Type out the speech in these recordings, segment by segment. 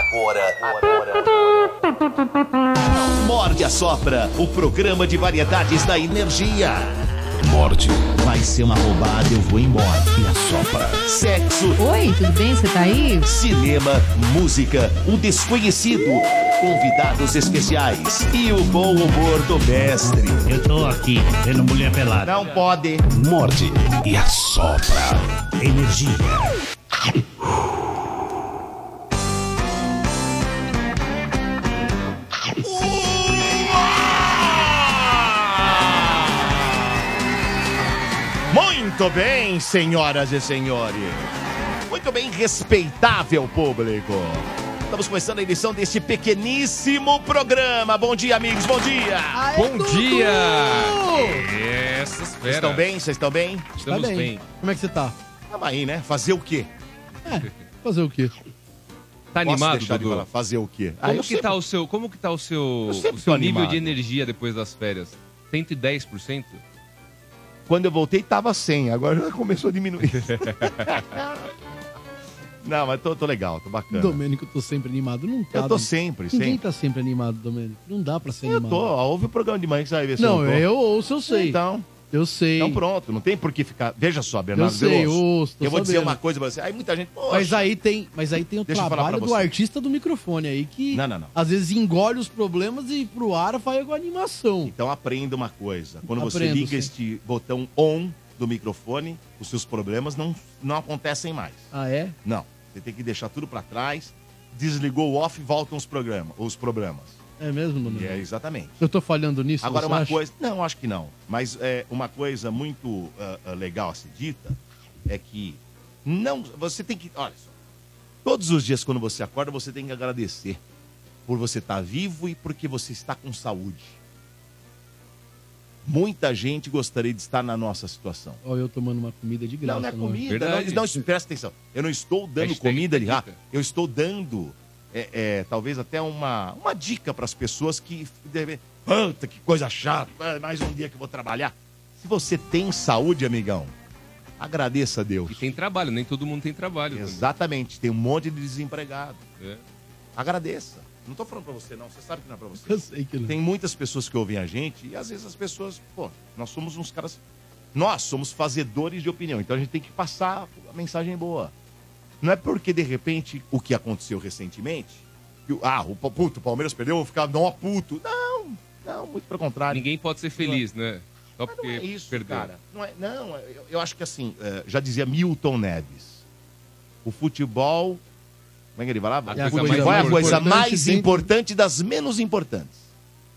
Agora, agora, agora. Morde a Sopra, o programa de variedades da energia. Morde. Vai ser uma roubada, eu vou embora. E a Sopra. Sexo. Oi, tudo bem? Você tá aí? Cinema, música, o desconhecido, convidados especiais e o bom humor do mestre. Eu tô aqui, vendo mulher pelada. Não pode. Morde e a Sopra. Energia. Muito bem, senhoras e senhores. Muito bem, respeitável público. Estamos começando a edição deste pequeníssimo programa. Bom dia, amigos, bom dia. Aê, bom Dudu. dia. Essas Vocês estão bem? Vocês estão bem? Estamos tá bem. bem. Como é que você tá? Tamo aí, né? Fazer o quê? É, fazer o quê? Tá Posso animado, Dudu? fazer o quê? Como ah, que sempre... tá o seu, como que tá o seu, o seu nível animado. de energia depois das férias? 110%? Quando eu voltei, tava 100. Agora já começou a diminuir. não, mas tô, tô, legal, tô bacana. Domênico, eu tô sempre animado. Não tá, eu tô sempre, Ninguém sempre. tá sempre animado, Domênico. Não dá pra ser eu animado. Eu tô. Ouve o programa de manhã que você vai ver se não, eu não eu ouço, eu sei. Então... Eu sei. Então pronto, não tem por que ficar... Veja só, Bernardo Eu sei, Veloso. Eu, ouço, eu vou sabendo. dizer uma coisa pra você. Aí muita gente... Poxa, mas, aí tem, mas aí tem o Deixa eu falar trabalho pra do você. artista do microfone aí que... Não, não, não. Às vezes engole os problemas e pro ar vai com a animação. Então aprenda uma coisa. Quando você Aprendo, liga sim. este botão on do microfone, os seus problemas não, não acontecem mais. Ah, é? Não. Você tem que deixar tudo pra trás. Desligou o off, voltam os programas. Os programas. É mesmo, E Domênico? é exatamente. Eu tô falhando nisso, Agora, você uma acha? coisa. Não, acho que não. Mas é, uma coisa muito ah, ah, legal a ser dita é que não. Você tem que. Olha só. Todos os dias, quando você acorda, você tem que agradecer por você estar vivo e porque você está com saúde. Muita gente gostaria de estar na nossa situação. Olha eu tomando uma comida de graça. Não, não é comida. Verdade. Não, não, presta atenção. Eu não estou dando Hashtag comida ali. Ah, dica. eu estou dando, é, é, talvez até uma, uma dica para as pessoas que devem... Puta, que coisa chata. Ah, Mais um dia que eu vou trabalhar. Se você tem saúde, amigão, agradeça a Deus. E tem trabalho, nem todo mundo tem trabalho. Exatamente. Tem um monte de desempregado. também. É. Agradeça. Não tô falando para você, não. Você sabe que não é para você. Eu sei que não. Tem muitas pessoas que ouvem a gente e às vezes as pessoas, pô, nós somos uns caras. Nós somos fazedores de opinião, então a gente tem que passar a mensagem boa. Não é porque, de repente, o que aconteceu recentemente, que o- ah, o pa- puto, o Palmeiras perdeu, eu vou ficar não, puto. Não, não, muito pelo contrário. Ninguém pode ser feliz, né? Só Mas porque não é isso, perdeu. cara. Não, é, não eu, eu acho que assim, é, já dizia Milton Neves. O futebol. Como é que ele falava? É a O coisa futebol é a mais coisa importante mais dentro- importante das menos importantes.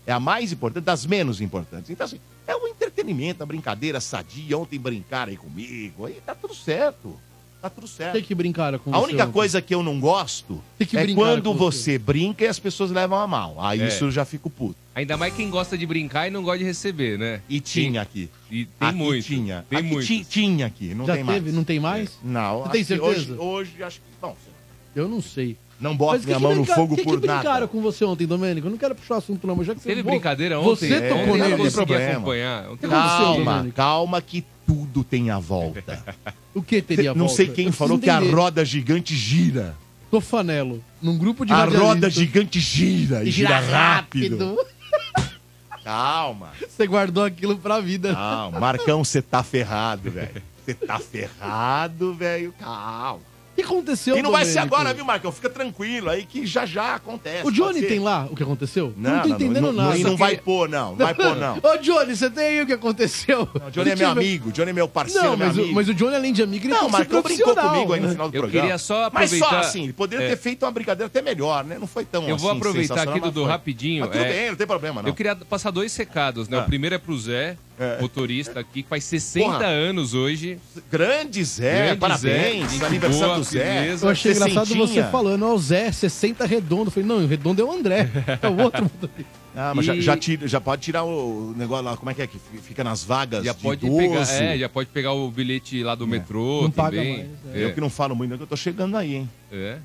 É a mais importante das menos importantes. Então, assim, é um entretenimento, a brincadeira sadia. Ontem brincaram aí comigo. Aí tá tudo certo. Tá tudo certo. Tem que brincar com A você única ontem. coisa que eu não gosto Tem que é brincar quando com você brinca e as pessoas levam a mal. Aí É. isso eu já fico puto. Ainda mais quem gosta de brincar e não gosta de receber, né? E tinha aqui. E tem aqui muito. Tinha. Tem aqui muito. ti- tinha aqui. Não Já tem teve? mais. Não tem mais? Não, Você acho tem que certeza? Hoje, hoje acho que. Bom, sei lá. Eu não sei. não boto o minha mão no brinca- fogo que por que brincaram nada. com você ontem, Domênico? Eu não quero puxar assunto não, mas já que Teve você... brincadeira você ontem? né? tocou Ontem eu nele, não consegui problema. acompanhar. Ontem eu não consegui. Calma, Domênico? calma que tudo tem a volta. O que teria a Não volta? sei quem Eu preciso falou que a entender. roda gigante gira. Tofanelo, num grupo de A roda radialistas- gigante gira e gira rápido. Calma, Você guardou aquilo pra vida. calma. Marcão, você tá ferrado, velho. Você tá ferrado, velho. Calma. O que aconteceu, E não vai ser Domênico? agora, viu, Marcão? Fica tranquilo aí que já já acontece. O Johnny pode ser. tem lá o que aconteceu? Não, tô entendendo não, não, nada. E não Só vai que- pôr, não. Não vai pôr, não. Ô, Johnny, você tem aí o que aconteceu? O Johnny é meu amigo, o Johnny é meu parceiro, Não, meu mas, amigo. o, mas o Johnny, além de amigo, ele Não, tem que ser Marcão brincou profissional. né? comigo aí no final do Eu programa. queria só Mas só aproveitar- assim, ele poderia É. ter feito uma brincadeira até melhor, né? Não foi um tão Eu vou assim, aproveitar sensacional, aqui, mas Dudu, foi. rapidinho. Mas Ah, tudo É, bem, não tem problema, não. Eu queria passar dois recados, né? Ah. O primeiro é pro Zé, É. motorista aqui, que faz 60 Porra. anos hoje. Grande Zé, Grande Zé, parabéns. gente aniversário boa, do Zé. firmeza. Eu achei engraçado Sessentinha. você falando, ó, o Zé, 60 redondo. Eu falei, não, o redondo é o André. É o outro. Ah, mas já, E- já, tira- já pode tirar o negócio lá, como é que é? Que fica nas vagas Já de pode, idoso. pegar, é, já pode pegar o bilhete lá do metrô Não paga também. mais, é. Eu que não falo muito, não, que eu tô chegando aí, hein? É.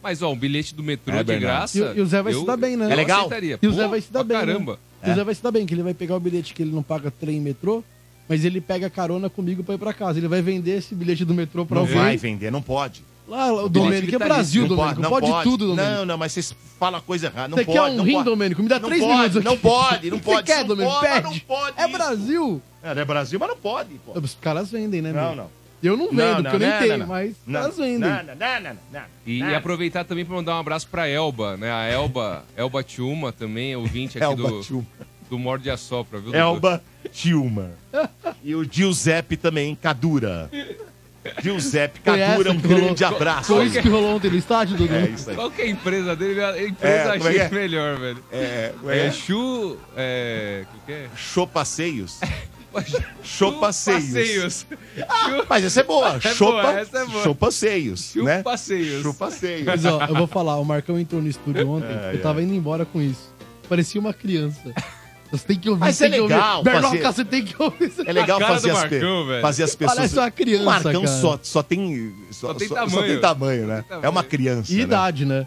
Mas, ó, um bilhete do metrô É, de Bernardo. graça. E o- e o Zé vai se dar bem, né? eu É legal? aceitaria. E o Zé Pô, vai se dar pra bem. né? Caramba. E É. O Zé vai se dar bem, que ele vai pegar o bilhete que ele não paga trem e metrô, mas ele pega carona comigo pra ir pra casa. Ele vai vender esse bilhete do metrô pra Não alguém. vai vender, não pode. Lá, lá, o Domênico é tá Brasil, Não Domênico. Pode, tudo, Domênico. Não, não, mas vocês falam a coisa errada. Não Você pode, quer um não rim, pode. Domênico? Me dá Não três pode, minutos aqui. Não pode, não O que pode. Você quer, Não Domênico? pode, Pede. Não pode. é Brasil. É, é Brasil, mas não pode, pô. Os caras vendem, né, Não, meu? não. Eu não vendo, não, porque eu nem não, tenho, não, não. mas tá- os Não, caras vendem. não, não, não, não, não, E, não. e aproveitar também para mandar um abraço para Elba, né? A Elba, Elba Tiuma também, ouvinte aqui Elba do, Tiuma. do Morde a Sopra, viu? Dudu? Elba Tilma. E o Giuseppe também, Cadura. Giuseppe Foi essa Cadura, um que rolou- grande abraço. Foi isso que rolou ontem no estádio, Dudu? É isso aí. Qual que é a empresa dele? A empresa É, como é achei que é? melhor, velho. É, como é que É, é? Chu... É... O que é? Chopasseios. Chopasseios. Chupasseios. Chu- Mas essa é boa. Essa é Chopa, boa, essa é boa. Chopasseios, né? Chupasseios. Chopasseios. Mas ó, eu vou falar, o Marcão entrou no estúdio ontem, Ai, eu tava indo embora com isso. Parecia uma criança. Você tem que ouvir, Mas você é tem legal que ouvir. fazer- Berloca, você tem que ouvir. É legal A cara fazer do as, pe- Marcão, velho. fazer as pessoas... Parece uma criança, O Marcão cara. só, só tem... Só, Só tem só- tamanho. tem tamanho, né? tamanho. É uma criança, E né? idade, né?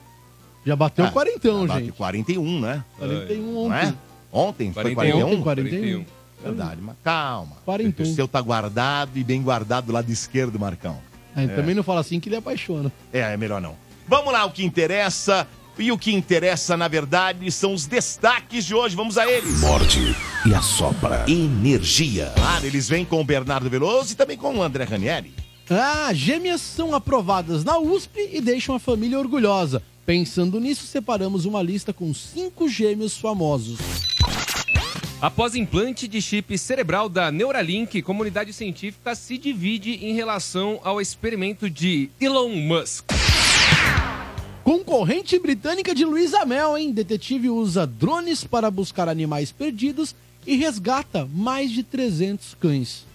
Já bateu Ah, quarentão, Bate gente. 41, né? 41 Não é? ontem. Ontem foi 41? 41? 41. Verdade, mas calma. Quarentum. O seu tá guardado e bem guardado do lado esquerdo, Marcão. É, Também não fala assim que ele apaixona. É, é melhor não. Vamos lá, o que interessa. E o que interessa, na verdade, são os destaques de hoje. Vamos a eles. Morde e assopra. Energia. Claro, Ah, eles vêm com o Bernardo Veloso e também com o André Ranieri. Ah, gêmeas são aprovadas na USP e deixam a família orgulhosa. Pensando nisso, separamos uma lista com cinco gêmeos famosos. Após implante de chip cerebral da Neuralink, comunidade científica se divide em relação ao experimento de Elon Musk. Concorrente britânica de Luísa Mel, hein? Detetive usa drones para buscar animais perdidos e resgata mais de 300 cães.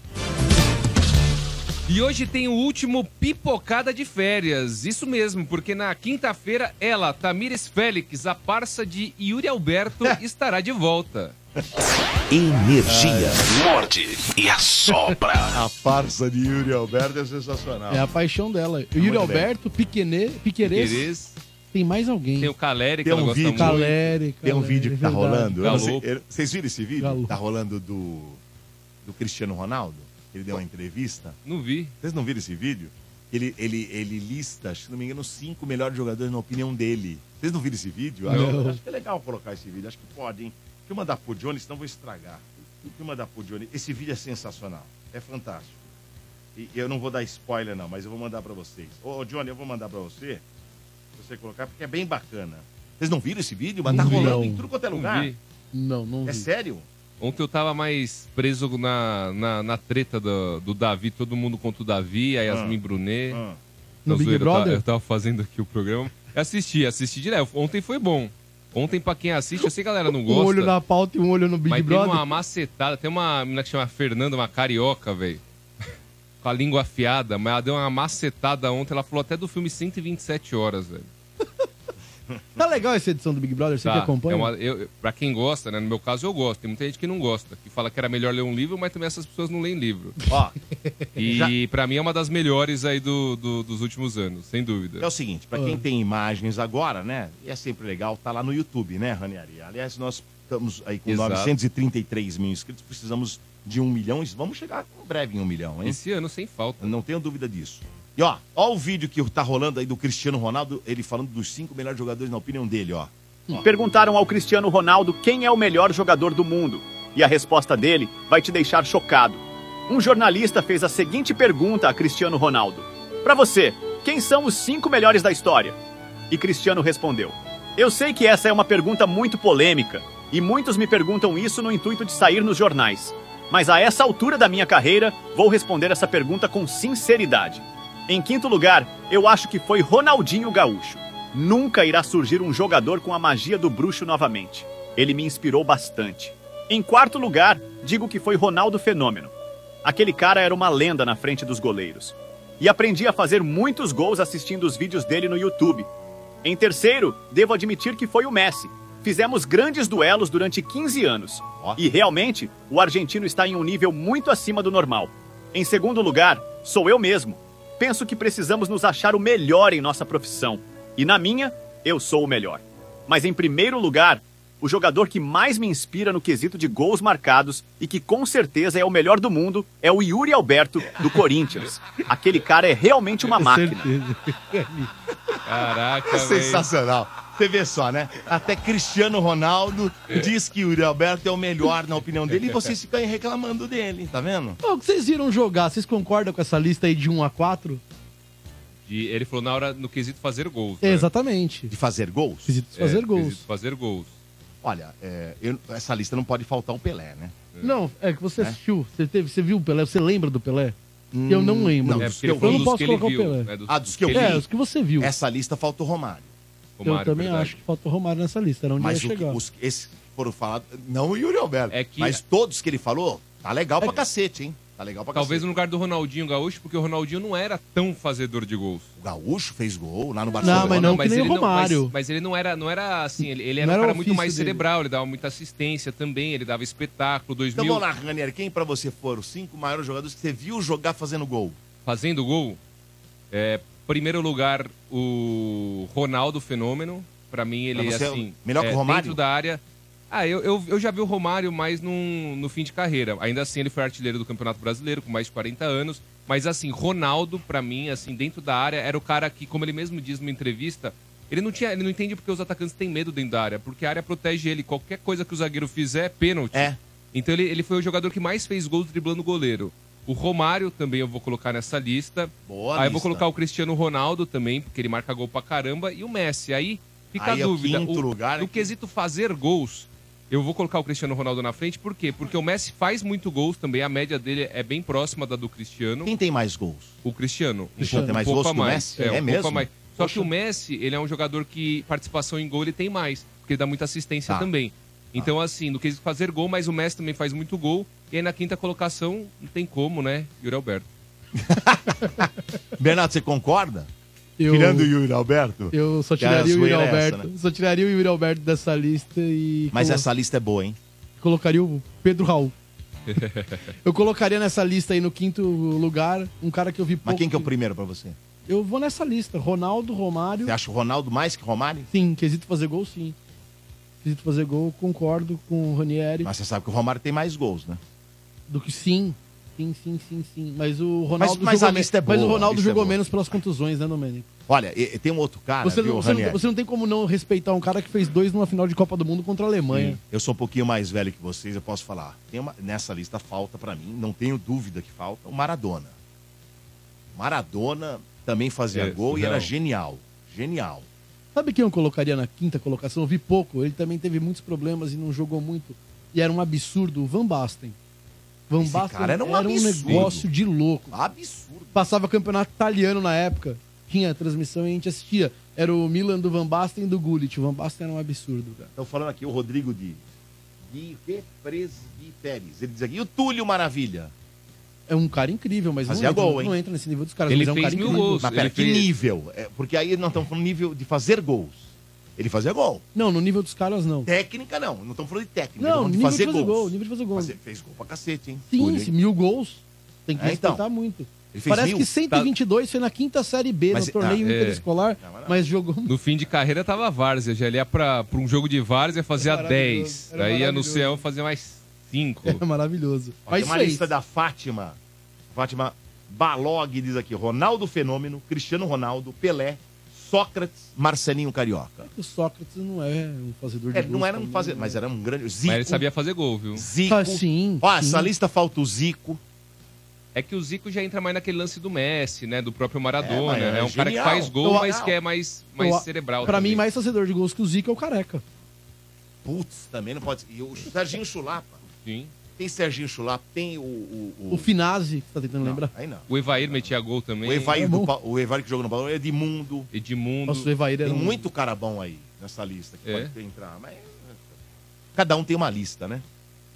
E hoje tem o último pipocada de férias. Isso mesmo, porque na quinta-feira ela, Tamires Félix, a parça de Yuri Alberto, estará de volta. Energia. Morde e assopra. A farsa de Yuri Alberto é sensacional. É a paixão dela. O Yuri bem. Alberto, Piquenê, Piqueires, Querês, tem mais alguém. Tem o Caleri, que Tem ela um gosta vídeo. muito. Caleri, Tem um Caleri, vídeo que tá é verdade. rolando. eu não sei- Galo. eu- vocês viram esse vídeo? Galo. Tá rolando do, do Cristiano Ronaldo. Ele deu uma entrevista. Não vi. Vocês não viram esse vídeo? Ele, ele, ele lista, se não me engano, os cinco melhores jogadores na opinião dele. Vocês não viram esse vídeo? Ah, eu Não. Acho que é legal colocar esse vídeo. Acho que pode, hein? Deixa eu mandar pro Johnny, senão eu vou estragar. Deixa eu mandar pro Johnny. Esse vídeo é sensacional. É fantástico. E eu não vou dar spoiler, não, mas eu vou mandar pra vocês. Ô, ô, Johnny, eu vou mandar pra você. Pra você colocar, porque é bem bacana. Vocês não viram esse vídeo? Mas tá Não vi, rolando não. em tudo quanto é Não lugar. vi. Não, não É vi. sério? Ontem eu tava mais preso na, na, na treta do, do Davi, todo mundo contra o Davi, a Yasmin Brunet. Ah. No Não, Big zoeira, eu tava- Brother? Eu tava fazendo aqui o programa. Eu Assisti, assisti direto. Ontem foi bom. Ontem, pra quem assiste, eu sei que a galera não Um gosta. olho na pauta e um olho no Big mas Brother. tem uma macetada. Tem uma menina que chama Fernanda, uma carioca, velho. Com a língua afiada, mas ela deu uma macetada ontem. Ela falou até do filme 127 horas, velho. Tá legal essa edição do Big Brother, você que acompanha? É uma- eu- pra quem gosta, né? No meu caso, eu gosto. Tem muita gente que não gosta, que fala que era melhor ler um livro, mas também essas pessoas não leem livro. Ó, E pra mim é uma das melhores aí do- do- dos últimos anos, sem dúvida. É o seguinte, Ah. pra quem tem imagens agora, né? E é sempre legal, tá lá no YouTube, né, Ranieri? Aliás, nós estamos aí com Exato. 933 mil inscritos, precisamos de um milhão. e Vamos chegar em breve em um milhão, hein? Esse ano, sem falta. Não tenho dúvida disso. E ó, ó o vídeo que tá rolando aí do Cristiano Ronaldo, ele falando dos cinco melhores jogadores na opinião dele, ó. Perguntaram ao Cristiano Ronaldo quem é o melhor jogador do mundo. E a resposta dele vai te deixar chocado. Um jornalista fez a seguinte pergunta a Cristiano Ronaldo: Pra você, quem são os cinco melhores da história? E Cristiano respondeu: Eu sei que essa é uma pergunta muito polêmica, e muitos me perguntam isso no intuito de sair nos jornais. Mas a essa altura da minha carreira, vou responder essa pergunta com sinceridade. Em quinto lugar, eu acho que foi Ronaldinho Gaúcho. Nunca irá surgir um jogador com a magia do bruxo novamente. Ele me inspirou bastante. Em quarto lugar, digo que foi Ronaldo Fenômeno. Aquele cara era uma lenda na frente dos goleiros. E aprendi a fazer muitos gols assistindo os vídeos dele no YouTube. Em terceiro, devo admitir que foi o Messi. Fizemos grandes duelos durante 15 anos. Ó. E realmente, o argentino está em um nível muito acima do normal. Em segundo lugar, sou eu mesmo. Penso que precisamos nos achar o melhor em nossa profissão. E na minha, eu sou o melhor. Mas em primeiro lugar, o jogador que mais me inspira no quesito de gols marcados e que com certeza é o melhor do mundo é o Yuri Alberto, do Corinthians. Aquele cara é realmente uma máquina. Caraca, velho. É Sensacional. Você vê só, né? Até Cristiano Ronaldo diz que o Yuri Alberto é o melhor na opinião dele e vocês ficam aí reclamando dele, tá vendo? Pô, o que vocês viram jogar? Vocês concordam com essa lista aí de 1 a 4? E ele falou na hora, no quesito fazer gols. É, né? Exatamente. De fazer gols? Preciso É, fazer gols. quesito fazer gols. Olha, é, eu- essa lista não pode faltar o Pelé, né? Não, é que você assistiu, você, teve, você viu o Pelé, você lembra do Pelé? eu não lembro. Hum, não, É, dos porque que eu ele falou vi. Eu não dos posso que ele colocar o viu. Pelé. né? Dos- Ah, dos que eu vi. É, os que você viu. Essa lista falta o Romário. eu Romário, também verdade. acho que falta o Romário nessa lista, era onde Mas ia o que- chegar. os, esses que foram falados, não o Yuri Alberto, É que- É mas todos que ele falou, tá legal pra cacete, hein? Tá legal pra Talvez cacete. no lugar do Ronaldinho Gaúcho, porque o Ronaldinho não era tão fazedor de gols. O Gaúcho fez gol lá no Barcelona. Não, mas não, que nem ele o Romário. Não, mas, mas ele não era, não era assim, ele, ele era Não um era o cara muito ofício mais dele. cerebral, ele dava muita assistência também, ele dava espetáculo, 2000, Então vamos lá, Ranieri, quem pra você foram os cinco maiores jogadores que você viu jogar fazendo gol? fazendo gol. É, primeiro lugar, o Ronaldo Fenômeno. Pra mim, ele Pra você é assim. o melhor que o Romário? Dentro da área. Ah, eu, eu, eu já vi o Romário mais num, no fim de carreira. Ainda assim, ele foi artilheiro do Campeonato Brasileiro, com mais de 40 anos. Mas assim, Ronaldo, pra mim, assim, dentro da área, era o cara que, como ele mesmo diz numa entrevista, ele não, tinha, ele não entende porque os atacantes têm medo dentro da área, porque a área protege ele. Qualquer coisa que o zagueiro fizer, é pênalti. É. Então ele, ele foi o jogador que mais fez gols driblando o goleiro. O Romário também eu vou colocar nessa lista. Boa Aí eu vou lista. colocar o Cristiano Ronaldo também, porque ele marca gol pra caramba. E o Messi. Aí fica Aí é a o dúvida. quinto lugar, no é que- quesito fazer gols, eu vou colocar o Cristiano Ronaldo na frente. Por quê? Porque o Messi faz muito gols também. A média dele é bem próxima da do Cristiano. Quem tem mais gols? O Cristiano. Cristiano tem mais pouco gols a que o mais. Messi? É, É um pouco mesmo? a mais. Só Poxa. que o Messi, ele é um jogador que participação em gol ele tem mais, porque ele dá muita assistência Tá. também. Então, assim, no quesito fazer gol, mas o Messi também faz muito gol. E aí na quinta colocação, não tem como, né, Yuri Alberto? Bernardo, você concorda? Eu, Tirando o Yuri Alberto? eu só Que a tiraria o Yuri zoeira é essa, Alberto. né? Só tiraria o Yuri Alberto dessa lista e. Mas colo- essa lista é boa, hein? Colocaria o Pedro Raul. eu colocaria nessa lista aí no quinto lugar um cara que eu vi pouco. Mas quem que é o primeiro pra você? Eu vou nessa lista. Ronaldo, Romário. Você acha o Ronaldo mais que o Romário? Sim, quesito fazer gol, sim. Quesito fazer gol, concordo com o Ranieri. Mas você sabe que o Romário tem mais gols, né? Do que sim. Sim, sim, sim, sim. Mas o Ronaldo mas jogou a lista é me- boa, Mas a o Ronaldo lista é jogou boa. menos pelas contusões, né, Domênico? Olha, e- e tem um outro cara, Você, viu, não, você, não, Ranieri? você não tem como não respeitar um cara que fez dois numa final de Copa do Mundo contra a Alemanha. Sim. Eu sou um pouquinho mais velho que vocês, eu posso falar. Tem uma- nessa lista falta pra mim, não tenho dúvida que falta, o Maradona. Maradona também fazia É, gol e não. era genial. Genial. Sabe quem eu colocaria na quinta colocação? Eu vi pouco. Ele também teve muitos problemas e não jogou muito. E era um absurdo. O Van Basten. Van Esse Basten cara era um absurdo. negócio de louco. Absurdo. Passava campeonato italiano na época. Tinha transmissão e a gente assistia. Era o Milan do Van Basten e do Gullit. O Van Basten era um absurdo, cara. Estão falando aqui o Rodrigo de Gui Pérez. Ele diz aqui, e o Túlio Maravilha? É um cara incrível, mas Fazia não, entra, gol, hein? não entra nesse nível dos caras. Ele mas é um fez cara mil incrível. gols. Mas pera, Ele que fez- nível? É, porque aí nós estamos falando nível de fazer gols. Ele fazia gol. Não, no nível dos caras, não. Técnica não, não estamos falando de técnica, Não, estamos nível falando de fazer, de fazer gols. gol, nível de fazer gol. Fazer- fez gol pra cacete, hein? Sim, Túlio, esse hein? mil gols. Tem que É, então. respeitar muito. Ele fez Parece mil. Tá. que 122 foi na quinta série B, Mas- no torneio ah, é. interescolar, Não, mas mas, não. jogou um muito. No fim de carreira tava a Várzea, já ele ia pra, pra um jogo de Várzea fazia Era maravilhoso, 10. era Daí ia no maravilhoso. céu fazer mais 5. É maravilhoso. Ó, Mas tem uma fez. lista da Fátima. Fátima Balog diz aqui: Ronaldo Fenômeno, Cristiano Ronaldo, Pelé, Sócrates, Marcelinho Carioca. O Sócrates não é um fazedor de É, não gols era um também, fazer, né? mas era um grande. Zico. Mas ele sabia fazer gol, viu? Zico. Ah, sim, Ó, sim. essa lista falta o Zico. É que o Zico já entra mais naquele lance do Messi, né? Do próprio É, mas Maradona. é É, um cara que genial. faz gol, Eu- mas que é mais, mais Eu- cerebral. Pra também. mim, mais fazedor de gols que o Zico é o Careca. Putz, também não pode. E o Serginho Chulapa. Sim. Tem Serginho Chulapa, tem o. O, O Finazzi, que você tá tentando Não, lembrar. Aí não. O Evair metia gol também. O Evair, É do bom. Pa- o Evair que jogou no Paulo, Edmundo. Edmundo. Nossa, o Evair Tem era um... muito cara bom aí nessa lista que É. pode ter- entrar. Mas. Cada um tem uma lista, né?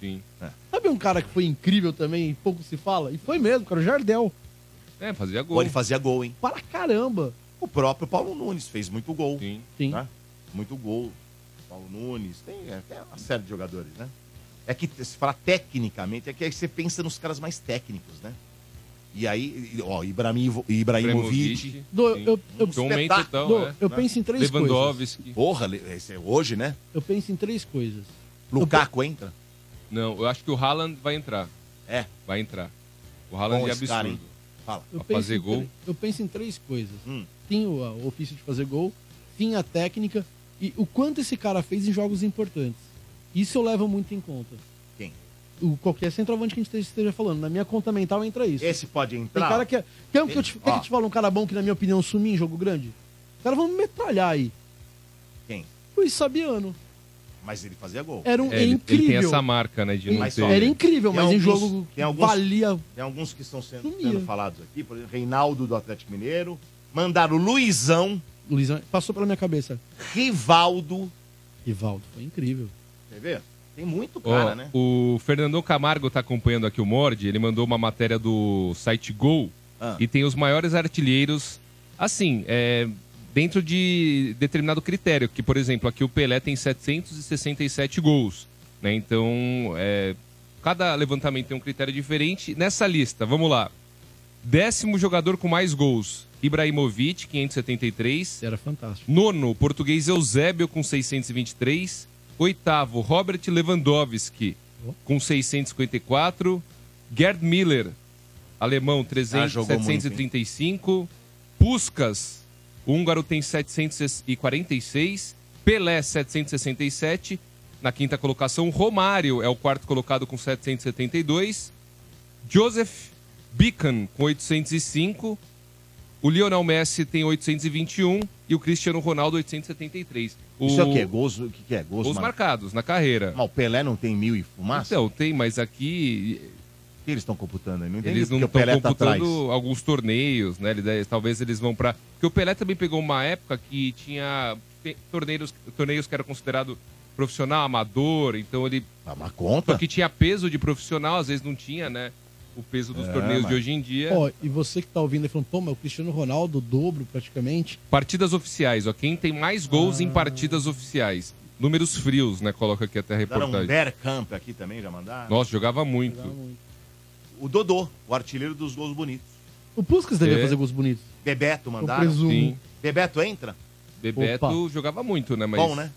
É. Sim. Sabe um cara que foi incrível também e pouco se fala? E foi mesmo, cara, o Jardel. É, fazia Ou gol. ele fazia gol, hein? Para caramba. O próprio Paulo Nunes fez muito gol. Sim. Sim. né? Muito gol. Paulo Nunes, tem até uma série de jogadores, né? É que se falar tecnicamente, é que aí você pensa nos caras mais técnicos, né? E aí, ó, Ibrahimo- Ibrahimovic. Do, eu, eu, eu, Dom Mendes, então, Do, é. eu penso em três coisas. Lewandowski. Porra, le- esse é hoje, né? Eu penso em três coisas. Lukaku entra. Não, eu acho que o Haaland vai entrar. É. Vai entrar. O Haaland Bom é esse absurdo. cara, hein? Fala. Eu Pra penso fazer em tre- gol. Eu penso em três coisas. Hum. Sim, o, o ofício de fazer gol, sim, a técnica e o quanto esse cara fez em jogos importantes. Isso eu levo muito em conta. Quem? O, qualquer centroavante que a gente esteja- esteja falando. Na minha conta mental entra isso. Esse pode Tem entrar. cara que. Quer que eu te, quer que Ó. eu te fale um cara bom que, na minha opinião, sumiu em jogo grande? Os caras vão me metralhar aí. Quem? Luiz Sabiano. Mas ele fazia gol. Era um É, ele, ele incrível. tem essa marca, né? De não Mas ter... só- Era incrível, Tem mas em alguns- jogo tem alguns- valia. Tem alguns que estão sendo, Sumia. sendo falados aqui, por exemplo, Reinaldo do Atlético Mineiro. Mandaram o Luizão, Luiz, passou pela minha cabeça. Rivaldo. Rivaldo, foi incrível. Quer ver? Tem muito Ó, cara, né? O Fernando Camargo tá acompanhando aqui o Mord, ele mandou uma matéria do site Gol Ah. e tem os maiores artilheiros, assim, é, dentro de determinado critério, que, por exemplo, aqui o Pelé tem 767 gols, né? Então, é, cada levantamento tem um critério diferente. Nessa lista, vamos lá. Décimo jogador com mais gols, Ibrahimovic, 573. Era fantástico. Nono, português Eusébio com 623. Oitavo, Robert Lewandowski Oh. com 654. Gerd Miller, alemão, 300, Ah, jogou muito, hein? 735. Puskas, o húngaro tem 746. Pelé, 767. Na quinta colocação, Romário é o quarto colocado com 772. Joseph Bican com 805. O Lionel Messi tem 821 e o Cristiano Ronaldo 873. O, Isso é o quê? Gols, o que, que é? Gols, Os mar- marcados na carreira. Mas o Pelé não tem mil e fumaça? Então, tem, mas aqui o que eles estão computando? Eu né? não entendi eles não porque o estão Pelé tá atrás. computando alguns torneios, né? Ele- Talvez eles vão pra. Porque o Pelé também pegou uma época que tinha te- torneios, torneios que era considerado profissional, amador, então ele. Dá uma Só Ah, conta. que tinha peso de profissional, às vezes não tinha, né? O peso dos É, torneios mas- de hoje em dia. Ó, e você que tá ouvindo e falando, pô, mas o Cristiano Ronaldo, o dobro praticamente. Partidas oficiais, ó. Quem tem mais gols Ah. em partidas oficiais? Números frios, né? Coloca aqui até a Mandaram um reportagem. Bergkamp aqui também, já mandaram. Nossa, jogava muito. O Dodô, o artilheiro dos gols bonitos. O Puskas deveria É. fazer gols bonitos. Bebeto Eu mandaram. presumo. Sim. Bebeto entra? Bebeto Opa. jogava muito, né? Mas Bom, né?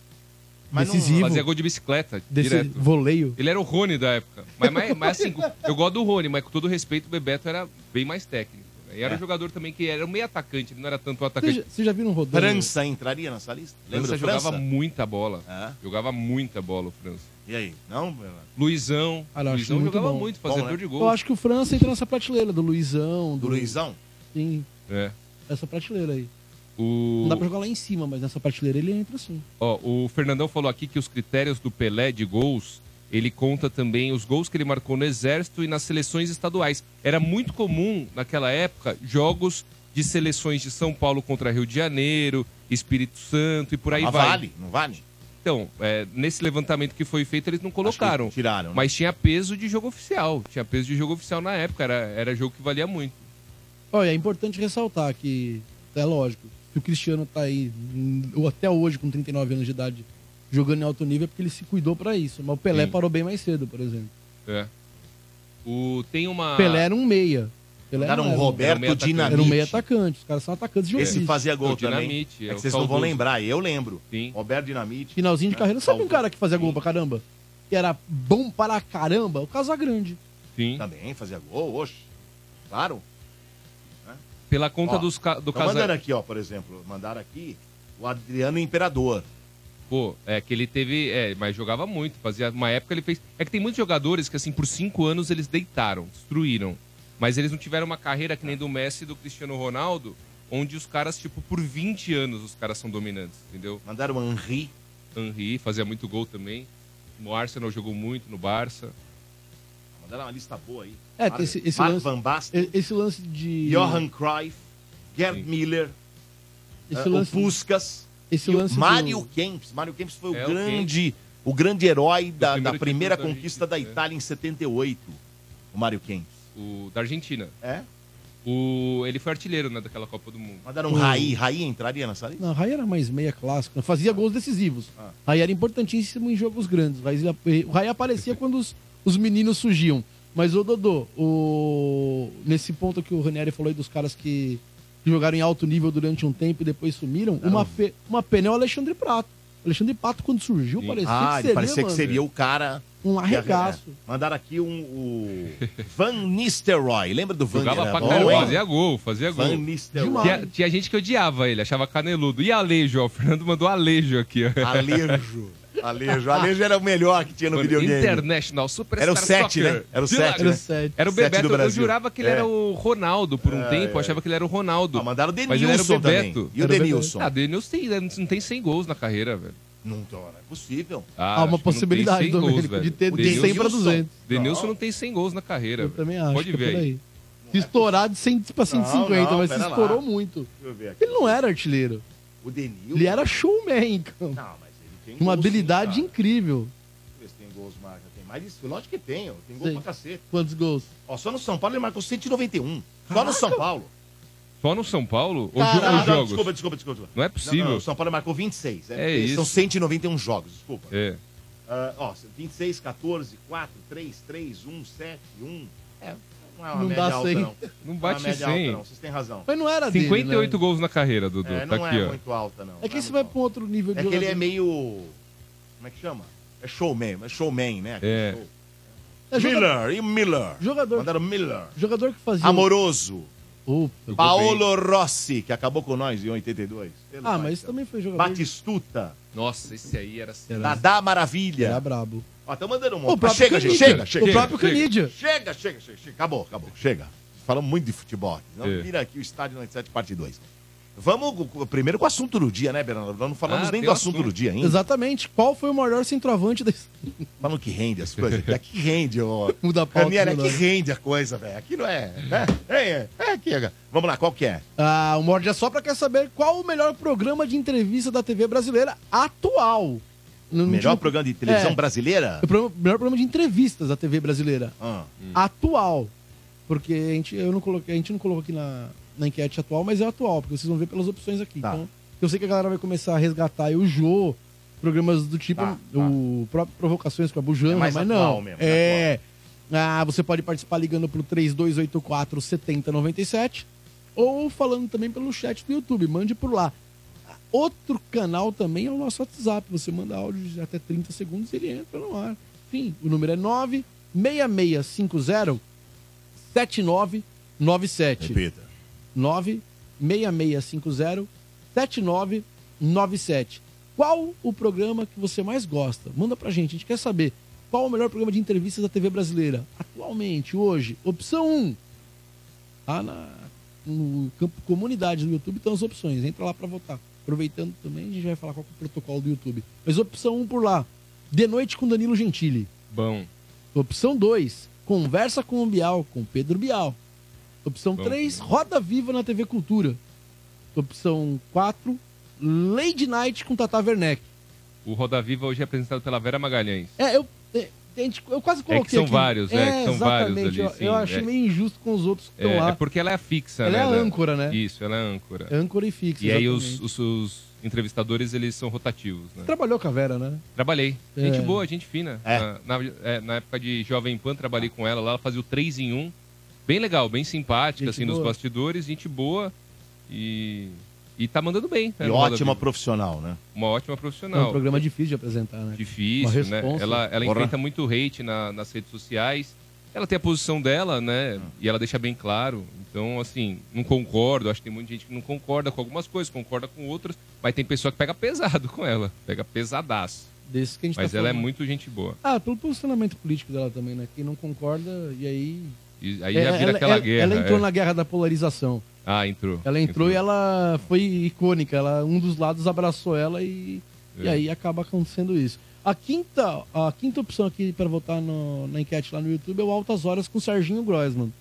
não- Decisivo. fazia gol de bicicleta, Desse direto. voleio. Ele era o Rony da época. Mas, mas, mas, assim, eu gosto do Rony, mas com todo respeito, o Bebeto era bem mais técnico. E É. era um jogador também que era um meio atacante, ele não era tanto um Vocês atacante. já, vocês já viram rodando? França entraria nessa lista? Lembra França do jogava França? muita bola. Ah, Jogava muita bola o França. e aí? Não, Luizão. Ah, não, acho Luizão muito jogava bom. muito, fazia Bom, né? gol de gol. Eu acho que o França entra nessa prateleira do Luizão, do do, Luizão? Sim, É. essa prateleira aí. O... Não dá pra jogar lá em cima, mas nessa prateleira ele entra sim. Ó, o Fernandão falou aqui que os critérios do Pelé de gols, ele conta também os gols que ele marcou no Exército e nas seleções estaduais. Era muito comum, naquela época, jogos de seleções de São Paulo contra Rio de Janeiro, Espírito Santo e por aí Mas vai. vale, não vale? Então, é, nesse levantamento que foi feito, eles não Acho colocaram. que Tiraram. né? Mas tinha peso de jogo oficial. Tinha peso de jogo oficial na época. Era, era jogo que valia muito. Olha, é importante ressaltar que, é lógico, que o Cristiano tá aí, hum, ou até hoje, com 39 anos de idade, jogando em alto nível, é porque ele se cuidou pra isso. Mas o Pelé Sim. parou bem mais cedo, por exemplo. É. O, tem uma. Pelé era um meia. Pelé Ah. Mandaram não um era Roberto meio atacante. Dinamite. Era um meio atacante. Os caras são atacantes de Esse ofício. fazia É gol o também. Dinamite, É é que o vocês não vão saudoso. lembrar, eu lembro. Sim. Roberto Dinamite. Finalzinho de né? carreira. Sabe um Saudoso. cara que fazia gol pra caramba? Que era bom para caramba? O Casagrande. Sim. Também fazia gol, oxe. Claro. Né? Pela conta Ó, dos ca- do Tão mandando casal. aqui, ó, por exemplo. Mandaram aqui o Adriano Imperador. Pô, é que ele teve. É, mas jogava muito. Fazia uma época ele fez. É que tem muitos jogadores que, assim, por cinco anos eles deitaram, destruíram. Mas eles não tiveram uma carreira que nem do Messi e do Cristiano Ronaldo, onde os caras, tipo, por 20 anos os caras são dominantes, entendeu? Mandaram o Henri. Henry fazia muito gol também. No Arsenal jogou muito, no Barça. Mandaram uma lista boa aí. É, Mark- esse- esse Mark lance- Van Basten, E- Esse lance de. Johan Cruyff, Gerd Sim. Miller, esse eh, lance, o Puskas. esse E o lance do- Mário Kempis. Mário Kempis foi É, o o grande, o grande herói da, primeiro da título primeira da conquista da Argentina, é. Itália em 78. O Mário Kempis. O, da Argentina. É? O, ele foi artilheiro, né, daquela Copa do Mundo. Mandaram Hum. um Raí. Raí entraria nessa lista? Não, Rai era mais meia clássica. Fazia gols decisivos. Ah. eh, Rai era importantíssimo em jogos grandes. Rai- O Rai aparecia quando os, os meninos surgiam. Mas, ô Dodô, o... nesse ponto que o Ranieri falou aí dos caras que que jogaram em alto nível durante um tempo e depois sumiram, um uma, fe... uma pena é o Alexandre Prato. O Alexandre Pato, quando surgiu, parecia ah, que ele seria, parecia que mano, seria o cara. um arregaço. É, Mandaram aqui um. O Van Nistelrooy. Lembra do Van Jogava Era pra bom, caramba, hein? fazia gol, fazia Van gol. Nistelrooy. Tinha, tinha gente que odiava ele, achava caneludo. E Alejo, ó, o Fernando mandou Alejo aqui, ó. Alejo. Alejo. Alejo era o melhor que tinha no Mano, videogame. International Superstar Era o sete, Soccer. né? Era o De sete, lá- Era o sete. Era o Sete Bebeto. do Eu Brasil. jurava que ele É. era o Ronaldo por um tempo. Eu achava que ele era o Ronaldo. Ah, mandaram o Mas ele era o Denilson também. Bebeto. E o Era o Denilson? Ah, Denilson tem, não tem 100 gols na carreira, velho. Não, não é possível. Ah, Há acho que não uma tem possibilidade, 100 gols, Domênico, velho. de ter O de 100 para Denilson. 200. Denilson não tem 100 gols na carreira. Eu velho. também acho Pode que é ver por aí. aí. Se estourar de 100 para 150, não, mas se pera lá. estourou muito. Deixa eu ver aqui. Ele não era artilheiro. O Denilson. Ele era showman, em campo. Não, mas ele tem gols, Uma sim, habilidade cara. incrível. Deixa eu ver se tem gols, marca. Tem mais isso? Lógico que tem, ó. Tem gol Sim. pra cacete. Quantos gols? Ó, só no São Paulo ele marcou 191. Só no São Paulo. Só no São Paulo? Ou, Caraca, jo ou jogos? desculpa, desculpa, desculpa. Não é Não, possível. não, o São Paulo marcou 26. É porque São isso. 191 jogos, desculpa. É. Ah, ó, 26, 14, 4, 3, 3, 1, 7, 1. É, não é uma Não média dá alta, 100. não. Não Não é uma bate média alta, 100. não. Vocês têm razão. Mas não era dele, 58 né? gols na carreira, Dudu. É, tá não aqui, é ó. muito alta, não. É que Não você muito vai alta. pra um outro nível de É que ele é jogador. meio. Como é que chama? É showman, é showman, né? É. Show. É joga- Miller e Miller. Jogador, Mandaram Miller. jogador que fazia... Amoroso. Opa. Paolo Rossi, que acabou com nós em 82. Pelo Ah, pai mas do isso também foi céu. jogador. Batistuta. Nossa, esse aí era... assim. Dadá Era Maravilha. é brabo. Ó, tão mandando um O monte. próprio Mas Chega, gente. Canidia. Chega, chega. O próprio chega. Canidia. Chega, chega, chega, chega. Acabou, acabou. Chega. Falamos muito de futebol. aqui. Não É. vira aqui o estádio 97, parte 2. Vamos co- primeiro com o assunto do dia, né, Bernardo? Nós não falamos Ah, nem tem do o assunto, assunto. do dia ainda. Exatamente. Qual foi o maior centroavante da Falando que rende as coisas. Aqui, aqui rende, ô. Muda a pauta, Daniela, muda. aqui é rende a coisa, velho. Aqui não é. né? É, é, é aqui. é. Vamos lá, qual que é? Ah, o Morde é só pra quer saber qual o melhor programa de entrevista da TV brasileira atual. No Melhor último- programa de televisão É. brasileira? O pro- melhor programa de entrevistas da TV brasileira Ah, atual. Porque a gente, eu não coloquei, a gente não colocou aqui na, na enquete atual, mas é atual, porque vocês vão ver pelas opções aqui. Tá. Então, eu sei que a galera vai começar a resgatar aí o Jô, programas do tipo, Tá, tá. o próprio Provocações com a Bujana, É mais mas atual não. mesmo, é. Ah, você pode participar ligando pro 3284 7097 ou falando também pelo chat do YouTube, mande por lá. Outro canal também é o nosso WhatsApp. Você manda áudio de até 30 segundos e ele entra no ar. Enfim, o número é 96650 7997. repita. 96650 7997. Qual o programa que você mais gosta? Manda pra gente, a gente quer saber. Qual o melhor programa de entrevistas da TV brasileira? Atualmente, hoje. Opção 1. Lá Tá na, no campo comunidade do YouTube estão as opções. Entra lá pra votar. Aproveitando também, a gente vai falar qual que é o protocolo do YouTube. Mas opção 1 por lá. De noite com Danilo Gentili. Bom. Opção 2, conversa com o Bial, com Pedro Bial. Opção Bom. 3, roda viva na TV Cultura. Opção 4, Lady Night com Tata Werneck. O Roda Viva hoje é apresentado pela Vera Magalhães. É, eu, é, gente, eu quase coloquei são aqui. vários, é, que são vários exatamente, ali, Eu, sim, eu achei é. meio injusto com os outros que estão É, lá. é porque ela é fixa, Ela né? é a da- âncora, né? Isso, ela é a âncora. É Âncora e fixa. E aí os, exatamente. os, os entrevistadores, eles são rotativos, né? Trabalhou com a Vera, né? Trabalhei. Gente É. boa, gente fina. É. Na, na- é, na época de Jovem Pan, trabalhei com ela lá. Ela fazia o 3 em 1. Bem legal, bem simpática, Gente assim, nos boa. bastidores. Gente boa. E... E tá mandando bem. né, E no Roda ótima Viva. profissional, né? Uma ótima É um profissional. programa difícil de apresentar, né? Uma difícil, né? responsa. Ela, ela Porra. enfrenta muito hate na- nas redes sociais. Ela tem a posição dela, né? E ela deixa bem claro. Então, assim, não concordo. Acho que tem muita gente que não concorda com algumas coisas, concorda com outras. Mas tem pessoa que pega pesado com ela. Pega pesadaço. Desse que a gente Mas tá ela é falando. muito gente boa. Ah, pelo posicionamento político dela também, né? Quem não concorda, e aí... E aí já É, vira aquela ela- guerra. Ela entrou é. na guerra da polarização. Ah, entrou. Ela entrou, e ela foi icônica. Ela, um dos lados abraçou ela e, e É. aí acaba acontecendo isso. A quinta, a quinta opção aqui para votar no- na enquete lá no YouTube é o Altas Horas com o Serginho Groisman.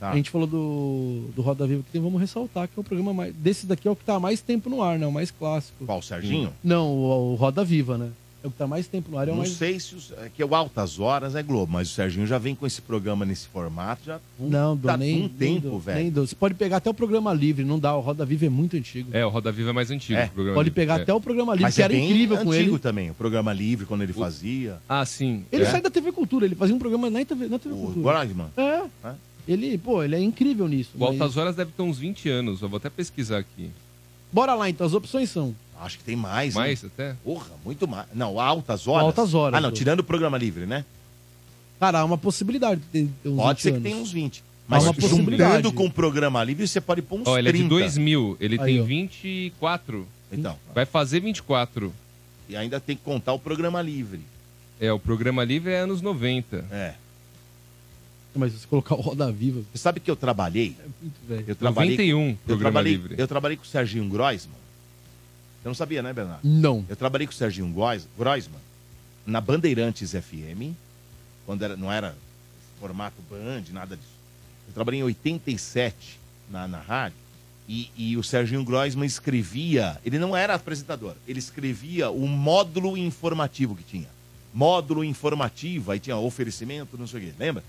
Tá. A gente falou do, do Roda Viva que tem, vamos ressaltar que é tá o programa mais. Desse daqui é o que tá há mais tempo no ar, né? O mais clássico. Qual, o Serginho? Não, o, o Roda Viva, né? É o que tá mais tempo no ar, é o Não mais... sei se os- é que o Altas Horas é Globo, mas o Serginho já vem com esse programa nesse formato já Não, puta dou, nem, um nem tempo, dou, velho. nem dou. Você pode pegar até o programa livre, não dá. O Roda Viva é muito antigo. É, o Roda Viva é mais antigo. É, o programa Pode dele. pegar É. até o programa livre, Mas que é era bem incrível antigo com ele. também, o programa livre quando ele fazia. Ah, sim. Ele É. sai da TV Cultura, ele fazia um programa na TV, na TV O Cultura. Goragman. É. É. Ele, pô, ele é incrível nisso. O mas- Altas Horas deve ter uns 20 anos. Eu vou até pesquisar aqui. Bora lá, então. As opções são... Acho que tem mais. né? Mais até? Porra, muito mais. Não, altas horas. Altas Horas, Ah, não, pô. tirando o programa livre, né? Cara, há uma possibilidade de ter ter uns Pode 20 ser que anos. tenha uns 20. Mas Há uma possibilidade. juntando com o programa livre, você pode pôr uns Ó, ele é 30. de 2000. Ele Aí, ó. tem 24. Então, Vai fazer 24. e ainda tem que contar o programa livre. É, o programa livre é anos 90. É. Mas se você colocar o Roda Viva, Você sabe que eu trabalhei? é muito velho. Eu trabalhei, 91, eu programa trabalhei, livre. eu trabalhei com o Serginho Groisman. Você não sabia, né, Bernardo? Não. Eu trabalhei com o Serginho Grois- Groisman na Bandeirantes FM, quando era, não era esse formato Band, nada disso. Eu trabalhei em 87 na, na rádio e, e o Serginho Groisman escrevia, ele não era apresentador, ele escrevia o módulo informativo que tinha. Módulo informativo, aí tinha oferecimento, não sei o quê, lembra?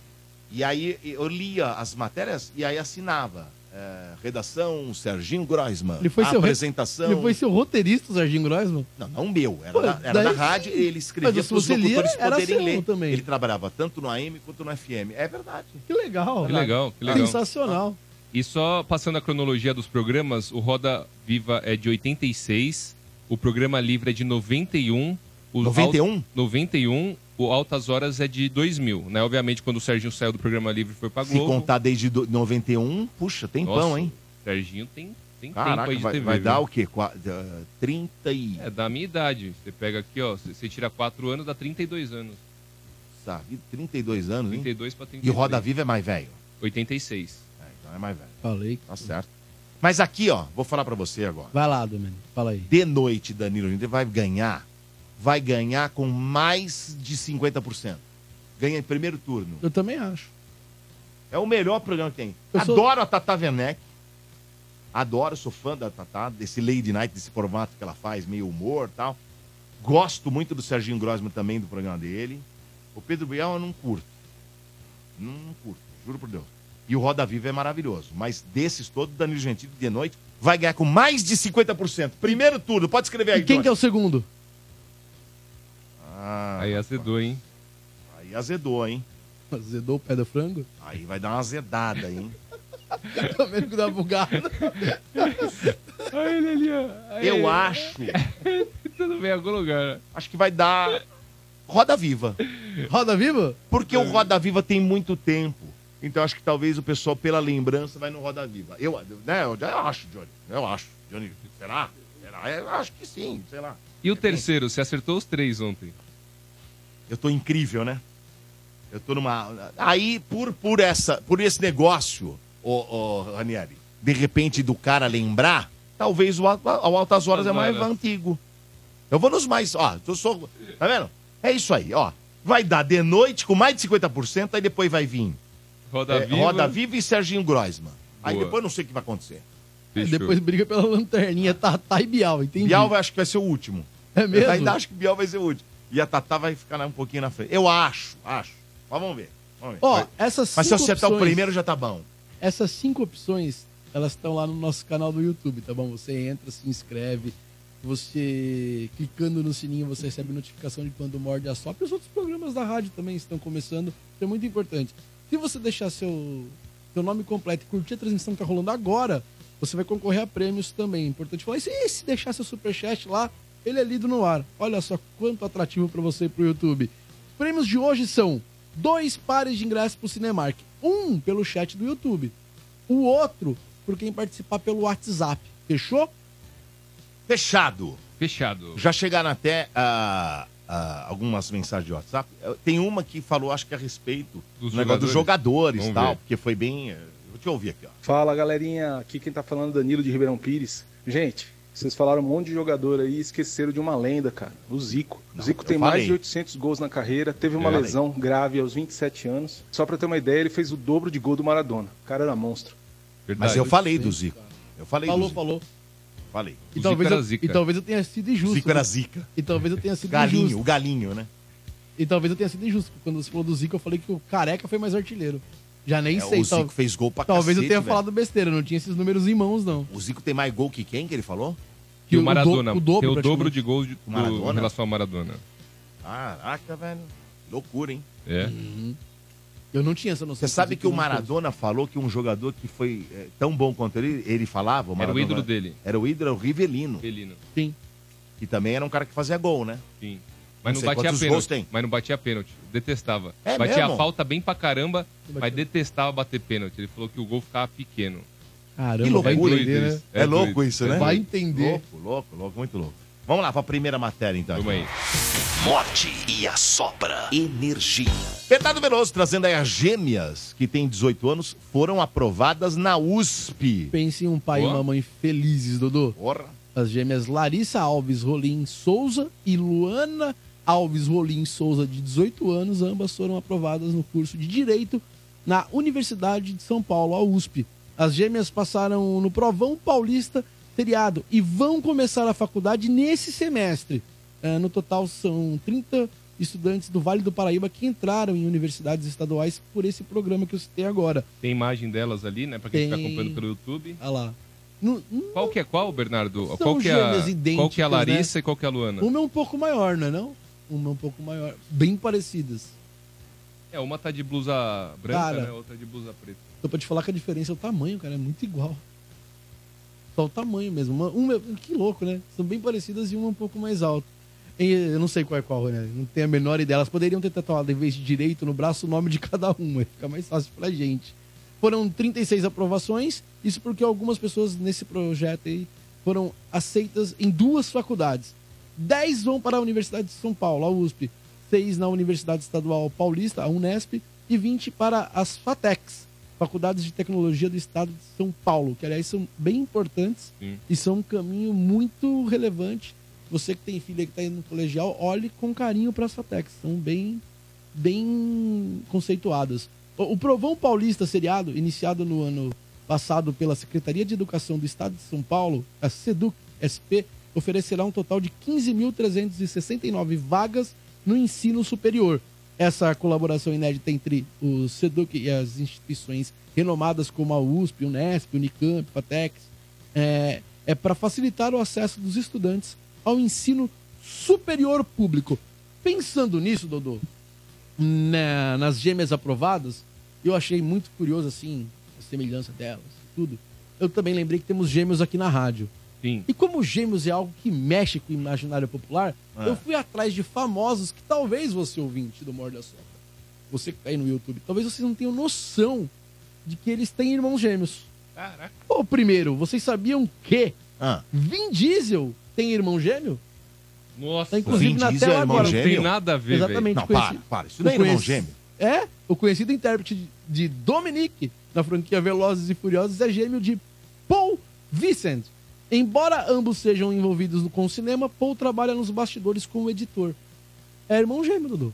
E aí eu lia as matérias e aí assinava. eh, redação Serginho Groisman. Ele foi seu re- apresentação. Ele foi seu roteirista, o Serginho Grossman. Não, não meu. Era, Pô, da, era daí da sim. rádio, ele escrevia Mas se para os você lia, locutores era poderem seu ler. também. Ele trabalhava tanto no AM quanto no FM. É verdade. Que legal. Que legal, que legal. Sensacional. E só passando a cronologia dos programas, o Roda Viva é de 86, o programa livre é de 91, o 91? Al- 91, o Altas Horas é de 2000, né? Obviamente quando o Serginho saiu do programa livre foi pra Se Globo. contar desde do- 91, puxa, tem pão, Nossa, um hein? o Serginho tem, tem tempo Caraca, aí de né? vai, TV. vai dar viu? o quê? Qua- ah, 30 e... É da minha idade. Você pega aqui, ó, você- você tira 4 anos, dá 32 anos. Sabe, 32 anos, hein? 32 pra 32. E o Roda Viva é mais velho. 86. É, então é mais velho. Falei. Tá certo. Mas aqui, ó, vou falar para você agora. Vai lá, Domênico. Fala aí. De noite, Danilo Gentili vai ganhar. Vai ganhar com mais de 50%. Ganha em primeiro turno. Eu também acho. É o melhor programa que tem. Eu sou- Adoro a Tata Werneck. Adoro, sou fã da Tata, desse Lady Night, desse formato que ela faz, meio humor e tal. Gosto muito do Serginho Grossman também, do programa dele. O Pedro Bial eu não curto. Não, não curto, juro por Deus. E o Roda Viva é maravilhoso. Mas desses todos, Danilo Gentili, de noite, vai ganhar com mais de 50%. Primeiro turno, pode escrever aí, E quem Johnny. que é o segundo? Ah, Aí azedou, hein? aí azedou, hein? Zedou o pé do frango? Aí vai dar uma azedada, hein? Domênico da bugada. Olha ele ali, ó. Eu acho Tudo bem, em algum lugar. acho que vai dar roda viva. Roda Viva? Porque É. o Roda Viva tem muito tempo. Então acho que talvez o pessoal, pela lembrança, vai no Roda Viva. Eu, né, eu já acho, Johnny. Eu acho. Johnny, será? Será? Eu acho que sim, sei lá. E o terceiro? Você acertou os três ontem. Eu tô incrível, né? Eu tô numa. Aí, por, por, essa, por esse negócio, ô, ô, Ranieri, de repente do cara lembrar, talvez o, Al- o Altas Horas é mais Horas. antigo. Eu vou nos mais. Ó, eu sou. Tá vendo? É isso aí, ó. Vai dar de noite com mais de 50%, aí depois vai vir. Roda É, Viva. Roda Viva e Serginho Groisman. Aí Boa. depois eu não sei o que vai acontecer. Fechou. Depois briga pela lanterninha Tatá e Bial, entendi. Bial vai, acho que vai ser o último. É mesmo? Eu ainda acho que Bial vai ser o último. E a Tatá vai ficar lá um pouquinho na frente. Eu acho, acho. Mas vamos ver. Vamos ver. Ó, Vai. essas cinco Mas se eu acertar o opções- primeiro já tá bom. Essas cinco opções, elas estão lá no nosso canal do YouTube, tá bom? Você entra, se inscreve, você clicando no sininho, você recebe notificação de quando morde a sopra. E os outros programas da rádio também estão começando, isso é muito importante. Se você deixar seu, seu nome completo e curtir a transmissão que tá rolando agora, você vai concorrer a prêmios também. Importante falar isso. E se deixar seu superchat lá, ele é lido no ar. Olha só quanto atrativo para você e pro YouTube. Os prêmios de hoje são dois pares de ingressos pro Cinemark. Um pelo chat do YouTube. O outro por quem participar pelo WhatsApp. Fechou? Fechado. Fechado. Já chegaram até ah, ah, algumas mensagens de WhatsApp. Eu- Tem uma que falou, acho que a respeito do Dos negócio dos jogadores e Vamos tal. ver. Porque foi bem. eh, Vou te ouvir aqui, ó. Fala galerinha, aqui quem tá falando é Danilo de Ribeirão Pires. Gente, vocês falaram um monte de jogador aí e esqueceram de uma lenda, cara, o Zico. O Não, Zico eu tem falei. É. mais de 800 gols na carreira, teve uma Eu falei. lesão grave aos 27 anos. Só pra ter uma ideia, ele fez o dobro de gol do Maradona. O cara era monstro. Verdade. Mas eu falei do Zico. Eu falei Falou, do Zico. falou. falei. E talvez, eu, é. e talvez eu tenha sido injusto. Zico era né? zica. E talvez eu tenha sido Galinho, injusto. o galinho, né? E talvez eu tenha sido injusto. porque Quando você falou do Zico, eu falei que o Careca foi mais artilheiro. Já nem É, sei. o Zico tal- fez gol pra Talvez eu cacete, tenha velho. falado besteira, eu não tinha esses números em mãos, não. O Zico tem mais gol que quem que ele falou? E o o do- Maradona. o dobro, tem o praticamente. dobro de gols de- do- Maradona? em relação ao Maradona. Caraca, velho. Loucura, hein? Uhum. É. Eu não tinha essa noção. Você sabe Zico que o não fez. Maradona falou que um jogador que foi é, tão bom quanto ele, ele falava? Era o Maradona- ídolo dele, Era o ídolo, era o Rivelino. Felino. Que também era um cara que fazia gol, né? Sim. Não Mas não, sei batia quantos gols tem. pênalti. Mas não batia pênalti. Detestava. É batia mesmo? a falta bem pra caramba, Não batia. mas detestava bater pênalti. Ele falou que o gol ficava pequeno. Caramba, Que vai loucura, entender, né? É louco isso, né? Vai entender. Louco, louco, louco, muito louco. Vamos lá pra primeira matéria, então. Vamos aí. Morte e a sopra. Energia. Bernardo Veloso trazendo aí as gêmeas, que têm 18 anos, foram aprovadas na USP. Pense em um pai e Boa. uma mãe felizes, Dodô. Porra. As gêmeas Larissa Alves Rolim Souza e Luana Alves Rolim Souza, de 18 anos, ambas foram aprovadas no curso de Direito na Universidade de São Paulo, a USP. As gêmeas passaram no Provão Paulista feriado e vão começar a faculdade nesse semestre. Eh, No total, são 30 estudantes do Vale do Paraíba que entraram em universidades estaduais por esse programa que eu citei agora. Tem imagem delas ali, né? Pra quem tá Tem. acompanhando pelo YouTube. Olha lá. No- Qual que é qual, Bernardo? São qual, que é gêmeas a, idênticas, né? qual que é a Larissa e qual que é a Luana? Uma é um pouco maior, não é não? Uma é um pouco maior. Bem parecidas. É, uma tá de blusa branca, Cara. né? Outra de blusa preta. Então, pra te falar que a diferença é o tamanho, cara. É muito igual. Só o tamanho mesmo. Uma, uma é- que louco, né? São bem parecidas e uma um pouco mais alta. E eu não sei qual é qual, né? Não tenho a menor ideia. Elas poderiam ter tatuado em vez de direito no braço o nome de cada uma. Fica mais fácil pra gente. Foram 36 aprovações. Isso porque algumas pessoas nesse projeto aí foram aceitas em duas faculdades. 10 vão para a Universidade de São Paulo, a USP. 6 na Universidade Estadual Paulista, a Unesp. E 20 para as FATECs, Faculdades de Tecnologia do Estado de São Paulo, que aliás são bem importantes Sim. e são um caminho muito relevante. Você que tem filha que está indo no colegial, olhe com carinho para as FATECs, são bem, bem conceituadas. O, o Provão Paulista Seriado, iniciado no ano passado pela Secretaria de Educação do Estado de São Paulo, a SEDUC SP, oferecerá um total de 15.369 vagas no ensino superior. Essa colaboração inédita entre o SEDUC e as instituições renomadas como a USP, Unesp, Unicamp, FATECs, é, é para facilitar o acesso dos estudantes ao ensino superior público. Pensando nisso, Dodô, na- nas gêmeas aprovadas, eu achei muito curioso, assim, a semelhança delas e tudo. Eu também lembrei que temos gêmeos aqui na rádio. Sim. E como gêmeos é algo que mexe com o imaginário popular, É. eu fui atrás de famosos que talvez você ouvinte do Morde a Sopra, você que tá aí no YouTube, talvez vocês não tenham noção de que eles têm irmãos gêmeos. Caraca. Ô, primeiro, vocês sabiam que Ah, Vin Diesel tem irmão gêmeo? Nossa. Tá inclusive Vin na Diesel tela é irmão agora. não tem gêmeo? nada a ver, velho. Exatamente. não, conheci- para, para. Isso não é irmão conheci- gêmeo. É, o conhecido intérprete de de Dominic na franquia Velozes e Furiosos é gêmeo de Paul Vincent. Embora ambos sejam envolvidos no- com o cinema, Paul trabalha nos bastidores como editor. É irmão gêmeo, Dudu.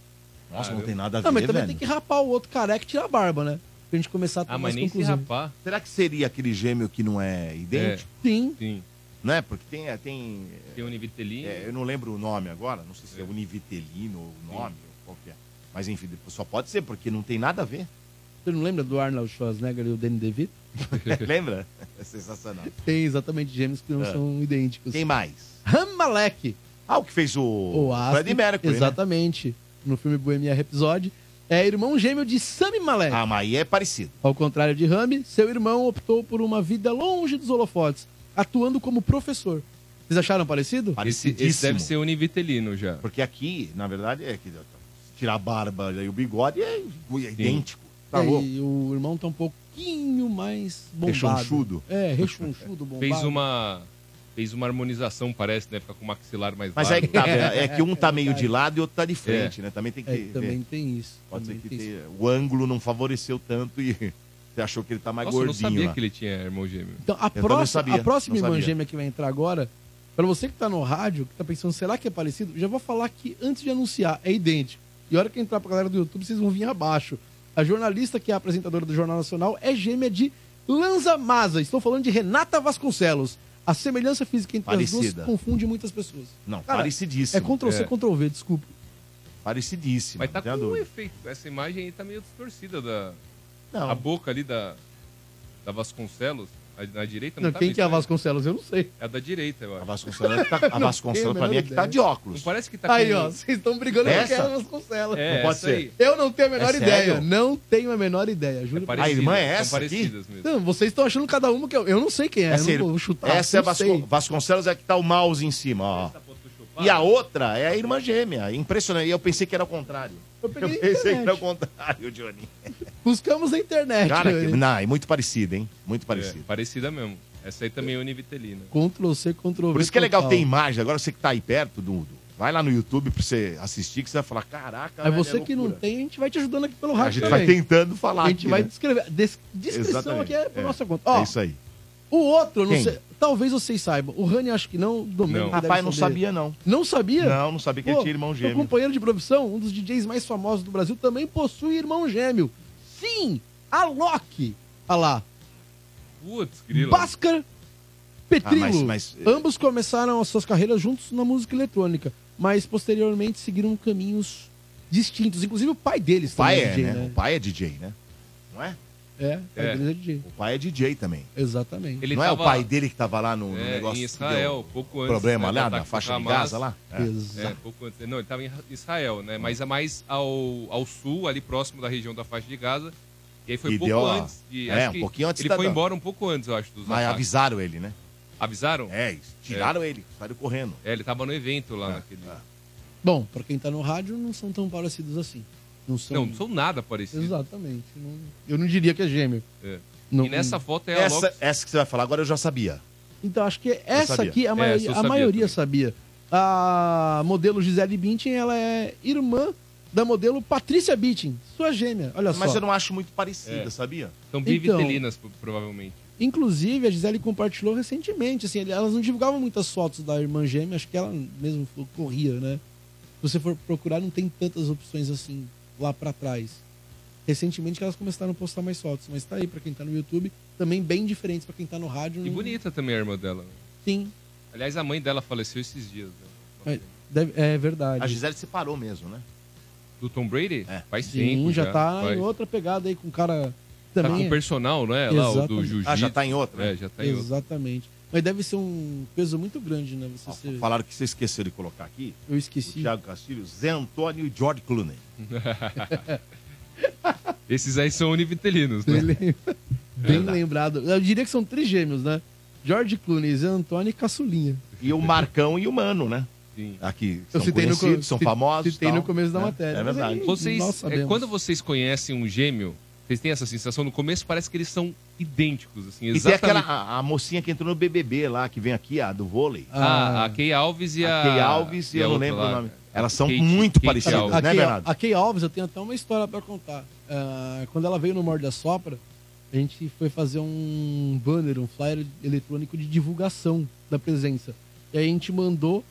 Nossa, não Caramba. tem nada a Não, mas ver, também velho. tem que rapar o outro careca e tirar a barba, né? Pra gente começar a tomar Ah, mas as nem se conclusões. rapar. Será que seria aquele gêmeo que não é idêntico, Sim, Sim. né? Porque tem... é, tem Tem univitelina. é, eu não lembro o nome agora, não sei se é, univitelino ou o nome, ou qual que é. Mas enfim, só pode ser, porque não tem nada a ver. você não lembra do Arnold Schwarzenegger e o Danny DeVito? Lembra? É sensacional. Tem exatamente gêmeos que não É. são idênticos. Quem mais? Ramalek, Ah, o que fez o, o astro, Fred Mercury, né? Exatamente. No filme Bohemian Rhapsody. É irmão gêmeo de Sami Malek. Ah, mas aí é parecido. Ao contrário de Rami, seu irmão optou por uma vida longe dos holofotes, atuando como professor. Vocês acharam parecido? Esse, Parecidíssimo. esse deve ser univitelino já. Porque aqui, na verdade, é que se tirar a barba e o bigode é, é idêntico. Tá e aí, louco? o irmão tá um pouquinho mais bombado. Rechonchudo. É, rechonchudo, bombado. Fez uma. Fez uma harmonização, parece, né? Fica com o maxilar mais Mas é largo. que, tá, é que um tá meio de lado e outro tá de frente, né? Também tem que É, ver. também tem isso. Pode ser também que tem isso. tenha- o ângulo não favoreceu tanto e você achou que ele tá mais Nossa, eu não gordinho. sabia lá. que ele tinha irmão gêmeo. Então, a também próxima, sabia, a próxima não irmã sabia. gêmea que vai entrar agora, pra você que tá no rádio, que tá pensando, será que é parecido? Já vou falar que antes de anunciar, é idêntico. E a hora que entrar pra galera do YouTube, vocês vão vir abaixo. A jornalista que é apresentadora do Jornal Nacional é gêmea de Lanza Maza. Estou falando de Renata Vasconcelos. A semelhança física entre as Parecida. duas confunde muitas pessoas. Não, Cara, É parecidíssimo. Ctrl C, Ctrl V, desculpa. Parecidíssimo. Mas tá não com tenha um dúvida. efeito. Essa imagem aí tá meio distorcida da. Não. A boca ali da. Da Vasconcelos. A, na direita não, Não, tá quem bem, que é a tá? Vasconcelos? Eu não sei. É a da direita, eu A acho. Vasconcelos, tá, a Vasconcelos tenho a pra mim é menor que tá ideia. de Não óculos. parece que tá Aí, com- ó, vocês estão brigando, eu Essa? quero Vasconcelos. É, Não pode essa ser. aí. Eu não tenho a menor É ideia. sério? Não tenho a menor ideia, juro. É pra- parecidas, irmã é são essa aqui? parecidas mesmo. Não, vocês estão achando cada uma que eu. Eu não sei quem é. Essa, eu não aí- vou chutar. essa é a não Vasco- sei. Vasconcelos, é que tá o mouse em cima, ó. Photoshopada. E a outra é a irmã gêmea. Impressionante. E eu pensei que era o contrário. Eu Eu peguei na pensei que era o internet. contrário, Johnny. Buscamos na internet. Cara, que, velho. não, é muito parecido, hein? Muito É, parecido. parecida mesmo. Essa aí também é univitelina. Ctrl C, Ctrl V. Por isso que é legal total. ter imagem. Agora você que tá aí perto, do, do- vai lá no YouTube pra você assistir, que você vai falar, caraca, Aí velho, você é que não loucura. tem, a gente vai te ajudando aqui pelo A rádio. gente também. vai tentando falar A gente aqui, vai né? descrever. Des- descrição Exatamente. aqui é por É. nossa conta. Ó, É isso aí. o outro, eu não Quem? sei, talvez vocês saibam. O Rani acho que não, o Domênico Não. deve Rapaz, não saber. sabia, não. Não sabia? Não, não sabia que ele tinha irmão Meu gêmeo. companheiro de profissão, um dos DJs mais famosos do Brasil, também possui irmão gêmeo. Sim, Alok. Olha lá. Putz, grilo. Bhaskar Petrilo. Ah, mas- mas- Ambos começaram as suas carreiras juntos na música eletrônica, mas posteriormente seguiram caminhos distintos. Inclusive o pai deles O pai também é, DJ, né? O pai é DJ, né? Não é? É, o pai É. deles é DJ. O pai é DJ também. Exatamente. Ele não tava é o pai dele que tava lá no, no é, negócio em que deu Israel, pouco antes. problema né, do lá na ataque do faixa de Hamas. Gaza lá? É. É, Exato. pouco antes. Não, ele estava em Israel, né? Mas é mais ao, ao sul, ali próximo da região da faixa de Gaza. E aí foi E pouco deu a- antes. De, é, acho um que pouquinho antes Ele da- foi da- embora um pouco antes, eu acho, dos Mas ataques. avisaram ele, né? Avisaram? É. É, eles tiraram ele, saíram correndo. É, ele tava no evento lá naquele. Bom, pra quem tá no rádio, não são tão parecidos assim. Não são. Não, não são nada parecidos. Exatamente. Não- Eu não diria que é gêmeo. É. Não- E nessa foto é a Essa, Lopes. essa que você vai falar agora eu já sabia. Então, acho que essa sabia. aqui, a, É, maioria- essa eu a sabia maioria também. sabia. A modelo Gisele Bündchen, ela é irmã da modelo Patrícia Bündchen, sua gêmea. Olha Mas só. Então- eu não acho muito parecida, sabia? É. São bivitelinas, pro- provavelmente. Inclusive, a Gisele compartilhou recentemente, assim, ele- elas não divulgavam muitas fotos da irmã gêmea, acho que ela mesmo fo- corria, né? Se você for procurar, não tem tantas opções assim lá pra trás. Recentemente que elas começaram a postar mais fotos, mas tá aí pra quem tá no YouTube, também bem diferentes pra quem tá no rádio. E não- bonita também a irmã dela. Sim, Aliás, a mãe dela faleceu esses dias. né? é, deve- é verdade. A Gisele separou mesmo, né? Do Tom Brady? É. Faz Sim, tempo. já, tá faz. em outra pegada aí com o cara Tá também. com é- personal, não é? Lá, o do Exatamente. Jiu-Jitsu. Ah, já tá em outra. né? É, já tá em outro. Exatamente. Mas deve ser um peso muito grande, né? Você Ó, ser- Falaram que você esqueceu de colocar aqui. Eu O esqueci. Thiago Castilho, Zé Antônio e George Clooney. Esses aí são univitelinos, né? Ele- Bem lembrado. Eu diria que são trigêmeos, né? George Clooney, Zé Antônio e Caçulinha. E o Marcão e o Mano, né? Sim. Aqui Eu são conhecidos, co- são ci- famosos. Citei tal, no começo da né? matéria. É Mas verdade. aí nós Vocês, é, sabemos. quando vocês conhecem um gêmeo, vocês têm essa sensação no começo, parece que eles são idênticos, assim, E tem exatamente. aquela a, a mocinha que entrou no BBB lá, que vem aqui, a do vôlei. Ah, a Kay Alves e a. A Key Alves, a eu não outra lembro lá. o nome. Elas são Kate- muito Kate parecidas, Alves. A né, Kay- Bernardo? A Kay Alves, eu tenho até uma história pra contar. Ah, quando ela veio no Morde da Sopra, a gente foi fazer um banner, um flyer eletrônico de divulgação da presença. E aí a gente mandou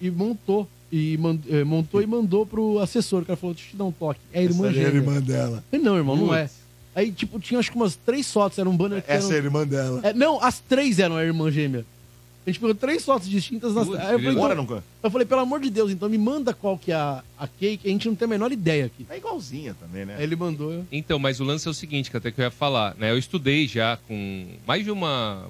e montou. E man- eh, montou e mandou pro assessor. O cara falou: deixa eu te dar um toque. É a irmã Essa é a gêmea. irmã dela. Eu falei, não, irmão, não é. Aí, tipo, tinha acho que umas três fotos, era um banner que Essa é a eram... irmã dela. É, não, as três eram a irmã gêmea. A gente pegou três fotos distintas. Nas... Putz, Aí eu, falei, querido. então- Bora, não... eu falei, pelo amor de Deus, então me manda qual que é a, a cake, a gente não tem a menor ideia aqui. É igualzinha também, né? Aí ele mandou. eu- Então, mas o lance é o seguinte, que até que eu ia falar, né? Eu estudei já com mais de uma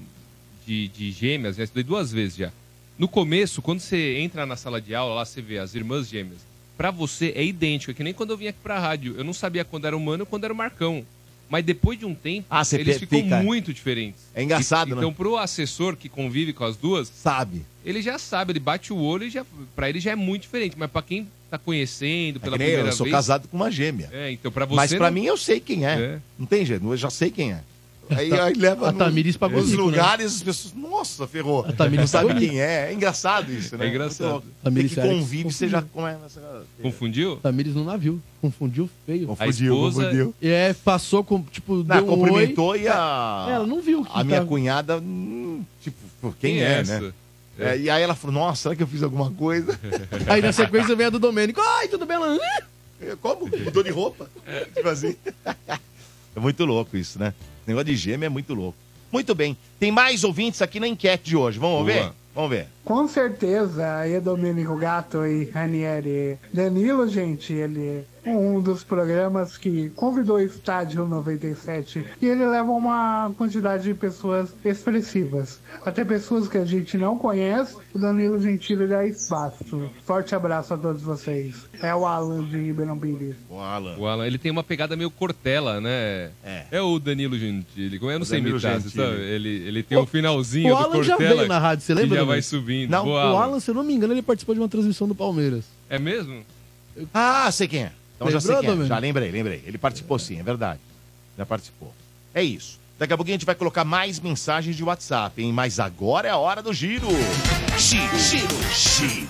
de, de gêmeas, já estudei duas vezes já. No começo, quando você entra na sala de aula, lá você vê as irmãs gêmeas. Pra você é idêntico, é que nem quando eu vim aqui pra rádio. Eu não sabia quando era humano e quando era o Marcão. Mas depois de um tempo, Ah, você eles pe- ficam fica- muito diferentes. É engraçado, E- né? Então, pro assessor que convive com as duas, Sabe. ele já sabe, ele bate o olho e já. Pra ele já é muito diferente. Mas pra quem tá conhecendo É que pela nem eu, primeira eu sou vez. casado com uma gêmea. É, então pra você. Mas pra não- mim eu sei quem é. É. Não tem jeito, eu já sei quem é. Aí, aí leva a no- Tamires pagou nos mico, né? lugares, as pessoas, nossa, ferrou. A Tamires não sabe pagou quem é. É engraçado isso, né? É engraçado. Muito louco. Tamires Você que Félix convive, você confundiu. já começa... Confundiu? Tamires no navio. Confundiu feio. A esposa- E é, passou com, tipo, Não, deu um oi. cumprimentou e a... Ela não viu que A minha tava- cunhada, hum, tipo, pô, quem, é, essa? né? É, e aí ela falou, nossa, será que eu fiz alguma coisa? Aí na sequência vem a do Domênico. Ai, tudo bem? Ela... "Ah!" Eu, Como? Mudou de roupa? tipo assim. é muito louco isso, né? Esse negócio de gêmeo é muito louco. Muito bem. Tem mais ouvintes aqui na enquete de hoje. Vamos Boa. ver? Vamos ver. Com certeza, e Domênico Gato e Ranieri. Danilo, gente, ele é um dos programas que convidou o Estádio 97 e ele leva uma quantidade de pessoas expressivas. Até pessoas que a gente não conhece, o Danilo Gentili dá espaço. Forte abraço a todos vocês. É o Alan de Ribeirão Pires. O Alan. O Alan, ele tem uma pegada meio cortela, né? É. o Danilo Gentili. é? Eu não sei Danilo imitar, você Gentili. sabe? Ele, ele tem um finalzinho o do Alan Cortella. já veio na rádio, você lembra, Que já Danilo? vai subindo. Não, Boa, O Alan, se eu não me engano, ele participou de uma transmissão do Palmeiras. É mesmo? Ah, sei quem é. Então já sei Lembrou, quem é. Domênico? Já lembrei, lembrei. Ele participou sim, é verdade. Já participou. É isso. Daqui a pouquinho a gente vai colocar mais mensagens de WhatsApp, hein? Mas agora é a hora do giro. Giro, giro,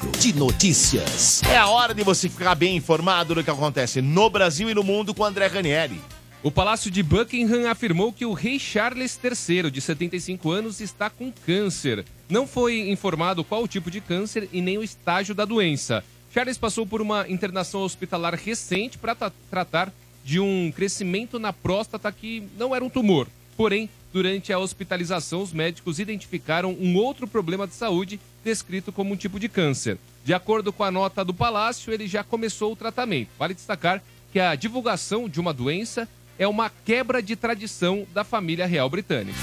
giro de notícias. É a hora de você ficar bem informado do que acontece no Brasil e no mundo com o André Ranieri. O Palácio de Buckingham afirmou que o rei Charles III, de 75 anos, está com câncer. Não foi informado qual o tipo de câncer e nem o estágio da doença. Charles passou por uma internação hospitalar recente para tra- tratar de um crescimento na próstata que não era um tumor. Porém, durante a hospitalização, os médicos identificaram um outro problema de saúde descrito como um tipo de câncer. De acordo com a nota do Palácio, ele já começou o tratamento. Vale destacar que a divulgação de uma doença é uma quebra de tradição da família real britânica.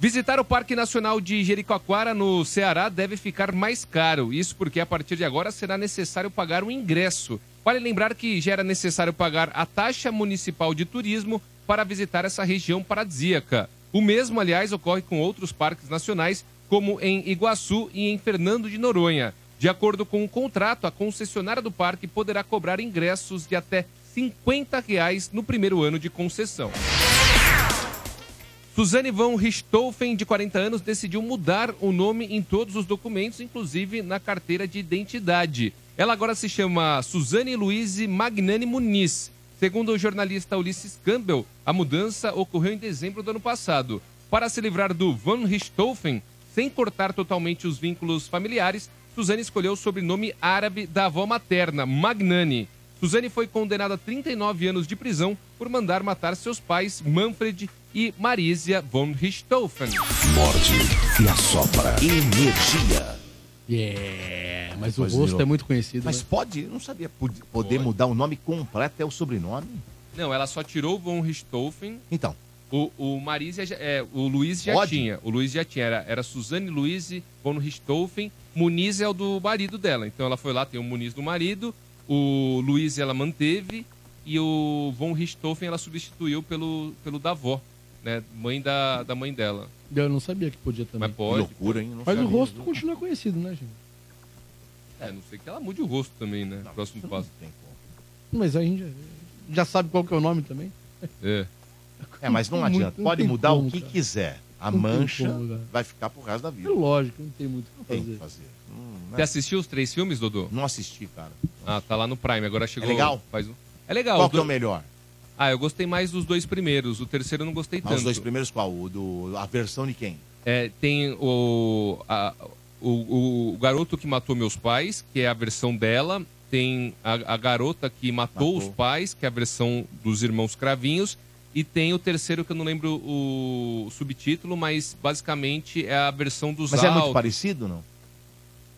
Visitar o Parque Nacional de Jericoacoara, no Ceará, deve ficar mais caro. Isso porque, a partir de agora, será necessário pagar o ingresso. Vale lembrar que já era necessário pagar a taxa municipal de turismo para visitar essa região paradisíaca. O mesmo, aliás, ocorre com outros parques nacionais, como em Iguaçu e em Fernando de Noronha. De acordo com o contrato, a concessionária do parque poderá cobrar ingressos de até R$ 50 reais no primeiro ano de concessão. Suzane von Richthofen, de 40 anos, decidiu mudar o nome em todos os documentos, inclusive na carteira de identidade. Ela agora se chama Suzane Luiz Magnani Muniz. Segundo o jornalista Ulisses Campbell, a mudança ocorreu em dezembro do ano passado. Para se livrar do von Richthofen, sem cortar totalmente os vínculos familiares, Suzane escolheu o sobrenome árabe da avó materna, Magnani. Suzane foi condenada a 39 anos de prisão por mandar matar seus pais, Manfred e Marisia von Richthofen. E a sopra. Energia. É, mas Pois o rosto virou. é muito conhecido. Mas né? pode, eu não sabia, pod- poder mudar o nome completo até o sobrenome? Não, ela só tirou von Richthofen. Então, O, o Marisia, já- é, o Luiz já Pode? tinha. O Luiz já tinha. Era, era Suzane Luiz von Richthofen. Muniz é o do marido dela. Então ela foi lá, tem o Muniz do marido. O Luiz ela manteve. E o von Richthofen ela substituiu pelo, pelo da avó, né? Mãe da, da mãe dela. Eu não sabia que podia também. Mas que pode. loucura, hein? Não Mas o sabia. rosto continua conhecido, né, gente? É, não sei que ela mude o rosto também, né? Próximo passo. Não tem como. Mas a gente já- já sabe qual que é o nome também. É. É, mas não Muito- adianta. não Pode tem mudar o como, que cara. quiser. A Não tem mancha né? como, cara. vai ficar pro resto da É vida. lógico, não tem muito o que Tem que fazer. fazer. Hum, Você né? assistiu os três filmes, Dodô? Não assisti, cara. Ah, tá lá no Prime, agora chegou. É legal? Faz um... É legal. Qual os que é o dois- melhor? Ah, eu gostei mais dos dois primeiros. O terceiro eu não gostei Ah, tanto. os dois primeiros qual? O do, a versão de quem? É, tem o, a- o, o Garoto que Matou Meus Pais, que é a versão dela. Tem a, a Garota que Matou, Matou. os Pais, que é a versão dos Irmãos Cravinhos. E tem o terceiro, que eu não lembro o subtítulo, mas basicamente é a versão dos Mas é altos. muito parecido, não?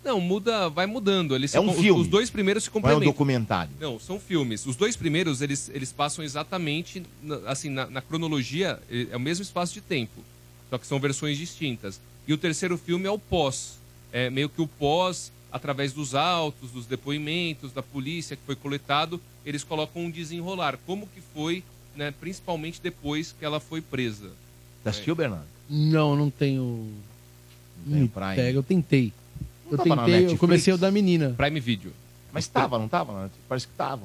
Não, muda, vai mudando. Eles se É um com- os- filme. Os dois primeiros se Ou é um complementam. documentário? Não, são filmes. Os dois primeiros, eles, eles passam exatamente, na- assim, na, na cronologia, eh, é o mesmo espaço de tempo. Só que são versões distintas. E o terceiro filme é o pós. É meio que o pós, através dos autos, dos depoimentos, da polícia que foi coletado, eles colocam um desenrolar. Como que foi, né, principalmente depois que ela foi presa. É. Você assistiu, Bernardo? Não, não tenho. Não tem Me Prime. pega, eu tentei. Não Eu tava na tentei, eu Netflix? comecei o da menina. Prime Video. Mas tava, não tava? Não? Parece que tava.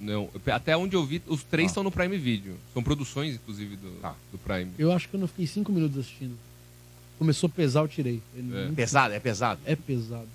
Não, até onde eu vi, os três Ah. estão no Prime Video. São produções, inclusive, do, Tá. do Prime. Eu acho que eu não fiquei cinco minutos assistindo. Começou a pesar, eu tirei. Ele É. é. Pesado, é pesado. é pesado.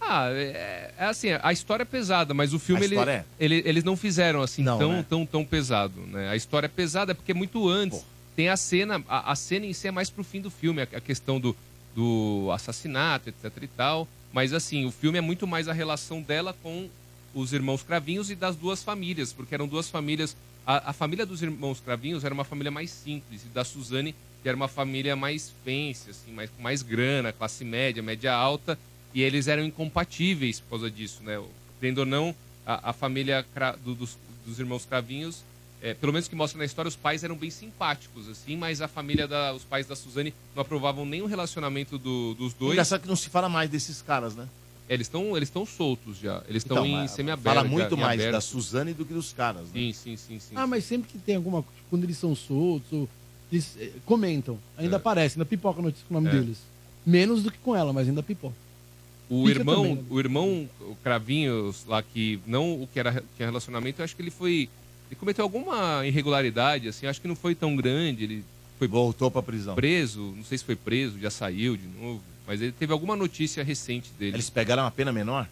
Ah, é, é assim, a história é pesada, mas o filme A ele, história é. ele- eles não fizeram assim Não, tão, né? tão tão pesado, né? A história é pesada porque é muito antes. Pô. Tem a cena, a, a cena em si é mais pro fim do filme, a, a questão do, do assassinato, etc e tal. Mas assim, o filme é muito mais a relação dela com os irmãos Cravinhos e das duas famílias, porque eram duas famílias A, a família dos irmãos Cravinhos era uma família mais simples, e da Suzane, que era uma família mais pense, assim, mais, com mais grana, classe média, média alta, e eles eram incompatíveis por causa disso, né? Tendo ou não, a, a família Cra- do- dos, dos irmãos Cravinhos, é, pelo menos que mostra na história, os pais eram bem simpáticos, assim, mas a família, da, os pais da Suzane não aprovavam nenhum relacionamento do- dos dois. Engraçado que não se fala mais desses caras, né? É, eles estão eles estão soltos já. Eles Então, estão em mas semiaberto. Fala já, muito em mais aberto. da Suzane do que dos caras, né? Sim, sim, sim, sim. Ah, mas sempre que tem alguma coisa, quando eles são soltos, ou eles eh, comentam. É. Ainda aparece, ainda pipoca a notícia com o nome É. deles. Menos do que com ela, mas ainda pipoca. O Fica irmão, também, né? o irmão o Cravinhos lá que não o que era tinha relacionamento, eu acho que ele foi ele cometeu alguma irregularidade assim, acho que não foi tão grande, ele foi voltou para prisão. Preso, não sei se foi preso, já saiu de novo, mas ele teve alguma notícia recente dele. Eles pegaram uma pena menor?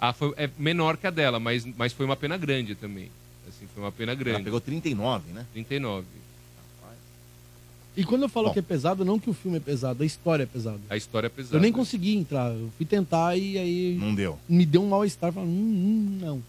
Ah, foi, é menor que a dela, mas, mas foi uma pena grande também. Assim, foi uma pena grande. Ela pegou 39, né? 39. E quando eu falo Bom. que é pesado, não que o filme é pesado, a história é pesada. A história é pesada. Eu nem consegui entrar. Eu fui tentar e aí. Não deu. Me deu um mal-estar. Falando, hum, hum, não.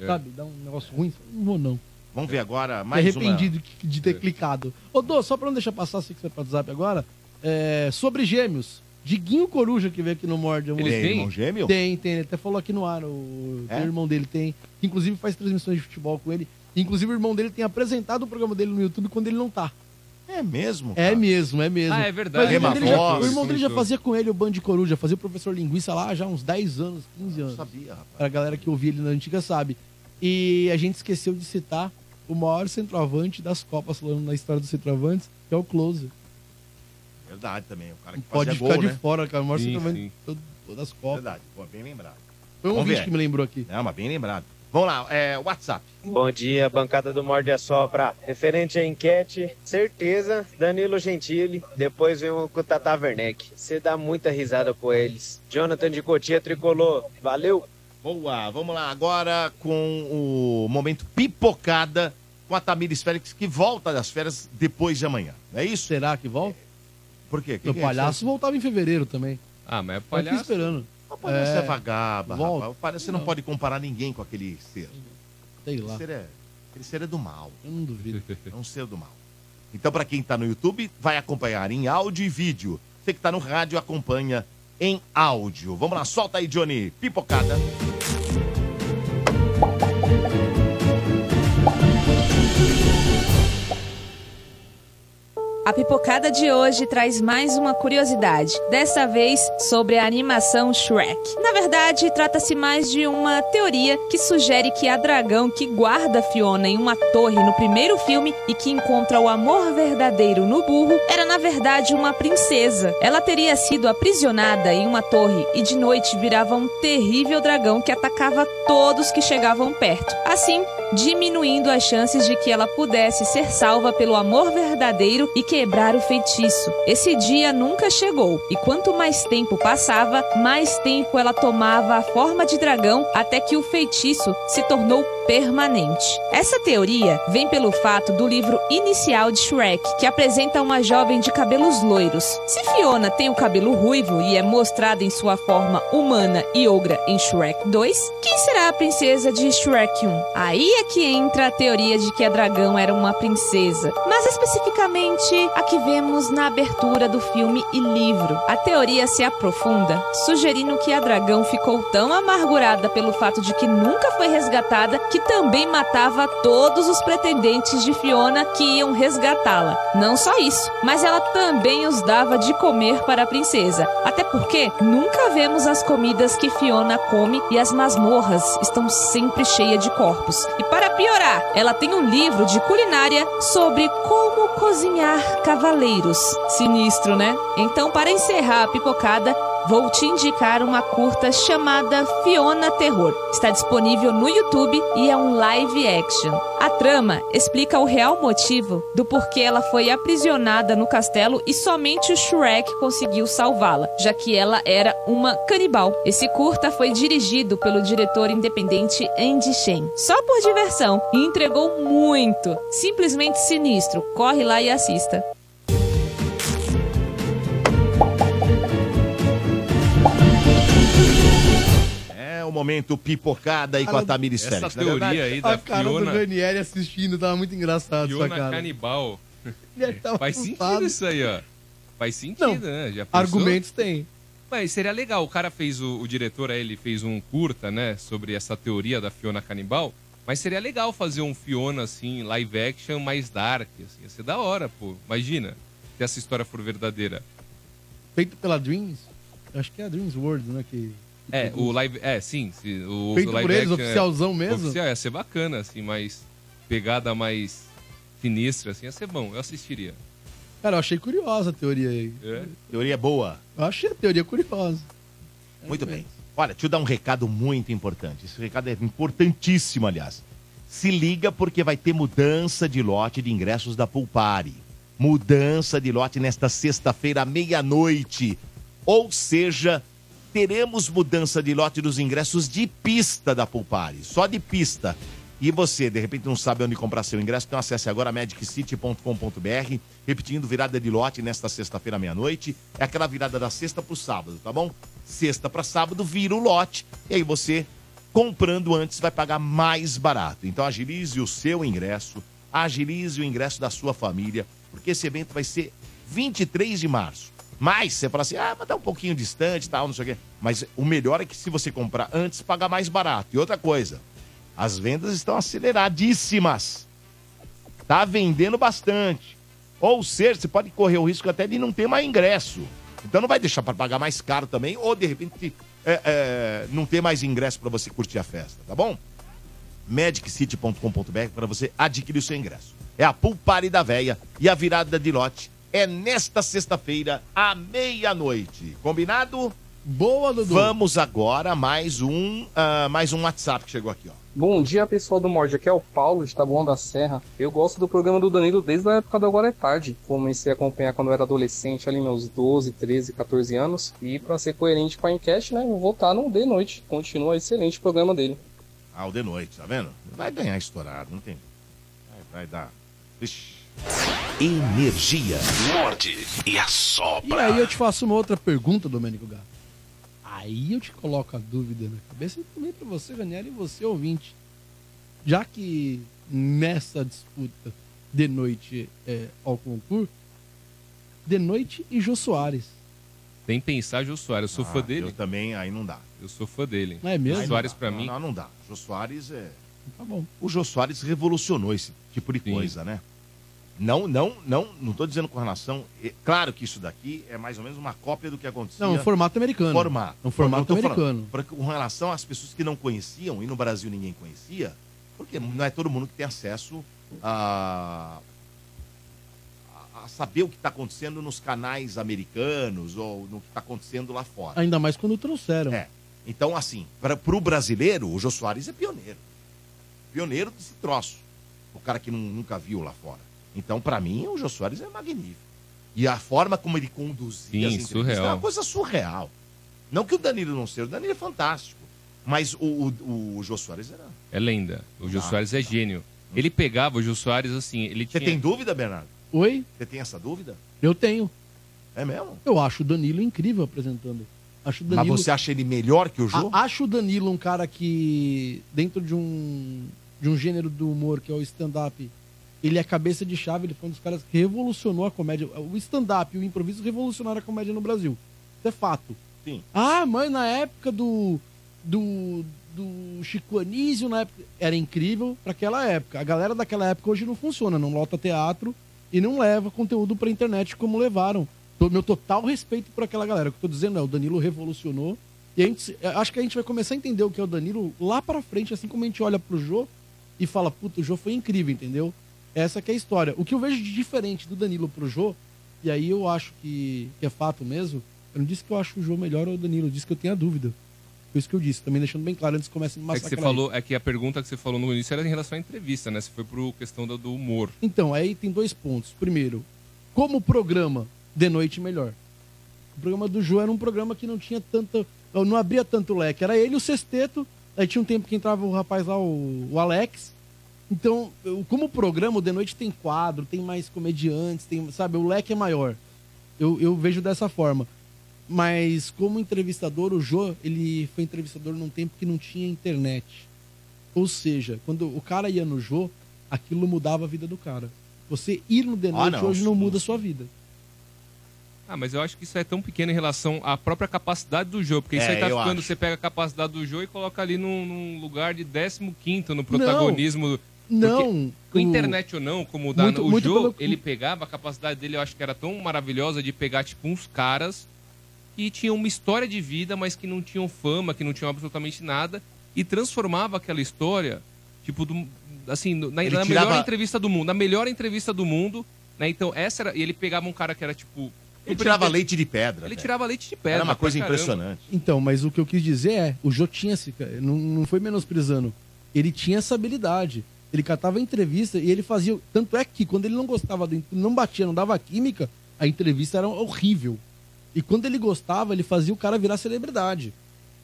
É. Sabe? Dá um negócio ruim. falei, Não vou, não. Vamos ver agora Me mais arrependido que- de ter clicado. Ô, Dô, só pra não deixar passar, sei que você vai pro WhatsApp agora. é, sobre gêmeos. Diguinho Coruja que veio aqui no Morde. é um Ele tem irmão gêmeo? Tem, tem. Ele até falou aqui no ar. O, É? tem o irmão dele tem. que Inclusive faz transmissões de futebol com ele. Inclusive o irmão dele tem apresentado o programa dele no YouTube quando ele não tá. É mesmo? É mesmo, é mesmo. Ah, é verdade. Mas o irmão Rema dele já- Voz, o irmão dele já comentou. fazia com ele o Band de Coruja, fazia o professor Linguiça lá já há uns 10 anos, 15 anos. sabia, rapaz. Pra galera que ouvia ele na antiga sabe. E a gente esqueceu de citar o maior centroavante das Copas falando na história dos centroavantes, que é o Close. uma. Verdade também. O cara que Não pode fazia ficar gol, de né? fora, cara. O maior Sim, centroavante sim. todo- das Copas. Verdade. Pô, bem lembrado. Foi um Vamos ouvinte ver. que me lembrou aqui. Não, mas bem lembrado. Vamos lá, é, WhatsApp. Bom dia, bancada do Morde a Sopra. Referente à enquete, certeza, Danilo Gentili. Depois vem o com o Tata Werneck. Você dá muita risada com eles. Jonathan de Cotia tricolor. Valeu! Boa, vamos lá agora com o momento pipocada com a Tamires Félix, que volta das férias depois de amanhã. É isso? Será que volta? Por quê? Que Meu que é palhaço isso? voltava em fevereiro também. Ah, mas é Eu fiquei palhaço. esperando. O palhaço é, É, vagaba, volta. rapaz. O palhaço você não, Não. pode comparar ninguém com aquele ser. Sei Aquele lá. ser é, aquele ser é do mal. Eu não duvido. É um ser do mal. Então, para quem tá no YouTube, vai acompanhar em áudio e vídeo. Você que tá no rádio, acompanha em áudio. Vamos lá, solta aí, Johnny. Pipocada. A pipocada de hoje traz mais uma curiosidade, dessa vez sobre a animação Shrek. Na verdade, trata-se mais de uma teoria que sugere que a dragão que guarda Fiona em uma torre no primeiro filme e que encontra o amor verdadeiro no burro era na verdade uma princesa. Ela teria sido aprisionada em uma torre e de noite virava um terrível dragão que atacava todos que chegavam perto. Assim, diminuindo as chances de que ela pudesse ser salva pelo amor verdadeiro e quebrar o feitiço. Esse dia nunca chegou, e quanto mais tempo passava, mais tempo ela tomava a forma de dragão até que o feitiço se tornou permanente. Essa teoria vem pelo fato do livro inicial de Shrek, que apresenta uma jovem de cabelos loiros. Se Fiona tem o cabelo ruivo e é mostrada em sua forma humana e ogra em Shrek 2, quem será a princesa de Shrek 1? Aí é que entra a teoria de que a dragão era uma princesa, mas especificamente a que vemos na abertura do filme e livro. A teoria se aprofunda, sugerindo que a dragão ficou tão amargurada pelo fato de que nunca foi resgatada que também matava todos os pretendentes de Fiona que iam resgatá-la. Não só isso, mas ela também os dava de comer para a princesa. Até porque nunca vemos as comidas que Fiona come e as masmorras estão sempre cheias de corpos. E para piorar, ela tem um livro de culinária sobre como cozinhar cavaleiros. Sinistro, né? Então, para encerrar a pipocada, vou te indicar uma curta chamada Fiona Terror. Está disponível no YouTube e é um live action. A trama explica o real motivo do porquê ela foi aprisionada no castelo e somente o Shrek conseguiu salvá-la, já que ela era uma canibal. Esse curta foi dirigido pelo diretor independente Andy Shen, só por diversão, e entregou muito. Simplesmente sinistro. Corre lá e assista. É, o momento pipocada e com a Tamires essa Félix. é teoria aí da a cara do Fiona- Dani- Ranieri assistindo, tava muito engraçado sua Fiona cara. Canibal. tava Faz assustado. sentido isso aí, ó. Faz sentido, né? Já pensou? Argumentos tem. Mas seria legal. O cara fez, o, o diretor aí, ele fez um curta, né? Sobre essa teoria da Fiona Canibal. Mas seria legal fazer um Fiona, assim, live action mais dark, assim. Ia ser da hora, pô. Imagina, se essa história for verdadeira. Feito pela Dreams? Eu Acho que é a Dreams World, né? Que... É, o live... É, sim. se- o, Feito o live por eles, é- oficialzão mesmo? Oficial, ia ser bacana, assim, mas... Pegada mais sinistra, assim. Ia ser bom, eu assistiria. Cara, eu achei curiosa a teoria aí. É. Teoria boa. Eu achei a teoria curiosa. É Muito bem. Olha, deixa eu dar um recado muito importante. Esse recado é importantíssimo, aliás. Se liga porque vai ter mudança de lote de ingressos da Pulpari. Mudança de lote nesta sexta-feira, à meia-noite. Ou seja, teremos mudança de lote dos ingressos de pista da Pulpari. Só de pista. E você, de repente, não sabe onde comprar seu ingresso, então acesse agora mediccity.com.br. Repetindo, virada de lote nesta sexta-feira, à meia-noite. É aquela virada da sexta pro sábado, tá bom? Sexta para sábado, vira o lote. E aí você, comprando antes, vai pagar mais barato. Então agilize o seu ingresso, agilize o ingresso da sua família, porque esse evento vai ser 23 de março. Mas você fala assim, ah, mas tá um pouquinho distante, tal, não sei o quê. Mas o melhor é que se você comprar antes, pagar mais barato. E outra coisa, as vendas estão aceleradíssimas tá vendendo bastante. Ou seja, você pode correr o risco até de não ter mais ingresso. Então não vai deixar para pagar mais caro também, ou de repente é, é, não ter mais ingresso para você curtir a festa, tá bom? mediccity.com.br para você adquirir o seu ingresso. É a Pulpare da Véia e a virada de lote é nesta sexta-feira, à meia-noite. Combinado? Boa, Dudu. Vamos agora a mais um, ah, mais um WhatsApp que chegou aqui, ó. Bom dia, pessoal do Morde. Aqui é o Paulo, de Taboão da Serra. Eu gosto do programa do Danilo desde a época do Agora é Tarde. Comecei a acompanhar quando eu era adolescente, ali meus 12, 13, 14 anos. E pra ser coerente com a enquete, né, vou votar no De Noite. Continua excelente o programa dele. Ah, o de noite, tá vendo? Vai ganhar estourado, não tem. Vai, vai dar. Ixi. Energia. Morde e assopra. E aí eu te faço uma outra pergunta, Domênico Gato. Aí eu te coloco a dúvida na cabeça e também pra você, Raniel, e você, ouvinte. Já que nessa disputa de noite é, ao concurso, de noite e Jô Soares. Tem que pensar, Jô Soares. Eu sou Ah, fã dele. eu também, aí não dá. Eu sou fã dele. É mesmo? Jô Soares pra Não, mim. Não, não dá. Jô Soares é. Tá bom. O Jô Soares revolucionou esse tipo de coisa, né? Não, não, não, não tô dizendo com relação. é- Claro que isso daqui é mais ou menos uma cópia do que acontecia. Não, um formato americano. Formato. É um formato Eu tô falando, americano. pra- com relação às pessoas que não conheciam, e no Brasil ninguém conhecia, porque não é todo mundo que tem acesso a, a- a saber o que está acontecendo nos canais americanos ou no que está acontecendo lá fora. Ainda mais quando trouxeram. É. Então, assim, para o brasileiro, o Jô Soares é pioneiro. Pioneiro desse troço. O cara que nu- nunca viu lá fora. Então, para mim, o Jô Soares é magnífico. E a forma como ele conduzia Sim, as entrevistas surreal. é uma coisa surreal. Não que o Danilo não seja, o Danilo é fantástico. Mas o, o, o Jô Soares era. É lenda. O Jô Ah, Soares é gênio. Ele pegava o Jô Soares assim, ele Você tinha... tem dúvida, Bernardo? Oi? Você tem essa dúvida? Eu tenho. É mesmo? Eu acho o Danilo incrível apresentando. Acho o Mas Danilo... você acha ele melhor que o Jô? A- acho o Danilo um cara que, dentro de um, de um gênero do humor, que é o stand-up, ele é cabeça de chave, ele foi um dos caras que revolucionou a comédia. O stand-up e o improviso revolucionaram a comédia no Brasil. Isso é fato. Sim. Ah, mas na época do, do, do Chico Anísio, na época, era incrível pra aquela época. A galera daquela época hoje não funciona, não lota teatro e não leva conteúdo pra internet como levaram. Tô- meu total respeito por aquela galera. O que eu tô dizendo é, o Danilo revolucionou. E a gente, se- eu acho que a gente vai começar a entender o que é o Danilo lá pra frente, assim como a gente olha pro Jô e fala, puta, o Jô foi incrível, entendeu? Essa que é a história. O que eu vejo de diferente do Danilo pro Jô, e aí eu acho que, que é fato mesmo, eu não disse que eu acho o Jô melhor ou o Danilo, eu disse que eu tenho a dúvida. Foi isso que eu disse, também deixando bem claro antes que comece a me É que você massacrar. falou, é que a pergunta que você falou no início era em relação à entrevista, né? Você foi pro questão do, do humor. Então, aí tem dois pontos. Primeiro, como programa de noite melhor. O programa do João era um programa que não tinha tanta. Não abria tanto leque. Era ele, o sexteto. Aí tinha um tempo que entrava o rapaz lá, o, o Alex. Então, eu- como programa, o de noite tem quadro, tem mais comediantes, tem, sabe? O leque é maior. Eu, eu vejo dessa forma. Mas como entrevistador, o Jô, ele foi entrevistador num tempo que não tinha internet. Ou seja, quando o cara ia no Jô, aquilo mudava a vida do cara. Você ir no The Ah, Noite não, hoje não sim. muda a sua vida. Ah, mas eu acho que isso é tão pequeno em relação à própria capacidade do jogo. Porque isso É, aí tá eu ficando, acho. você pega a capacidade do jogo e coloca ali num, num lugar de 15 no protagonismo. Não. Com o- internet ou não, como o da, Muito- o muito Jô, pelo- ele pegava, a capacidade dele eu acho que era tão maravilhosa de pegar, tipo, uns caras que tinham uma história de vida, mas que não tinham fama, que não tinham absolutamente nada, e transformava aquela história, tipo, do, assim, no- na, Ele na tirava- melhor entrevista do mundo, na melhor entrevista do mundo, né? Então, essa era. E ele pegava um cara que era, tipo. Ele tirava leite de pedra. Ele velho. tirava leite de pedra. Era uma pra coisa caramba. impressionante. Então, mas o que eu quis dizer é, o Jô tinha esse, não, não foi menosprezando. Ele tinha essa habilidade. Ele catava a entrevista e ele fazia. Tanto é que quando ele não gostava do, não batia, não dava química, a entrevista era horrível. E quando ele gostava, ele fazia o cara virar celebridade.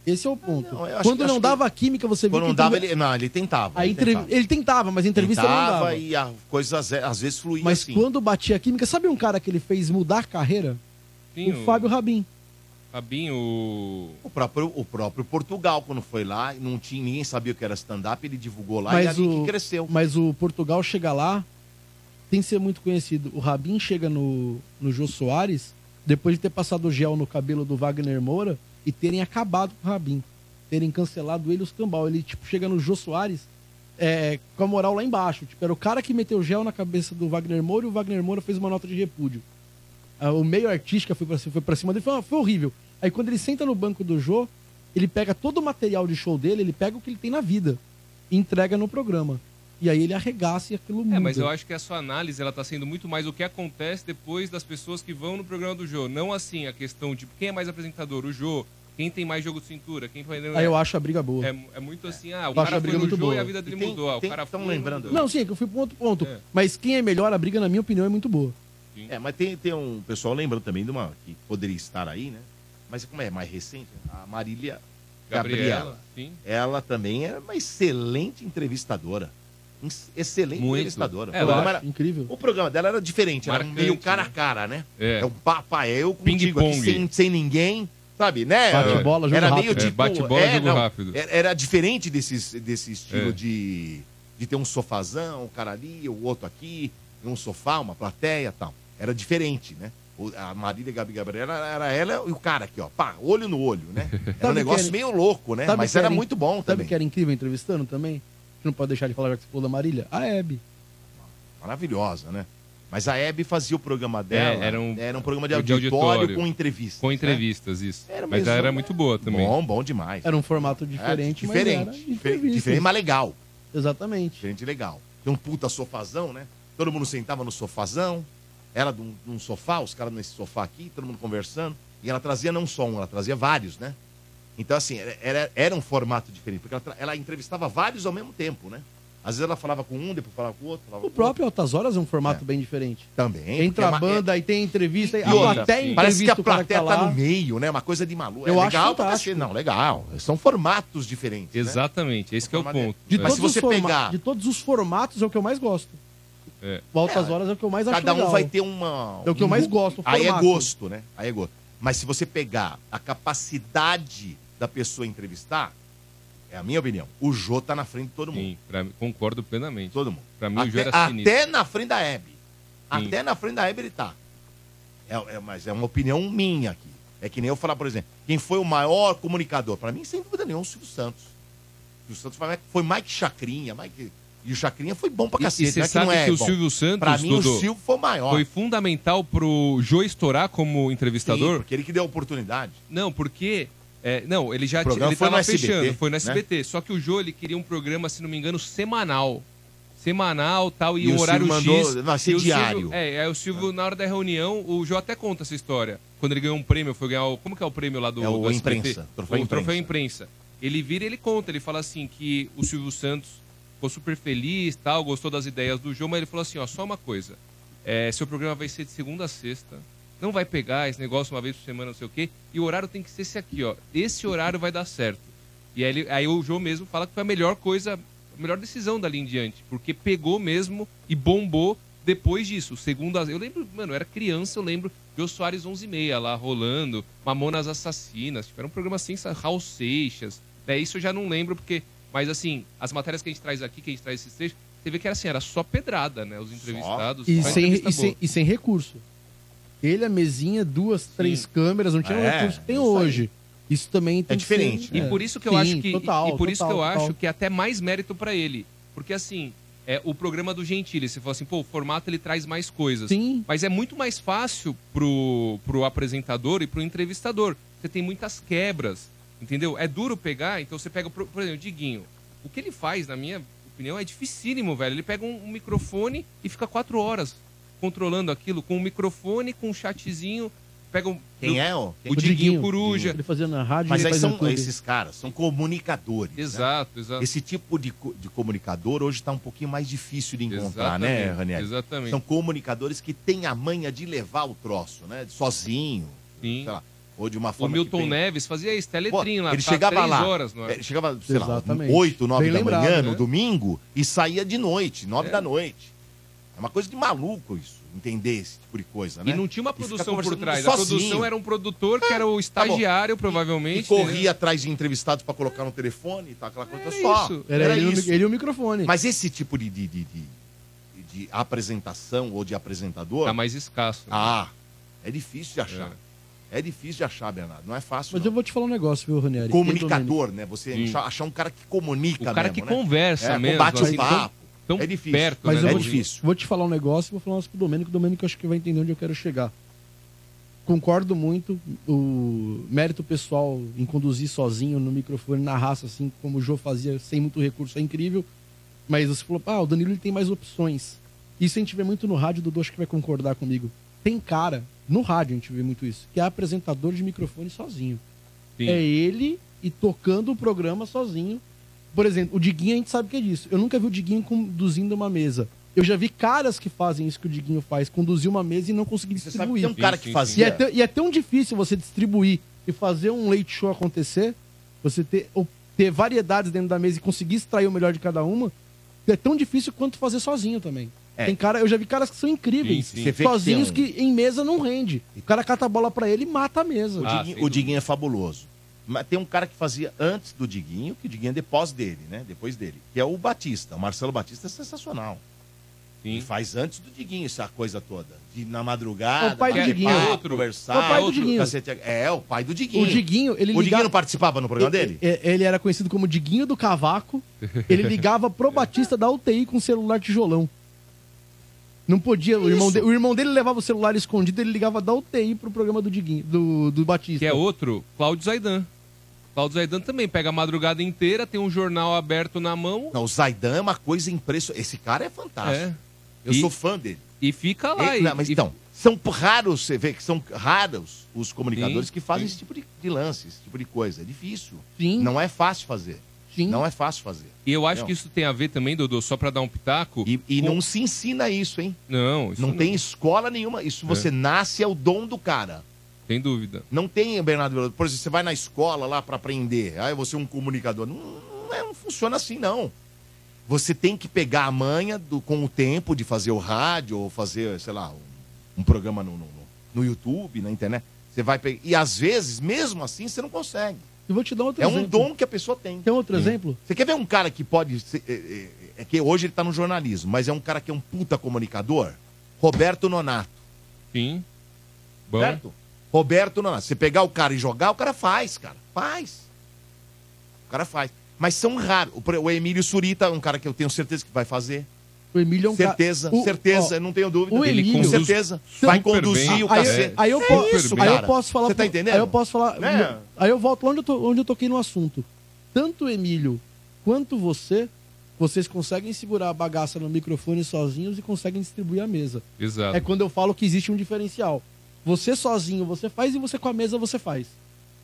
Esse é o ponto. eu acho- quando eu não acho dava química, você via Quando que não dava, entrev- ele. Não, ele tentava. a entrev- Ele tentava, mas a entrevista não Tentava dava. e a coisa às- às vezes fluía Mas assim. quando batia a química, sabe um cara que ele fez mudar a carreira? Sim, o o- Fábio Rabin. Fabinho, o. O próprio, o próprio Portugal, quando foi lá, não tinha, ninguém sabia o que era stand-up, ele divulgou lá e mas, ali o, que cresceu. mas o Portugal chega lá, tem que ser muito conhecido. O Rabin chega no, no Jô Soares, depois de ter passado gel no cabelo do Wagner Moura e terem acabado com o Rabin. Terem cancelado ele os cambal. Ele, tipo, chega no Jô Soares é, com a moral lá embaixo. Tipo, era o cara que meteu gel na cabeça do Wagner Moura e o Wagner Moura fez uma nota de repúdio. Ah, o meio artística foi pra, foi pra cima dele, foi, foi horrível. Aí quando ele senta no banco do Jô, ele pega todo o material de show dele, ele pega o que ele tem na vida e entrega no programa. E aí ele arregaça e aquilo muda. É, mas eu acho que a sua análise ela tá sendo muito mais o que acontece depois das pessoas que vão no programa do Jô. Não assim a questão de quem é mais apresentador, o Jô, quem tem mais jogo de cintura, quem foi. Ah, Aí eu acho a briga boa. É, é muito assim, ah, o Eu acho cara a foi briga no muito Jô boa. e a vida dele E tem- mudou. Ah, o tem- cara tão foi no lembrando- Jô. Não, sim, é que eu fui pra um outro ponto. Mas quem é melhor, a briga, na minha opinião, é muito boa. É, mas tem, tem um pessoal lembrando também de uma que poderia estar aí, né? Mas como é mais recente, a Marília Gabriela. Gabriela, sim. Ela também era uma excelente entrevistadora. Ins- Excelente Muito. entrevistadora. É, O programa eu acho era- incrível. O programa dela era diferente, era Marcante, meio cara a cara, né? É. um papo, é eu contigo Ping-pong. aqui sem, sem ninguém, sabe, né? Bate-bola, jogo Era rápido. meio É, tipo... bate-bola, jogo não, rápido. Era, era diferente desses, desse estilo É. de, de ter um sofazão, um cara ali, o outro aqui, um sofá, uma plateia e tal. Era diferente, né? O- A Marília Gabi Gabriela era, era ela e o cara aqui, ó. Pá, olho no olho, né? Era um Sabe o que negócio é era- meio louco, né? Sabe Mas que era in- muito bom Sabe também. que era incrível entrevistando também? Que não pode deixar de falar já que você falou da Marília? A Hebe. Maravilhosa, né? Mas a Hebe fazia o programa dela. É, era um- programa de de auditório, auditório. com entrevistas. Com né? entrevistas, isso. Era mas mesmo, ela era né? muito boa também. Bom, bom demais. Era um formato diferente, diferente, mas era Ah, diferente, diferente, entrevista. diferente, mas legal. Exatamente. Diferente e legal. Tem um puta sofazão, né? Todo mundo sentava no sofazão, ela num, num um sofá, os caras nesse sofá aqui, todo mundo conversando. E ela trazia não só um, ela trazia vários, né? Então, assim, era, era, era um formato diferente, porque ela, tra- ela entrevistava vários ao mesmo tempo, né? Às vezes ela falava com um, depois falava com o outro. Falava O próprio Altas Horas é um formato bem diferente. Também. Entra porque é a uma- banda e tem entrevista. E a outra, plateia entrevista parece que a o cara plateia que tá, lá. no meio, né? Uma coisa de maluco. Eu é acho legal pra fantástico. cacete. Não, legal. São formatos diferentes. né? Exatamente, esse que é o ponto. De, É. todos os forma- de todos os formatos é o que eu mais gosto. É. O Altas Horas é o que eu mais acho Cada um legal. vai ter uma. É o que eu um mais gu- gosto, o Aí é formato. gosto, né? Aí é gosto. Mas se você pegar a capacidade da pessoa entrevistar, é a minha opinião. O Jô tá na frente de todo mundo. Sim, pra- concordo plenamente. Todo mundo. Pra mim, o Até, Jô era sinistro. até na frente da Hebe. Até na frente da Hebe ele tá. É, é- mas é uma opinião minha aqui. É que nem eu falar, por exemplo, quem foi o maior comunicador? Pra mim, sem dúvida nenhuma, o Silvio Santos. O Silvio Santos foi- foi Mike Chacrinha. Mike... E o Chacrinha foi bom pra E- cacete. E você não é sabe não é que o bom. Silvio Santos, Pra mim, Dodô, o Silvio foi o maior. Foi fundamental pro Jô estourar como Sim, entrevistador? porque ele que deu a oportunidade. Não, porque... é, não, ele já O programa ele foi tava no SBT, fechando, foi no né? SBT. Só que o Jô, ele queria um programa, se não me engano, semanal. Semanal, tal, e, E um o horário Silvio mandou- X. vai ser E o Silvio- diário. é, aí o Silvio, na hora da reunião, o Jô até conta essa história. Quando ele ganhou um prêmio, foi ganhar o... Como que é o prêmio lá do... É o do SBT? imprensa, troféu o imprensa. troféu imprensa. Ele vira e ele conta, ele fala assim que o Silvio Santos ficou super feliz, tal, gostou das ideias do Jô, mas ele falou assim, ó, só uma coisa. É, seu programa vai ser de segunda a sexta. Não vai pegar esse negócio uma vez por semana, não sei o quê. E o horário tem que ser esse aqui, ó. Esse horário vai dar certo. E aí, ele- aí o João mesmo fala que foi a melhor coisa, a melhor decisão dali em diante. Porque pegou mesmo e bombou. depois disso, segundo as. Eu lembro, mano, eu era criança, eu lembro de Os Soares 11 e meia lá rolando, Mamonas Assassinas, tipo, era um programa assim, sa- Raul Seixas. Né? Isso eu já não lembro, porque. Mas assim, as matérias que a gente traz aqui, que a gente traz esses trechos, você vê que era assim, era só pedrada, né? Os entrevistados. E só sem, entrevista e, sem, boa. e sem recurso. Ele, a mesinha, duas, três câmeras, não tinha É, o recurso que tem isso hoje. Isso também tem que ser- E né? é. por isso que eu Sim, acho que total, e por isso que total, eu total. acho que é até mais mérito pra ele, porque assim, é o programa do Gentili, você falou assim, pô, o formato ele traz mais coisas. Sim. Mas é muito mais fácil pro pro apresentador e pro entrevistador. Você tem muitas quebras, entendeu? É duro pegar, então você pega, por por exemplo, o Diguinho. O que ele faz, na minha opinião, é dificílimo, velho. Ele pega um, um microfone e fica quatro horas controlando aquilo com um microfone, com um chatzinho, pega um Quem do- é, ó? o Diguinho Coruja. Ele fazia na rádio Mas ele aí fazia um são no YouTube. esses caras, são comunicadores. né? Exato, exato. Esse tipo de, co- de comunicador hoje está um pouquinho mais difícil de encontrar, né, Exatamente, Raniel? exatamente. São comunicadores que têm a manha de levar o troço, né? Sozinho. Sei lá, ou de uma O forma. que Milton bem- Neves fazia isso, Pô, teletrim lá. ele ficava chegava três lá, horas, não é? ele chegava, sei lá, Exatamente. 8, 9 Bem da lembrado, manhã, né? no domingo, e saía de noite, 9 da noite. É uma coisa de maluco isso, entender esse tipo de coisa, né? E não tinha uma ficar produção por conversando trás. A sozinho. produção era um produtor que era o Tá bom. estagiário, provavelmente. E né? corria atrás de entrevistados pra colocar no telefone e tal, aquela coisa É Era só. isso. Era, ele, e o mi- ele e o microfone. Mas esse tipo de, de, de, de- de apresentação ou de apresentador. Tá mais né? escasso. Ah, é difícil de achar. É, difícil de achar, Bernardo. Não é fácil. Mas eu vou te falar um negócio, viu, Ranieri? não. Ei, Domênico. Comunicador, né? Você Sim. achar, achar um cara que comunica, O cara mesmo, que né? conversa é, mesmo, Bate um assim, tão- né, papo. é difícil. Mas eu é vou, te- difícil. vou te falar um negócio e vou falar um negócio pro Domênico. O Domênico acho que vai entender onde eu quero chegar. Concordo muito. O mérito pessoal em conduzir sozinho no microfone, na raça, assim como o Jô fazia, sem muito recurso, é incrível. Mas você falou, ah, o Danilo ele tem mais opções. Isso a gente vê muito no rádio, o Dudu acho que vai concordar comigo. Tem cara, no rádio a gente vê muito isso, que é apresentador de microfone sozinho. Sim. É ele e tocando o programa sozinho. Por exemplo, o Diguinho a gente sabe que é disso. Eu nunca vi o Diguinho conduzindo uma mesa. Eu já vi caras que fazem isso que o Diguinho faz, conduzir uma mesa e não conseguir Você sabe que distribuir. tem um cara que E fazia. é, tão, e é tão difícil você distribuir e fazer um late show acontecer, você ter, ou ter variedades dentro da mesa e conseguir extrair o melhor de cada uma, que é tão difícil quanto fazer sozinho também. É. Tem cara, eu já vi caras que são incríveis, Sim, sim. Você vê que sozinhos tem um- que, em mesa não rende. O cara cata a bola pra ele e mata a mesa. O, Diguinho, o Diguinho é fabuloso. Mas tem um cara que fazia antes do Diguinho, que o Diguinho é depois dele, né? Depois dele. Que é o Batista. O Marcelo Batista é sensacional. Ele faz antes do Diguinho essa coisa toda. De na madrugada, É o pai do bater Diguinho. papo, É outro. conversar. É o pai do outro Diguinho. cacete. É, o pai do Diguinho. O Diguinho, ele O Diguinho ligava- não participava no programa dele? E- e- Ele era conhecido como Diguinho do Cavaco. Ele ligava pro Batista da UTI com celular tijolão. Não podia. O irmão, de- o irmão dele levava o celular escondido, ele ligava da UTI pro programa do Diguinho, do, do Batista. Que é outro, Cláudio Zaidan. Cláudio Zaidan também pega a madrugada inteira, tem um jornal aberto na mão. Não, o Zaidan é uma coisa impressionante. Esse cara é fantástico. É. Eu E- sou fã dele. E fica lá. E- e- não, mas e- então, são raros, você vê que são raros os comunicadores Sim, que fazem sim. esse tipo de, de lance, esse tipo de coisa. É difícil. Sim. Não é fácil fazer. Sim. Não é fácil fazer. E eu acho Não. que isso tem a ver também, Dodô, só pra dar um pitaco. E, e não se ensina isso, hein? Não, isso não, tem escola nenhuma. Isso você nasce, é o dom do cara. Sem dúvida. Não tem, Bernardo. Veloso. Por exemplo, você vai na escola lá pra aprender. Aí você é um comunicador. Não, não é- não funciona assim, não. Você tem que pegar a manha do, com o tempo de fazer o rádio ou fazer, sei lá, um, um programa no, no, no- no YouTube, na internet. Você vai pegar. E às vezes, mesmo assim, você não consegue. Eu vou te dar outro É um exemplo. dom que a pessoa tem. Tem outro exemplo? Você quer ver um cara que pode. ser- é, é, é que hoje ele tá no jornalismo, mas é um cara que é um puta comunicador? Roberto Nonato. Sim. Certo? Roberto Nonato. Você pegar o cara e jogar, o cara faz, cara. Faz. O cara faz. Mas são raros. O, por- o Emílio Surita é um cara que eu tenho certeza que vai fazer. O Emílio é um certeza, ca- o- certeza, ó, não tenho dúvida. o Emílio- com certeza Então, vai conduzir o aí, cacete. Aí eu, É po- isso, aí eu cara. posso falar. Você tá pro- entendendo? Aí eu posso falar. Né? Aí eu volto lá onde eu, to- onde eu toquei no assunto. Tanto o Emílio quanto você, vocês conseguem segurar a bagaça no microfone sozinhos e conseguem distribuir a mesa. Exato. É quando eu falo que existe um diferencial. Você sozinho você faz e você com a mesa você faz.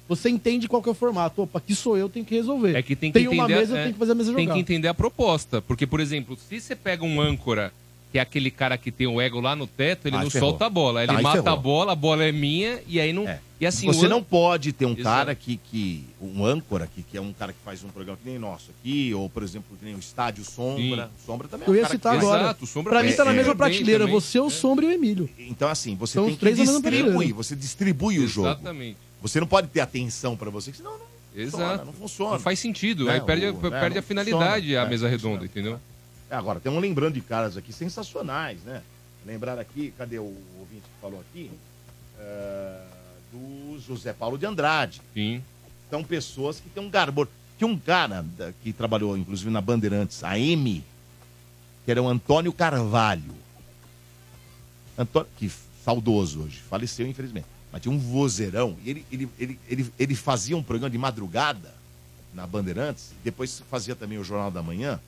Você entende qual que é o formato. Opa, aqui sou eu, tenho que resolver. É que tem que uma entender. mesa, é, eu tenho que fazer a mesa tem jogar. que entender a proposta. Porque, por exemplo, se você pega um âncora, que é aquele cara que tem o ego lá no teto, ele Ah, não ferrou. solta a bola. Ele Aí mata ferrou. a bola, a bola é minha, e aí não. E assim, Você o an- não pode ter um Exato. cara que, que. Um âncora aqui, que é um cara que faz um programa que nem nosso aqui, ou, por exemplo, que nem o Estádio Sombra. Sombra também é um Eu ia cara citar que... agora. pra mim tá É, na mesma prateleira. Você, é o Sombra e o Emílio. Então, assim, você São tem os que três na mesma distribuir. prateleira. Você distribui o jogo. Exatamente. Você não pode ter atenção pra você, que senão não. Exato. Não funciona. Não faz sentido. Né? Aí perde, O- né? perde Não a finalidade funciona. a É. mesa redonda, entendeu? É, Agora, tem um lembrando de caras aqui sensacionais, né? Lembrar aqui, cadê o ouvinte que falou aqui? É, do José Paulo de Andrade. Sim. São pessoas que têm um garbor. Tinha um cara da- que trabalhou, inclusive, na Bandeirantes, a M, que era o Antônio Carvalho. Antônio, que f- saudoso hoje, faleceu, infelizmente. Mas tinha um vozeirão. E ele, ele, ele, ele, ele fazia um programa de madrugada na Bandeirantes, depois fazia também o Jornal da Manhã.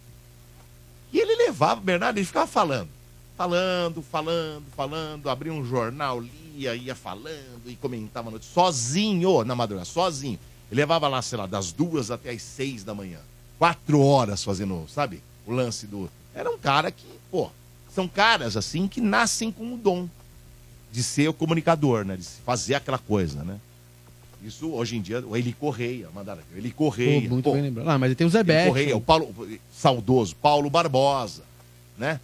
E ele levava, Bernardo, ele ficava falando. Falando, falando, falando, abria um jornal, lia, ia falando e comentava a noite, sozinho, na madrugada, sozinho. Ele levava lá, sei lá, das duas até as seis da manhã. Quatro horas fazendo, sabe? O lance do. Era um cara que, pô, são caras assim que nascem com o dom de ser o comunicador, né? De fazer aquela coisa, né? Isso hoje em dia, o Eli Correia, mandaram aqui, o Eli Correia. Pô, muito pô, bem lembrado. Ah, mas tem o Zé Beto. Beck. Correia, o Paulo, saudoso, Paulo Barbosa, né?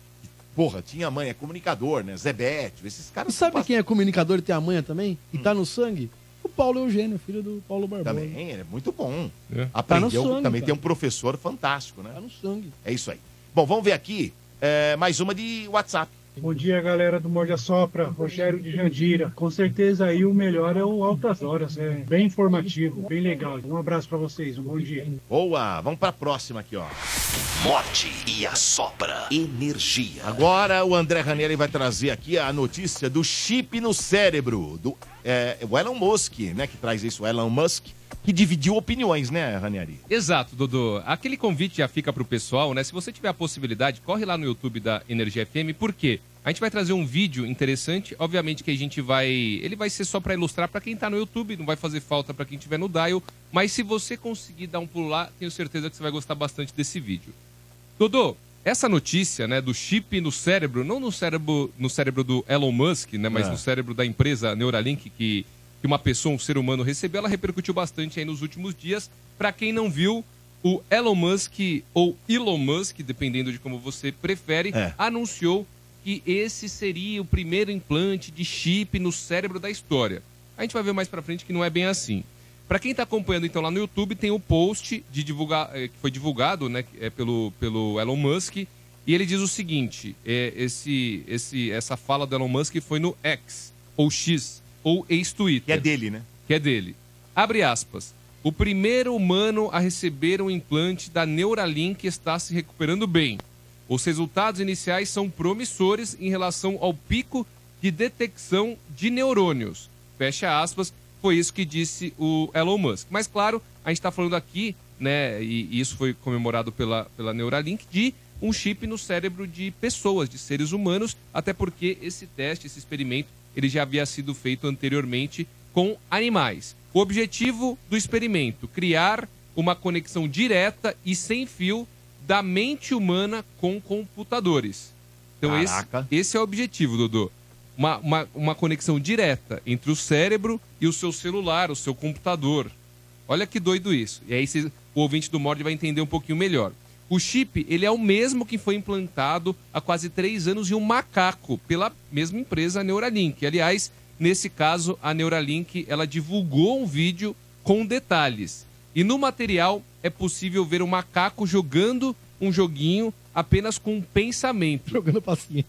Porra, tinha mãe, é comunicador, né? Zé Beto, esses E caras sabe quem é comunicador e tem a manha também? E tá no sangue? O Paulo Eugênio, filho do Paulo Barbosa. Hum. também, ele é muito bom. Tá no Aprendeu, sangue, também cara. tem um professor fantástico, né? Tá no sangue. É isso aí. Bom, vamos ver aqui, é, mais uma de WhatsApp. Bom dia, galera do Morde a Sopra, Rogério de Jandira. Com certeza aí o melhor é o Altas Horas, é bem informativo, bem legal. Um abraço pra vocês, um bom dia. Boa, vamos pra próxima aqui, ó. Morte e a sopra. Energia. Agora o André Ranieri vai trazer aqui a notícia do chip no cérebro do é, o Elon Musk, né? Que traz isso, o Elon Musk, que dividiu opiniões, né, Ranieri? Exato, Dodô. Aquele convite já fica pro pessoal, né? Se você tiver a possibilidade, corre lá no YouTube da Energia FM, por quê? A gente vai trazer um vídeo interessante, obviamente que a gente vai, ele vai ser só pra ilustrar pra quem tá no YouTube, não vai fazer falta pra quem tiver no dial, mas se você conseguir dar um pulo lá, tenho certeza que você vai gostar bastante desse vídeo. Dodô, essa notícia, né, do chip no cérebro, não no cérebro, no cérebro do Elon Musk, né, mas É. no cérebro da empresa Neuralink que, que uma pessoa, um ser humano recebeu, ela repercutiu bastante aí nos últimos dias. Para quem não viu, o Elon Musk ou Elon Musk, dependendo de como você prefere, É. anunciou que esse seria o primeiro implante de chip no cérebro da história. A gente vai ver mais pra frente que não é bem assim. Pra quem tá acompanhando então lá no YouTube, tem o post de divulgar, eh, que foi divulgado, né, é pelo, pelo Elon Musk, e ele diz o seguinte: eh, esse, esse, essa fala do Elon Musk foi no X, ou X, ou ex-Twitter. Que é dele, né? Que é dele. Abre aspas. O primeiro humano a receber um implante da Neuralink está se recuperando bem. Os resultados iniciais são promissores em relação ao pico de detecção de neurônios. Fecha aspas, foi isso que disse o Elon Musk. Mas claro, a gente está falando aqui, né, e e isso foi comemorado pela, pela Neuralink, de um chip no cérebro de pessoas, de seres humanos, até porque esse teste, esse experimento, ele já havia sido feito anteriormente com animais. O objetivo do experimento, criar uma conexão direta e sem fio da mente humana com computadores. Então esse, Caraca. esse é o objetivo, Dodô. Uma, uma, uma conexão direta entre o cérebro e o seu celular, o seu computador. Olha que doido isso. E aí cê- o ouvinte do Mord vai entender um pouquinho melhor. O chip, ele é o mesmo que foi implantado há quase três anos em um macaco, pela mesma empresa, a Neuralink. Aliás, nesse caso, a Neuralink, ela divulgou um vídeo com detalhes. E no material, é possível ver um macaco jogando um joguinho apenas com um pensamento. Jogando paciência.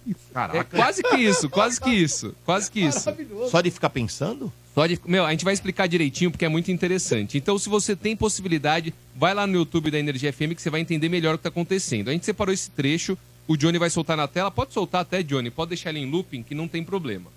É quase que isso, quase que isso, quase que isso. Só de ficar pensando? Só de- Meu, a gente vai explicar direitinho porque é muito interessante. Então, se você tem possibilidade, vai lá no YouTube da Energia FM que você vai entender melhor o que está acontecendo. A gente separou esse trecho, o Johnny vai soltar na tela. Pode soltar até, Johnny, pode deixar ele em looping que não tem problema.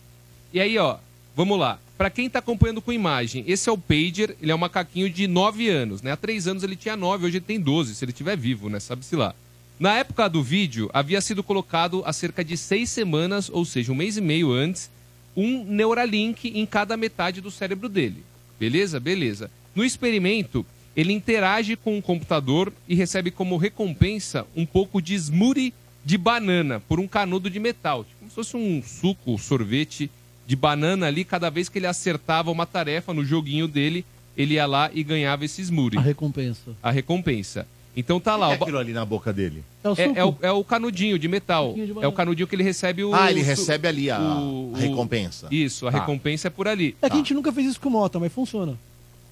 E aí, ó, vamos lá. Pra quem tá acompanhando com imagem, esse é o Pager, ele é um macaquinho de 9 anos, né? Há 3 anos ele tinha 9, hoje ele tem 12, se ele estiver vivo, né? Sabe-se lá. Na época do vídeo, havia sido colocado há cerca de 6 semanas, ou seja, um mês e meio antes, um Neuralink em cada metade do cérebro dele. Beleza? Beleza. No experimento, ele interage com o computador e recebe como recompensa um pouco de smoothie de banana por um canudo de metal, tipo como se fosse um suco, um sorvete de banana ali, cada vez que ele acertava uma tarefa no joguinho dele, ele ia lá e ganhava esses muros. A recompensa. A recompensa. Então tá O lá. que é aquilo ali na boca dele? É o, é, o, é o canudinho de metal. é o canudinho que ele recebe o. Ah, ele o- recebe ali a o- o- recompensa. Isso, a Tá. recompensa é por ali. É que a gente nunca fez isso com o Mota, mas funciona.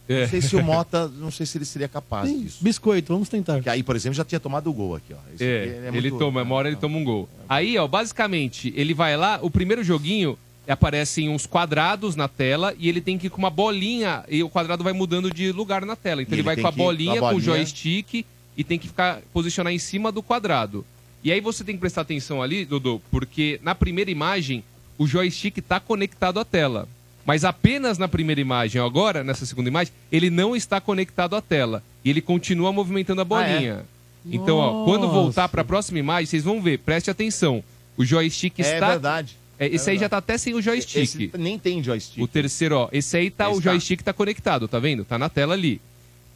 Não sei se o Mota, não sei se ele seria capaz Sim, disso. Biscoito, vamos tentar. Que aí, por exemplo, já tinha tomado o gol aqui, ó. Esse É, aqui, é ele muito- É. toma, uma hora ele toma um gol. Aí, ó, basicamente, ele vai lá, o primeiro joguinho aparecem uns quadrados na tela e ele tem que ir com uma bolinha e o quadrado vai mudando de lugar na tela. Então E ele, ele vai tem com a que ir com a bolinha, com o bolinha. joystick e tem que ficar posicionar em cima do quadrado. E aí você tem que prestar atenção ali, Dodô, porque na primeira imagem o joystick está conectado à tela. Mas apenas na primeira imagem, agora, nessa segunda imagem, ele não está conectado à tela. E ele continua movimentando a bolinha. Então, ó, quando voltar para a próxima imagem, vocês vão ver, preste atenção. O joystick É está. verdade. É, esse É aí verdade. já tá até sem o joystick. Esse nem tem joystick. O terceiro, ó. Esse aí tá, o Esse tá. joystick tá conectado, tá vendo? Tá na tela ali.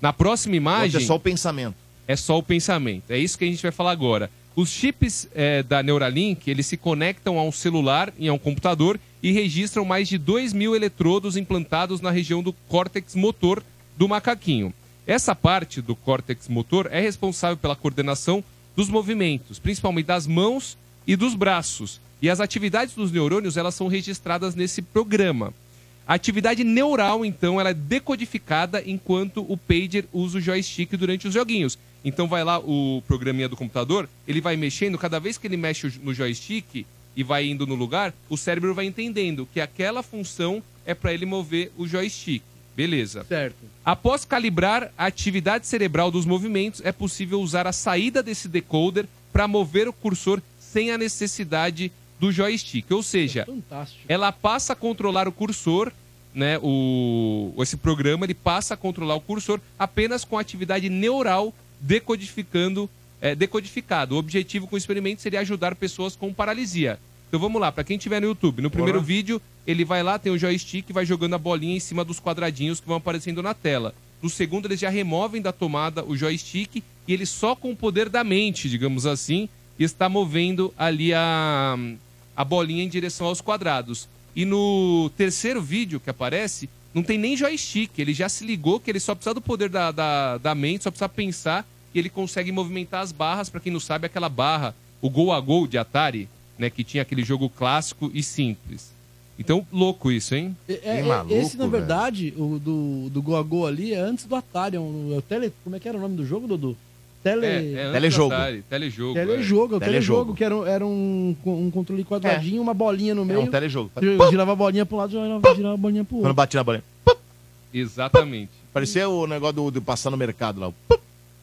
Na próxima imagem. Outro é só o pensamento. É só o pensamento. É isso que a gente vai falar agora. Os chips é, da Neuralink, eles se conectam a um celular e a um computador e registram mais de 2 mil eletrodos implantados na região do córtex motor do macaquinho. Essa parte do córtex motor é responsável pela coordenação dos movimentos, principalmente das mãos e dos braços. E as atividades dos neurônios, elas são registradas nesse programa. A atividade neural, então, ela é decodificada enquanto o pager usa o joystick durante os joguinhos. Então vai lá o programinha do computador, ele vai mexendo, cada vez que ele mexe o- no joystick e vai indo no lugar, o cérebro vai entendendo que aquela função é para ele mover o joystick. Beleza. Certo. Após calibrar a atividade cerebral dos movimentos, é possível usar a saída desse decoder para mover o cursor sem a necessidade do joystick. Ou seja, Fantástico. ela passa a controlar o cursor, né? O, esse programa ele passa a controlar o cursor apenas com a atividade neural decodificando, é, decodificado. O objetivo com o experimento seria ajudar pessoas com paralisia. Então vamos lá, para quem tiver no YouTube, no primeiro vídeo ele vai lá, tem o joystick, vai jogando a bolinha em cima dos quadradinhos que vão aparecendo na tela. No segundo eles já removem da tomada o joystick e ele só com o poder da mente, digamos assim, está movendo ali a, a bolinha em direção aos quadrados. E no terceiro vídeo que aparece, não tem nem joystick. Ele já se ligou que ele só precisa do poder da, da, da mente, só precisa pensar e ele consegue movimentar as barras. Pra quem não sabe, aquela barra, o gol a gol de Atari, né? Que tinha aquele jogo clássico e simples. Então, louco isso, hein? É, é, esse, na verdade, o do, do Go a Go ali é antes do Atari. É um, é o tele, como é que era o nome do jogo, Dodô? Tele... É, antes do Atari, Telejogo, telejogo. é o telejogo, Telejogo. que era, um- era um, um controle quadradinho, uma bolinha no meio. É. um telejogo. Gi- Girava a bolinha pro lado, girava, girava a bolinha pro Quando outro. bati na bolinha. Exatamente. Parecia o negócio do, do passar no mercado lá.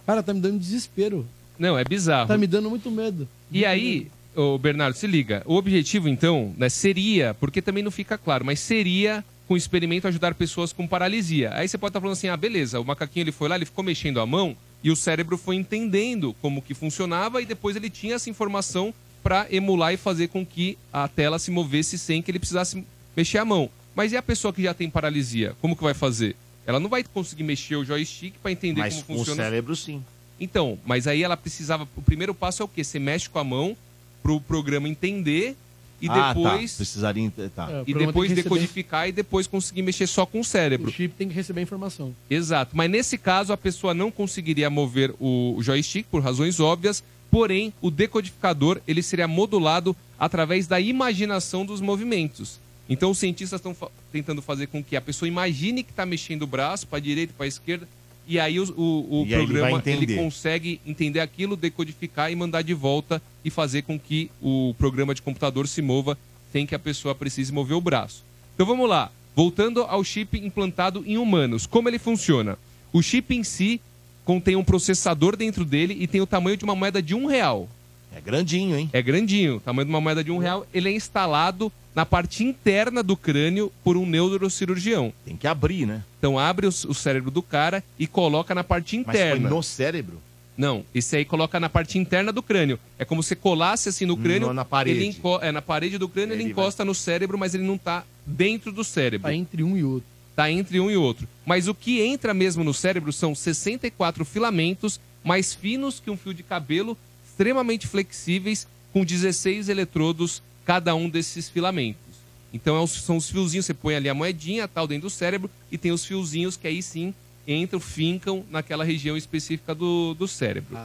Cara, tá me dando desespero. Não, é bizarro. Tá me dando muito medo. E aí, ô Bernardo, se liga. O objetivo, então, né, seria, porque também não fica claro, mas seria com o experimento ajudar pessoas com paralisia. Aí você pode estar falando assim, ah, beleza, o macaquinho ele foi lá, ele ficou mexendo a mão e o cérebro foi entendendo como que funcionava e depois ele tinha essa informação para emular e fazer com que a tela se movesse sem que ele precisasse mexer a mão. Mas e a pessoa que já tem paralisia? Como que vai fazer? Ela não vai conseguir mexer o joystick para entender Mas como com o funciona. cérebro, sim. Então, mas aí ela precisava. O primeiro passo é o quê? Você mexe com a mão pro programa entender e Ah, depois. Tá. Precisaria. ent- Tá. É, o E programa depois tem que receber- decodificar e depois conseguir mexer só com o O cérebro. chip tem que receber a informação. Exato. Mas nesse caso, a pessoa não conseguiria mover o o joystick por razões óbvias, porém, o decodificador ele seria modulado através da imaginação dos movimentos. Então, os cientistas estão fa- tentando fazer com que a pessoa imagine que está mexendo o braço para a direita, para a esquerda, e aí os- o, o E aí ele vai programa ele, entender. consegue entender aquilo, decodificar e mandar de volta e fazer com que o programa de computador se mova sem que a pessoa precise mover o braço. Então vamos lá. Voltando ao chip implantado em humanos, como ele funciona? O chip em si contém um processador dentro dele e tem o tamanho de uma moeda de um real. É grandinho, hein? É grandinho. O tamanho de uma moeda de um real. Ele é instalado na parte interna do crânio por um neurocirurgião. Tem que abrir, né? Então abre o, c- o cérebro do cara e coloca na parte Mas foi interna. no cérebro? Não, esse aí coloca na parte interna do crânio. É como se colasse assim no crânio. Hum, na parede. Ele enco- é, na parede do crânio ele, Ele vai- encosta no cérebro, mas ele não tá dentro do cérebro. Tá entre um e outro. Tá entre um e outro. Mas o que entra mesmo no cérebro são 64 filamentos mais finos que um fio de cabelo, extremamente flexíveis, com 16 eletrodos cada um desses filamentos. Então é os- são os fiozinhos, você põe ali a moedinha, tal, dentro do cérebro, e tem os fiozinhos que aí sim entram, fincam naquela região específica do, do cérebro.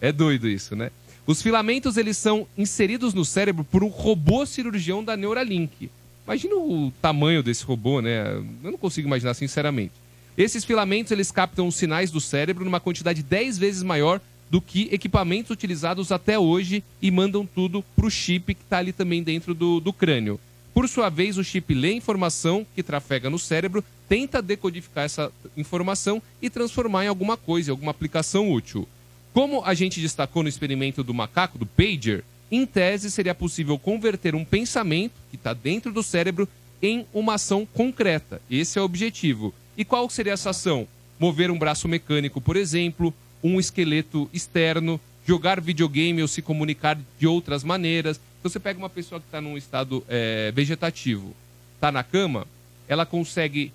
É doido isso, né? Os filamentos, eles são inseridos no cérebro por um robô cirurgião da Neuralink. Imagina o tamanho desse robô, né? Eu não consigo imaginar, sinceramente. Esses filamentos, eles captam os sinais do cérebro numa quantidade 10 vezes maior do que equipamentos utilizados até hoje e mandam tudo pro chip que tá ali também dentro do, do crânio. Por sua vez, o chip lê a informação que trafega no cérebro, tenta decodificar essa informação e transformar em alguma coisa, em alguma aplicação útil. Como a gente destacou no experimento do macaco, do Pager, em tese seria possível converter um pensamento que está dentro do cérebro em uma ação concreta. Esse é o objetivo. E qual seria essa ação? Mover um braço mecânico, por exemplo, um esqueleto externo, jogar videogame ou se comunicar de outras maneiras. Então você pega uma pessoa que está num estado eh, vegetativo, está na cama, ela consegue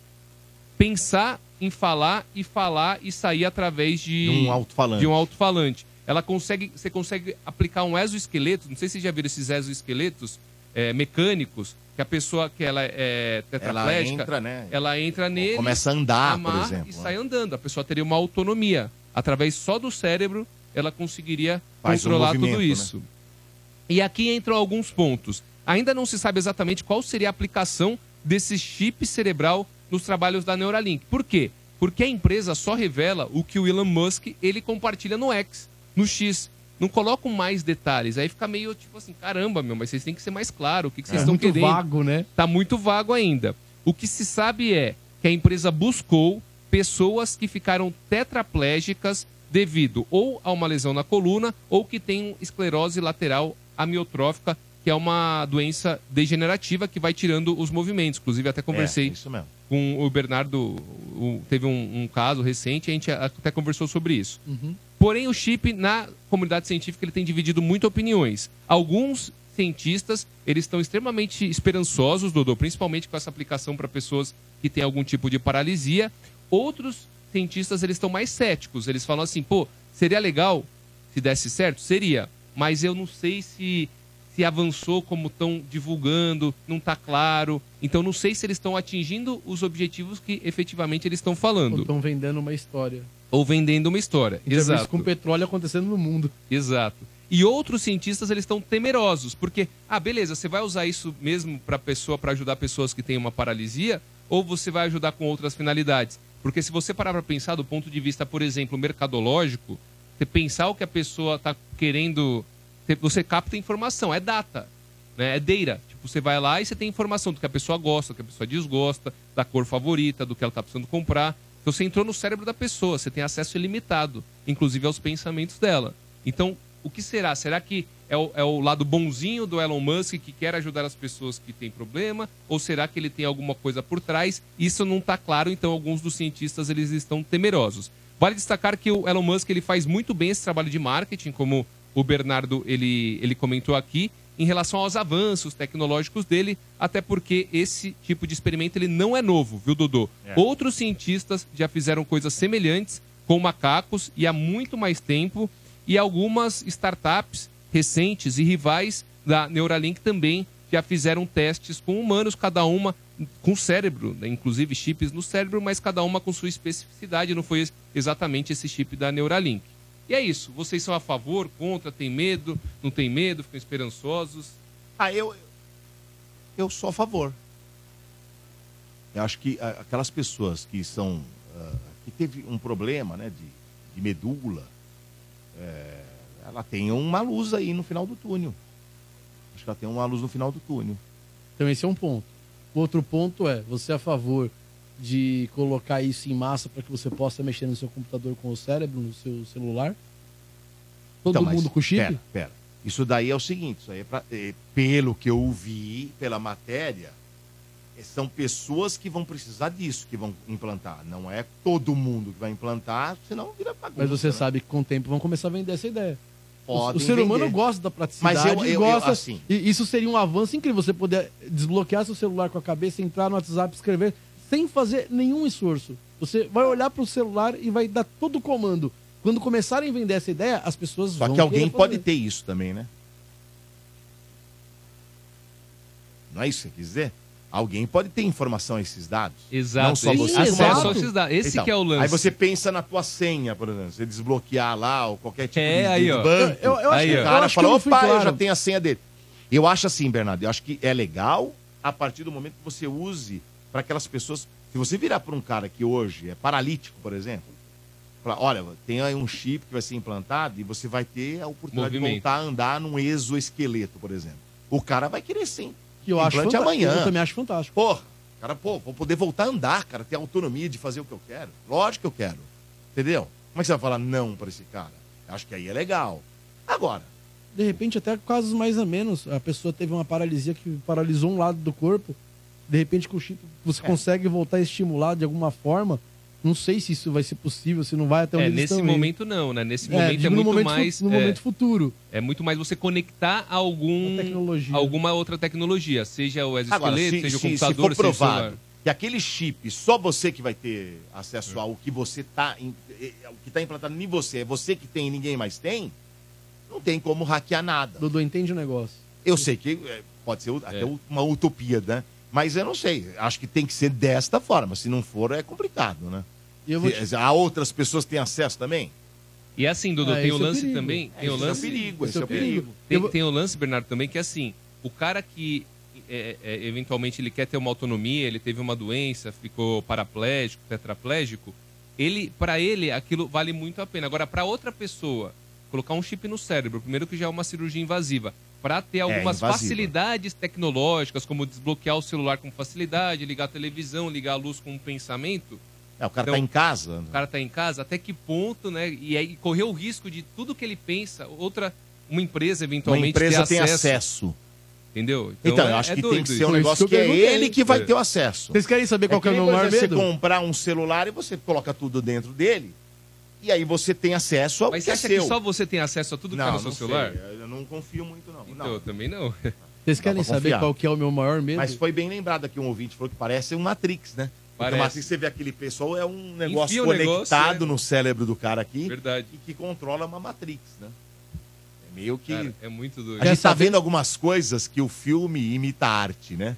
pensar em falar e falar e sair através de, De um alto-falante. de um alto-falante. Ela consegue, você consegue aplicar um exoesqueleto, não sei se vocês já viram esses exoesqueletos eh, mecânicos, que a pessoa que ela é tetraplégica, entra, né? ela entra nele, Começa a andar, por amarra exemplo, e né? sai andando. A pessoa teria uma autonomia. Através só do cérebro, ela conseguiria Faz um controlar movimento, tudo né? isso. E aqui entram alguns pontos. Ainda não se sabe exatamente qual seria a aplicação desse chip cerebral nos trabalhos da Neuralink. Por quê? Porque a empresa só revela o que o Elon Musk ele compartilha no X, no X. Não colocam mais detalhes. Aí fica meio tipo assim, caramba, meu, mas vocês têm que ser mais claro. O que, que vocês É estão muito querendo? vago, né? Tá muito vago ainda. O que se sabe é que a empresa buscou pessoas que ficaram tetraplégicas devido ou a uma lesão na coluna ou que tem esclerose lateral amiotrófica, que é uma doença degenerativa que vai tirando os movimentos. Inclusive, até conversei É, isso mesmo. com o Bernardo, o- teve um, um caso recente, a gente até conversou sobre isso. Porém, o chip na comunidade científica ele tem dividido muito opiniões. Alguns cientistas eles estão extremamente esperançosos, Dodô, principalmente com essa aplicação para pessoas que têm algum tipo de paralisia. Outros cientistas eles estão mais céticos. Eles falam assim, pô, seria legal se desse certo, seria, mas eu não sei se se avançou como estão divulgando, não está claro. Então não sei se eles estão atingindo os objetivos que efetivamente eles estão falando Estão vendendo uma história. ou vendendo uma história. Já vi isso Exato. com petróleo acontecendo no mundo. Exato. E outros cientistas eles estão temerosos, porque ah, beleza, você vai usar isso mesmo para pessoa para ajudar pessoas que têm uma paralisia ou você vai ajudar com outras finalidades? Porque se você parar para pensar do ponto de vista, por exemplo, mercadológico, você pensar o que a pessoa está querendo, você capta informação, é data, né? É deira. Tipo, você vai lá e você tem informação do que a pessoa gosta, do que a pessoa desgosta, da cor favorita, do que ela tá precisando comprar. Então você entrou no cérebro da pessoa, você tem acesso ilimitado, inclusive aos pensamentos dela. Então, o que será? Será que é o, é o lado bonzinho do Elon Musk que quer ajudar as pessoas que têm problema? Ou será que ele tem alguma coisa por trás? Isso não está claro, então alguns dos cientistas eles estão temerosos. Vale destacar que o Elon Musk ele faz muito bem esse trabalho de marketing, como o Bernardo ele, ele comentou aqui em relação aos avanços tecnológicos dele, até porque esse tipo de experimento ele não é novo, viu, Dodô? É. Outros cientistas já fizeram coisas semelhantes com macacos e há muito mais tempo, e algumas startups recentes e rivais da Neuralink também já fizeram testes com humanos, cada uma com cérebro, né? inclusive chips no cérebro, mas cada uma com sua especificidade, não foi ex- exatamente esse chip da Neuralink. E é isso. Vocês são a favor, contra, tem medo, não tem medo, ficam esperançosos. Ah, eu. Eu sou a favor. Eu acho que ah, aquelas pessoas que são. ah, que teve um problema, né, de, de medula, eh, ela tem uma luz aí no final do túnel. Acho que ela tem uma luz no final do túnel. Então esse é um ponto. O outro ponto é, você é a favor de colocar isso em massa para que você possa mexer no seu computador com o cérebro, no seu celular? Todo Então, mas mundo com chip? Pera, pera. Isso daí é o seguinte, isso aí é pra, eh, pelo que eu vi, pela matéria, eh, são pessoas que vão precisar disso, que vão implantar. Não é todo mundo que vai implantar, senão vira bagunça. Mas você né? sabe que com o tempo vão começar a vender essa ideia. O- Podem o ser humano vender. gosta da praticidade, Mas eu- eu- eu, gosta. assim- E isso seria um avanço incrível, você poder desbloquear seu celular com a cabeça, entrar no WhatsApp, escrever, sem fazer nenhum esforço. Você vai olhar pro celular e vai dar todo o comando. Quando começarem a vender essa ideia, as pessoas Só vão. que alguém querer pode fazer. ter isso também, né? Não é isso que você quis dizer? Alguém pode ter informação a esses dados. Exato. Não só Esse- você, Exato. como- Só esses dados. Esse que é o lance. Aí você pensa na tua senha, por exemplo. Você desbloquear lá ou qualquer tipo É, de, aí, de ó. banco. Eu- eu acho Aí, que- ó. o eu cara acho que fala, eu não opa, fui eu claro." já tenho a senha dele. Eu acho assim, Bernardo, eu acho que é legal a partir do momento que você use para aquelas pessoas... Se você virar para um cara que hoje é paralítico, por exemplo, falar, olha, tem aí um chip que vai ser implantado e você vai ter a oportunidade de Movimento. voltar a andar num exoesqueleto, por exemplo. O cara vai querer sim. Que eu acho Implante fantástico. amanhã. Eu também acho fantástico. Porra, cara, pô, vou poder voltar a andar, cara, ter autonomia de fazer o que eu quero. Lógico que eu quero. Entendeu? Como é que você vai falar não pra esse cara? Acho que aí é legal. Agora, De repente, até casos mais a menos. A pessoa teve uma paralisia que paralisou um lado do corpo. De repente, com o chip, É. você consegue voltar a estimular de alguma forma. Não sei se isso vai ser possível, se não vai então até onde É, eles nesse estão indo. momento não, né? Nesse É, momento é digo no muito momento fu- mais. no é, momento futuro. É muito mais você conectar a algum, alguma outra tecnologia, seja o exoesqueleto, agora se, seja o se- se computador, for seja o celular. provado que aquele chip, só você que vai ter É. acesso ao que você tá, em- eh, eh, o que tá implantado em você, é você que tem e ninguém mais tem, não tem como hackear nada. Dudu, entende o negócio. Eu sei que eh, pode ser É. até uma utopia, né? Mas eu não sei. Acho que tem que ser desta forma. Se não for, é complicado, né? Eu vou Se- Há outras pessoas que têm acesso também? E assim, Dudu, É, tem esse é o o lance perigo. também. É, Tem o esse é o lance. perigo, esse é o perigo. Tem, Eu vou- tem o lance, Bernardo, também, que é assim, o cara que é, é, eventualmente ele quer ter uma autonomia, ele teve uma doença, ficou paraplégico, tetraplégico, ele, para ele, aquilo vale muito a pena. Agora, para outra pessoa, colocar um chip no cérebro, primeiro que já é uma cirurgia invasiva, para ter algumas É, invasiva. facilidades tecnológicas, como desbloquear o celular com facilidade, ligar a televisão, ligar a luz com um pensamento. É, o cara Então, tá em casa. né? o cara tá em casa, até que ponto, né? E aí correr o risco de tudo que ele pensa, outra, uma empresa Uma eventualmente empresa ter tem acesso, acesso. Entendeu? Então, eu acho que tem doido que ser um isso. negócio que é perguntei. ele que vai É. ter o acesso. Vocês querem saber qual que é o que nem, meu por maior exemplo, medo? Você comprar um celular e você coloca tudo dentro dele, e aí você tem acesso ao Mas que você é acha seu. que só você tem acesso a tudo que Não, tá no seu não sei. celular? Eu não confio muito, não. Então, eu também não. Vocês Dá querem pra saber confiar. qual que é o meu maior medo? Mas foi bem lembrado aqui um ouvinte falou que parece um Matrix, né? Porque Parece. o Matrix, você vê aquele pessoal, é um negócio Enfia o negócio, conectado é. no cérebro do cara aqui. Verdade. E que controla uma Matrix, né? É meio que. Cara, é muito doido. A gente tá vendo algumas coisas que o filme imita a arte, né?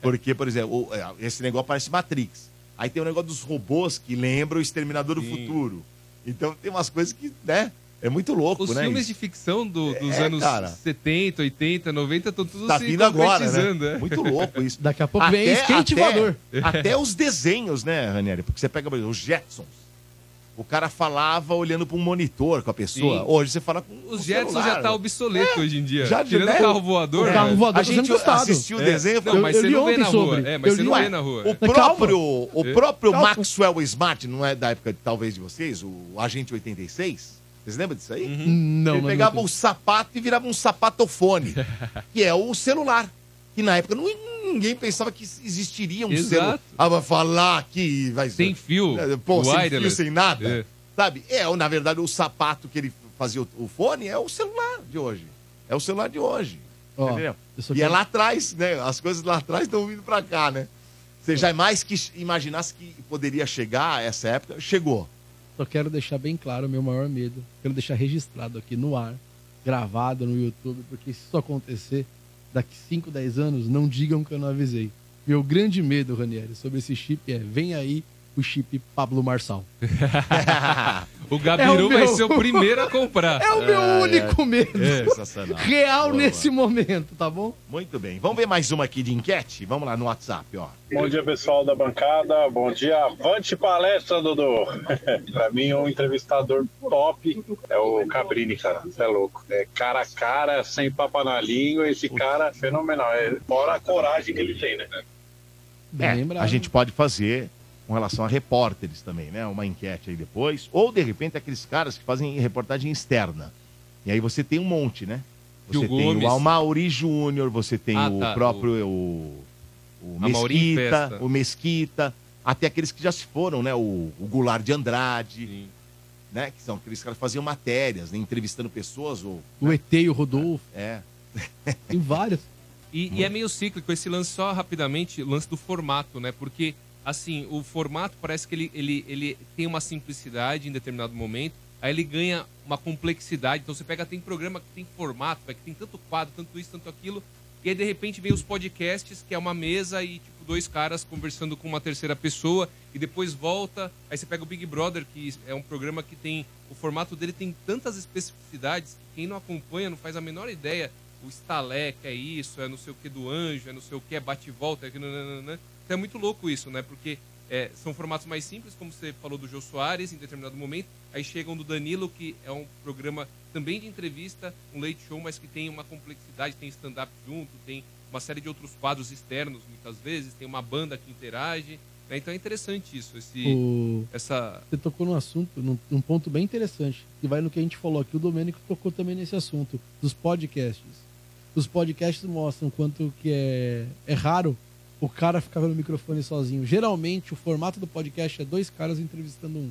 Porque, por exemplo, o- é, esse negócio parece Matrix. Aí tem o negócio dos robôs que lembram o Exterminador do Futuro. Então tem umas coisas que, né? É muito louco, Os né? filmes isso? de ficção do- dos É, anos cara. 70, 80, 90 estão todos Tá se vindo agora, concretizando, né? é. Muito louco isso. Daqui a pouco vem skate voador. Até os desenhos, né, Ranieri? Porque você pega, por exemplo, os Jetsons. O cara falava olhando para um monitor com a pessoa. Sim. Hoje você fala com Os o Jetson celular. já tá obsoleto hoje em dia. Já de- Tirando né? o carro voador. O carro né? É. voador A tá gente sendo testado. assistiu o desenho e Não, falou, mas eu você li não vê ontem na rua. sobre. É, mas Eu você li não ontem. vê na rua. O É. próprio, o É. próprio Calma. Maxwell Smart, não é da época talvez de vocês, o Agente 86? Vocês lembram disso aí? Não, Ele não pegava lembro. o sapato e virava um sapatofone, que é o celular. Que na época não- ninguém pensava que existiria um Exato. celular. Ah, vai falar que vai ser. Sem fio, É, Pô, sem fio, wireless. sem nada. É. Sabe? É, o- na verdade, o sapato que ele fazia o, o fone é o celular de hoje. É o celular de hoje. Ó, entendeu? eu só E é quero- lá atrás, né? As coisas lá atrás estão vindo pra cá, né? Você jamais que imaginasse que poderia chegar a essa época, chegou. Só quero deixar bem claro o meu maior medo. Quero deixar registrado aqui no ar, gravado no YouTube, porque se isso acontecer, daqui 5, 10 anos, não digam que eu não avisei. Meu grande medo, Ranieri, sobre esse chip é: vem aí o chip Pablo Marçal. O Gabiru É o vai meu- ser o primeiro a comprar. É o meu único medo. É, sensacional. Real Boa. nesse momento, tá bom? Muito bem. Vamos ver mais uma aqui de enquete? Vamos lá no WhatsApp, ó. Bom dia, pessoal da bancada. Bom dia, avante palestra, Dudu. pra mim, um entrevistador top é o Cabrini, cara. Você é louco. É cara a cara, sem papo na língua. Esse cara é fenomenal. É, fora a coragem que ele tem, né? É, a gente pode fazer com relação a repórteres também, né? Uma enquete aí depois. Ou, de repente, aqueles caras que fazem reportagem externa. E aí você tem um monte, né? Você Gil tem Gomes. o Amauri Júnior, você tem Ah, o tá, próprio... O... O Amauri em Mesquita, festa. o Mesquita, até aqueles que já se foram, né? O, o Goulart de Andrade, né? Que são aqueles caras que faziam matérias, né? entrevistando pessoas ou... O ET e o Rodolfo. É. Tem vários. E, e é meio cíclico esse lance, só rapidamente, lance do formato, né? Porque, assim, o formato parece que ele, ele, ele tem uma simplicidade em determinado momento, aí ele ganha é uma complexidade. Então você pega, tem programa que tem formato, que tem tanto quadro, tanto isso, tanto aquilo, E aí, de repente, vem os podcasts, que é uma mesa e, tipo, dois caras conversando com uma terceira pessoa. E depois volta. Aí você pega o Big Brother, que é um programa que tem. O formato dele tem tantas especificidades que quem não acompanha não faz a menor ideia. O estaleca é isso, é não sei o que do anjo, é não sei o que, é bate-volta, é que. nananana. Então é muito louco isso, né? Porque é, são formatos mais simples, como você falou do Jô Soares em determinado momento. Aí chegam do Danilo, que é um programa também de entrevista, um late show, mas que tem uma complexidade, tem stand-up junto, tem uma série de outros quadros externos, muitas vezes, tem uma banda que interage. né? Então é interessante isso, esse, O- essa... Você tocou num assunto, num, num ponto bem interessante. E vai no que a gente falou aqui. O Domênico tocou também nesse assunto, dos podcasts. Os podcasts mostram quanto que é, é raro o cara ficar no microfone sozinho. Geralmente, o formato do podcast é dois caras entrevistando um.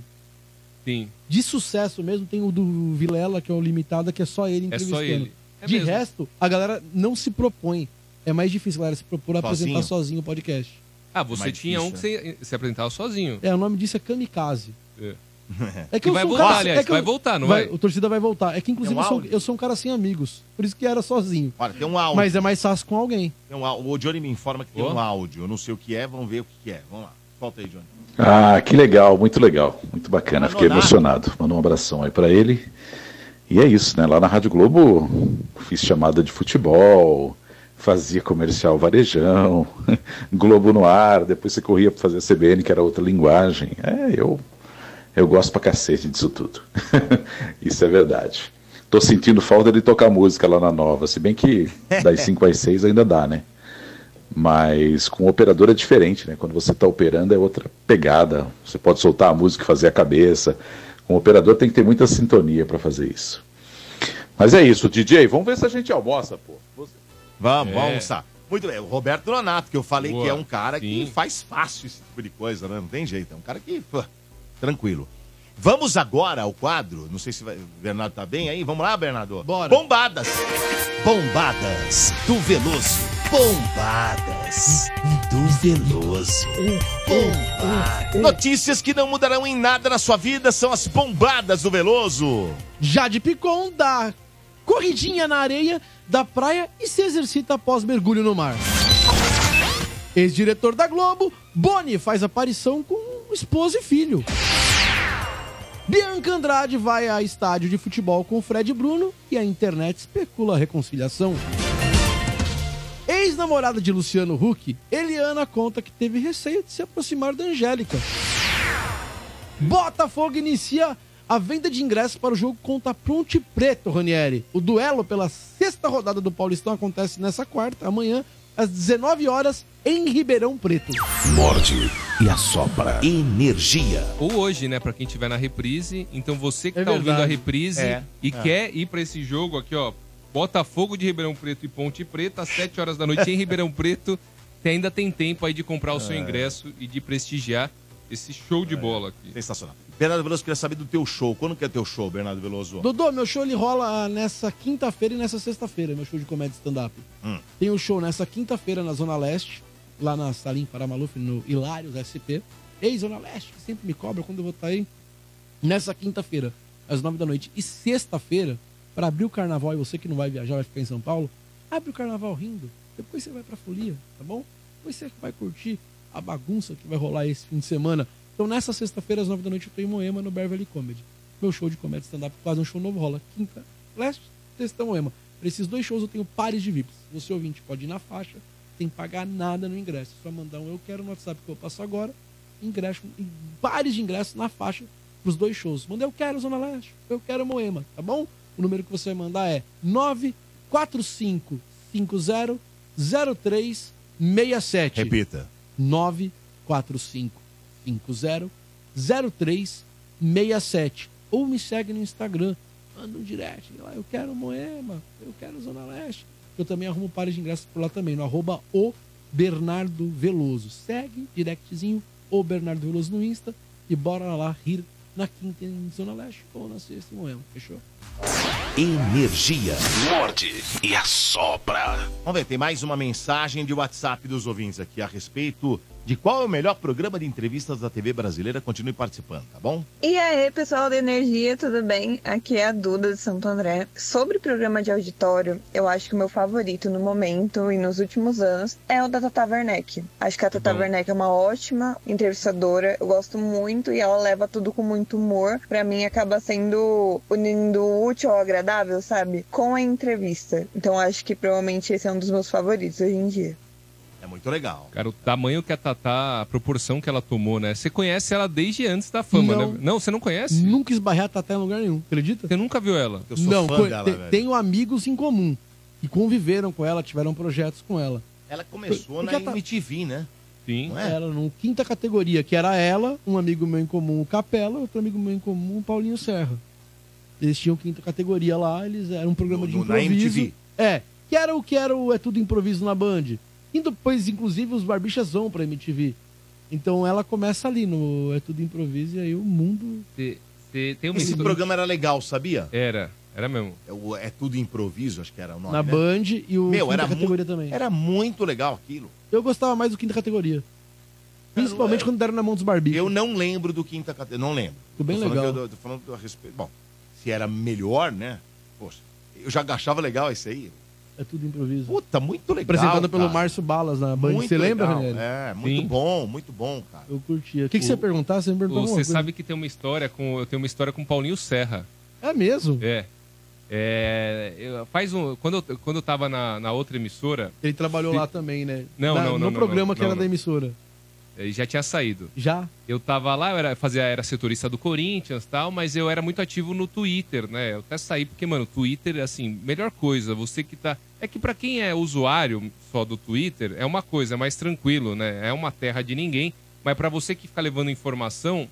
Sim. De sucesso mesmo, tem o do Vilela, que é o Limitada, que é só ele É entrevistando. só ele. É De mesmo. resto, a galera não se propõe. É mais difícil a galera se propor a Sozinho? apresentar sozinho o podcast. Ah, você mais tinha um que difícil, você se apresentava sozinho. É, o nome disso é Kamikaze. É. É que, eu vai sou um voltar, cara, aliás, é que eu- vai voltar, não vai? O torcida vai voltar. É que, inclusive, Tem um eu, sou, áudio? eu sou um cara sem amigos. Por isso que era sozinho. Olha, tem um áudio. Mas é mais fácil com alguém. Tem um áudio. O Johnny me informa que tem Ó. um áudio. Eu não sei o que é, vamos ver o que que é. Vamos lá. Solta aí, Johnny. Ah, que legal, muito legal, muito bacana. Fiquei emocionado. Manda um abração aí pra ele. E é isso, né? Lá na Rádio Globo fiz chamada de futebol, fazia comercial varejão, Globo no ar, depois você corria pra fazer a CBN, que era outra linguagem. É, eu eu gosto pra cacete disso tudo. isso é verdade. Tô sentindo falta de tocar música lá na Nova, se bem que das 5 às 6 ainda dá, né? Mas com operador é diferente, né? Quando você está operando é outra pegada. Você pode soltar a música e fazer a cabeça. Com operador tem que ter muita sintonia para fazer isso. Mas é isso, DJ. Vamos ver se a gente almoça, pô. Vamos, É. vamos almoçar. Muito bem, o Roberto Nonato, que eu falei Boa, que é um cara que faz fácil esse tipo de coisa, né? Não tem jeito, é um cara que. pô, tranquilo. Vamos agora ao quadro. Não sei se vai- o Bernardo tá bem aí. Vamos lá, Bernardo? Bora. Bombadas. Bombadas do Veloso. Bombadas do Veloso. Bombadas. Notícias que não mudarão em nada na sua vida são as bombadas do Veloso. Jade Picon dá corridinha na areia da praia e se exercita após mergulho no mar. Ex-diretor da Globo, Boni faz aparição com esposa e filho. Bianca Andrade vai a estádio de futebol com Fred Bruno e a internet especula a reconciliação. Ex-namorada de Luciano Huck, Eliana conta que teve receio de se aproximar da Angélica. Botafogo inicia a venda de ingressos para o jogo contra Ponte Preto, Ranieri. O duelo pela sexta rodada do Paulistão acontece nessa quarta, amanhã, às 19 horas, em Ribeirão Preto. Morde e assopra. Energia. Ou hoje, né, pra quem tiver na reprise. Então você que É tá ouvindo a verdade. reprise É, e é. quer ir pra esse jogo aqui, ó. Botafogo de Ribeirão Preto e Ponte Preta, às 7 horas da noite em Ribeirão Preto. Você ainda tem tempo aí de comprar o seu É. ingresso e de prestigiar esse show É. de bola aqui. Sensacional. Bernardo Veloso, queria saber do teu show. Quando que é teu show, Bernardo Veloso? Dodô, meu show ele rola nessa quinta-feira e nessa sexta-feira, meu show de comédia stand-up. Hum. Tem um show nessa quinta-feira na Zona Leste, lá na Salim Paramaluf, no Hilários SP. Ei, Zona Leste, que sempre me cobra quando eu vou estar aí. Nessa quinta-feira, às nove da noite. E sexta-feira, para abrir o carnaval, e você que não vai viajar, vai ficar em São Paulo, abre o carnaval rindo. Depois você vai pra folia, tá bom? Depois você vai curtir a bagunça que vai rolar esse fim de semana. Então, nessa sexta-feira, às nove da noite, eu tô em Moema, no Beverly Comedy. Meu show de comédia stand-up, quase um show novo, rola quinta, leste, sexta, Moema. Para esses dois shows, eu tenho pares de VIPs. Você ouvinte pode ir na faixa, sem pagar nada no ingresso. Só mandar um eu quero no WhatsApp que eu passo agora, ingresso, pares de ingressos na faixa pros dois shows. Manda eu quero Zona Leste, eu quero Moema, tá bom? O número que você vai mandar é 945500367. Repita. 945500367. Ou me segue no Instagram, manda um direct, lá, eu quero Moema, eu quero Zona Leste. Eu também arrumo pares de ingressos por lá também, no arroba o Bernardo Veloso. Segue, directzinho, o Bernardo Veloso no Insta e bora lá rir na quinta em Zona Leste ou na sexta em Moema, fechou? Energia. Morde e assopra. Vamos ver, tem mais uma mensagem de WhatsApp dos ouvintes aqui a respeito de qual é o melhor programa de entrevistas da TV brasileira. Continue participando, tá bom? E aí, pessoal da Energia, tudo bem? Aqui é a Duda de Santo André. Sobre programa de auditório, eu acho que o meu favorito no momento e nos últimos anos é o da Tata Werneck. Acho que a Tata Werneck é uma ótima entrevistadora, eu gosto muito e ela leva tudo com muito humor. Pra mim, acaba sendo unindo o útil ao agradável, sabe? Com a entrevista. Então, acho que provavelmente esse é um dos meus favoritos hoje em dia. É muito legal. Cara, o tamanho que a Tatá, a proporção que ela tomou, né? Você conhece ela desde antes da fama, Não. né? Não, você não conhece? Nunca esbarrei a Tatá em lugar nenhum, acredita? Você nunca viu ela? Eu sou não, fã co- dela, te- velho. tenho amigos em comum que conviveram com ela, tiveram projetos com ela. Ela começou na Porque a Ta- MTV, né? Sim. Não é? Era no quinta categoria, que era ela, um amigo meu em comum, o Capela, outro amigo meu em comum, o Paulinho Serra. Eles tinham quinta categoria lá, eles eram um programa de no- na improviso. MTV. É, que era o que era o É Tudo Improviso na Band. E depois, inclusive, os barbichas vão pra MTV. Então ela começa ali no É Tudo Improviso e aí o mundo... Você- você tem uma Esse história- programa era legal, sabia? Era, era mesmo. É, o- é tudo improviso, acho que era o nome. Na né? Band e o Meu, quinta era categoria também. Era muito legal aquilo. Eu gostava mais do quinta categoria. Principalmente quando deram na mão dos barbichas. Eu não lembro do quinta categoria. Não lembro. Ficou bem Tô falando legal. que eu tô- tô falando a respeito. Bom, se era melhor, né? Poxa, eu já achava legal esse aí. É Tudo Improviso. Puta, muito legal. Apresentado pelo cara. Márcio Balas na Band. Muito Você lembra, legal. Ranieri? É, muito bom, muito bom, cara. Eu curtia. O que, que você ia perguntar? Você me perguntou Pô, alguma Você coisa. sabe que tem uma história com. Eu tenho uma história com o Paulinho Serra. É mesmo? É. É, eu- faz um. Quando eu, quando eu tava na, na outra emissora, Ele trabalhou Sim. lá também, né? Não, Na- não, não, No não, programa não, que era não. da emissora. ele já tinha saído. Já? Eu tava lá, eu era, fazia, era setorista do Corinthians e tal, mas eu era muito ativo no Twitter, né? Eu até saí porque, mano, Twitter, assim, melhor coisa. Você que tá. É que pra quem é usuário só do Twitter, é uma coisa, é mais tranquilo, né? É uma terra de ninguém. Mas pra você que fica levando informação,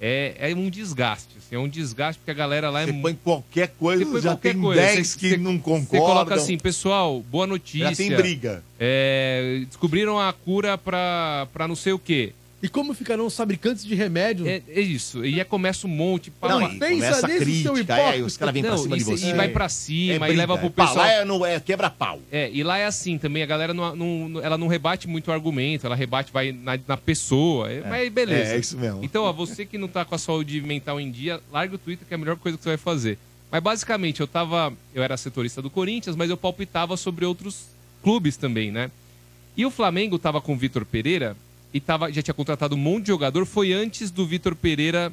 é, é um desgaste. assim, é um desgaste porque a galera lá é. Você põe qualquer coisa, Você põe já qualquer tem coisa, 10 você- que você- não concordam. Você coloca assim, pessoal, boa notícia. Já tem briga. É, descobriram a cura pra, pra não sei o quê. E como ficarão os fabricantes de remédio? É, é isso. E aí começa um monte. pá, Não, pá. e começa a crítica, é, aí os caras vêm pra Não, cima e de cê- você. E vai pra cima, É e briga, leva pro é pau, pessoal. lá é no- é quebra-pau. É, e lá é assim também, a galera não, não- ela não rebate muito o argumento, ela rebate, vai na, na pessoa, é, mas beleza. é isso mesmo. Então, ó, você que não tá com a saúde mental em dia, larga o Twitter que é a melhor coisa que você vai fazer. Mas basicamente, eu tava, eu era setorista do Corinthians, mas eu palpitava sobre outros clubes também, né? E o Flamengo tava com o Vitor Pereira e tava, já tinha contratado um monte de jogador, foi antes do Vitor Pereira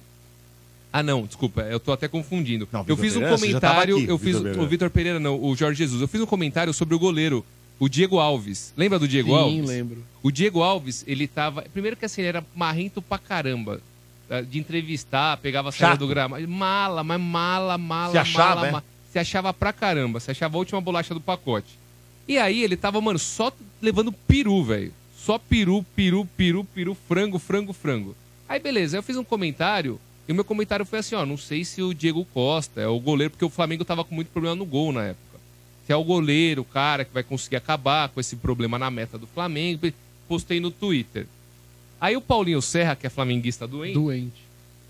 ah, não, desculpa, eu tô até confundindo. eu Vitor fiz um Pereira, você já tava comentário, aqui, eu fiz Vitor Pereira. o Vitor Pereira não, o Jorge Jesus. Eu fiz um comentário sobre o goleiro, o Diego Alves. Lembra do Diego Sim, Alves? lembro. O Diego Alves, ele tava, primeiro que assim, ele era marrento pra caramba. tá? De entrevistar, pegava a saída Chato. do gramado. Mala, mas mala, mala, Se achava, mala, é? mala. Se achava pra caramba, se achava a última bolacha do pacote. E aí ele tava, mano, só levando peru, velho. Só peru, peru, peru, peru, frango, frango, frango. Aí beleza, eu fiz um comentário e o meu comentário foi assim, ó, não sei se o Diego Costa é o goleiro, porque o Flamengo tava com muito problema no gol na época. Se é o goleiro, o cara que vai conseguir acabar com esse problema na meta do Flamengo. Postei no Twitter. Aí o Paulinho Serra, que é flamenguista doente, Doente.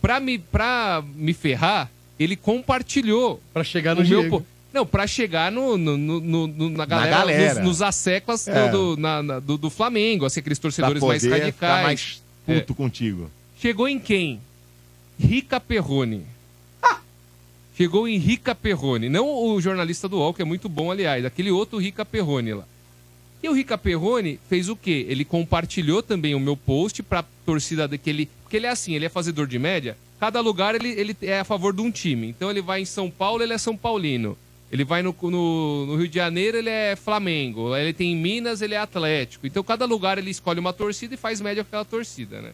pra me, pra me ferrar, ele compartilhou. Pra chegar no Diego. Não, pra chegar no, no- no- no- no- na galera, galera. Nos, nos asseclas do- É. do, na- na- do- do Flamengo, assim, aqueles torcedores mais poder radicais. É. ficar mais puto contigo. Chegou em quem? Rica Perrone. Chegou em Rica Perrone. Não o jornalista do UOL, que é muito bom, aliás. Aquele outro Rica Perrone lá. E o Rica Perrone fez o quê? Ele compartilhou também o meu post pra torcida daquele... Porque ele é assim, ele é fazedor de média. Cada lugar ele, ele é a favor de um time. Então ele vai em São Paulo, ele é São Paulino. Ele vai no, no- no Rio de Janeiro, ele é Flamengo. Ele tem em Minas, ele é Atlético. Então cada lugar ele escolhe uma torcida e faz média com aquela torcida, né?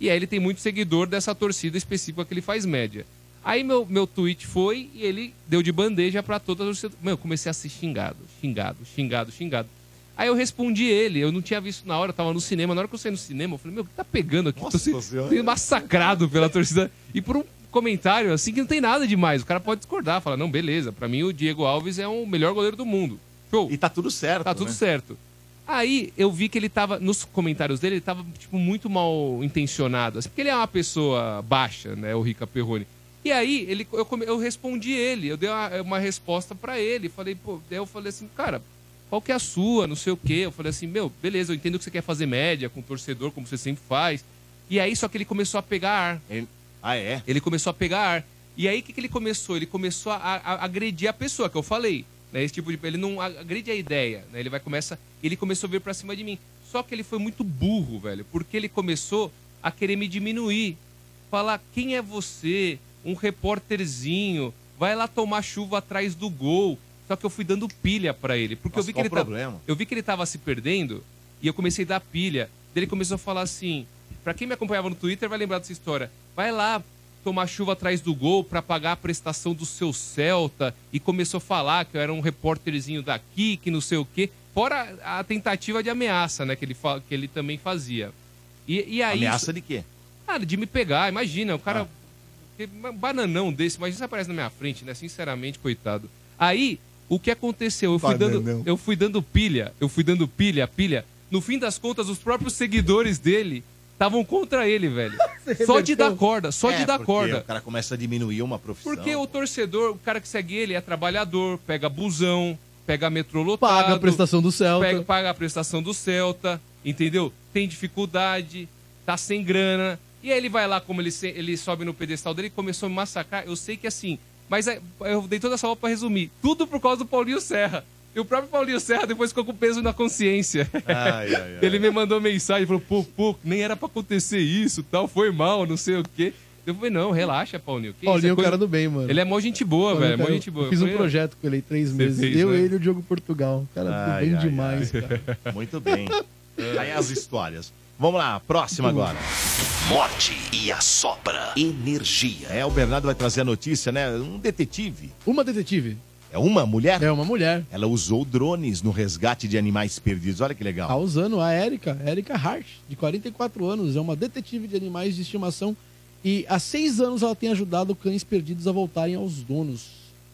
E aí ele tem muito seguidor dessa torcida específica que ele faz média. Aí meu, meu tweet foi e ele deu de bandeja pra toda a torcida. Meu, eu comecei a ser xingado, xingado, xingado, xingado. Aí eu respondi ele, eu não tinha visto na hora, eu tava no cinema. Na hora que eu saí no cinema, eu falei, meu, o que tá pegando aqui? Tô sendo- sendo massacrado pela torcida. E por um comentário assim que não tem nada demais. O cara pode discordar, falar, não, beleza, pra mim o Diego Alves é o melhor goleiro do mundo. Show. E tá tudo certo. Tá tudo né? certo. Aí eu vi que ele tava, nos comentários dele, ele tava, tipo, muito mal intencionado. assim, porque ele é uma pessoa baixa, né, o Rica Perrone. E aí ele, eu, come- eu respondi ele, eu dei uma, uma resposta pra ele. Falei, pô, daí eu falei assim, cara, qual que é a sua, não sei o quê. Eu falei assim, meu, beleza, eu entendo que você quer fazer média com o torcedor, como você sempre faz. E aí, só que ele começou a pegar ar. Ah, é? Ele começou a pegar ar. E aí, o que, que ele começou? Ele começou a, a- agredir a pessoa, que eu falei. Né? Esse tipo de... Ele não agride a ideia, né? Ele vai começa... Ele começou a vir pra cima de mim. Só que ele foi muito burro, velho. Porque ele começou a querer me diminuir. Falar, quem é você? Um repórterzinho. Vai lá tomar chuva atrás do gol. Só que eu fui dando pilha pra ele. Porque eu Nossa, vi que qual ele tá o problema? tava... Eu vi que ele tava se perdendo e eu comecei a dar pilha. Daí ele começou a falar assim: pra quem me acompanhava no Twitter vai lembrar dessa história. Vai lá tomar chuva atrás do gol pra pagar a prestação do seu Celta. E começou a falar que eu era um repórterzinho daqui, que não sei o quê. Fora a tentativa de ameaça, né? Que ele, fa- que ele também fazia. E, e aí, Ameaça de quê? Ah. Cara, de me pegar, imagina, o cara. que- Um bananão desse, imagina se aparece na minha frente, né? Sinceramente, coitado. Aí, o que aconteceu? Eu fui, Bananão. dando, eu fui dando pilha, eu fui dando pilha, pilha. No fim das contas, os próprios seguidores dele estavam contra ele, velho. só de dar corda, só É, de dar porque corda. O cara começa a diminuir uma profissão. Porque o torcedor, o cara que segue ele é trabalhador, pega busão, pega metrô lotado. Paga a prestação do Celta. Pega, paga a prestação do Celta, entendeu? Tem dificuldade, tá sem grana. E aí ele vai lá, como ele, se- ele sobe no pedestal dele, começou a me massacrar. Eu sei que assim... Mas é- eu dei toda essa volta pra resumir. Tudo por causa do Paulinho Serra. E o próprio Paulinho Serra depois ficou com peso na consciência. Ai, ai, ai. Ele me mandou mensagem, falou, pô, pô, nem era pra acontecer isso, tal, foi mal, não sei o quê. Eu falei, não, relaxa, Paulinho. que isso, Paulinho é o coisa- cara do bem, mano. Ele é mó gente boa, Paulinho, velho, mó cara, gente boa. Eu fiz Eu um falei, projeto com ele em três Você meses. fez, eu, né? ele e o Diogo Portugal. O cara ficou Ai, bem ai, demais, ai. cara. Muito bem. Aí as histórias. Vamos lá, próxima agora. Morte e a sopra. Energia. É, o Bernardo vai trazer a notícia, né? Um detetive. Uma detetive. É uma mulher? É uma mulher. Ela usou drones no resgate de animais perdidos. Olha que legal. Tá usando a Érica, Érica Hart, de 44 anos, é uma detetive de animais de estimação e há seis anos ela tem ajudado cães perdidos a voltarem aos donos.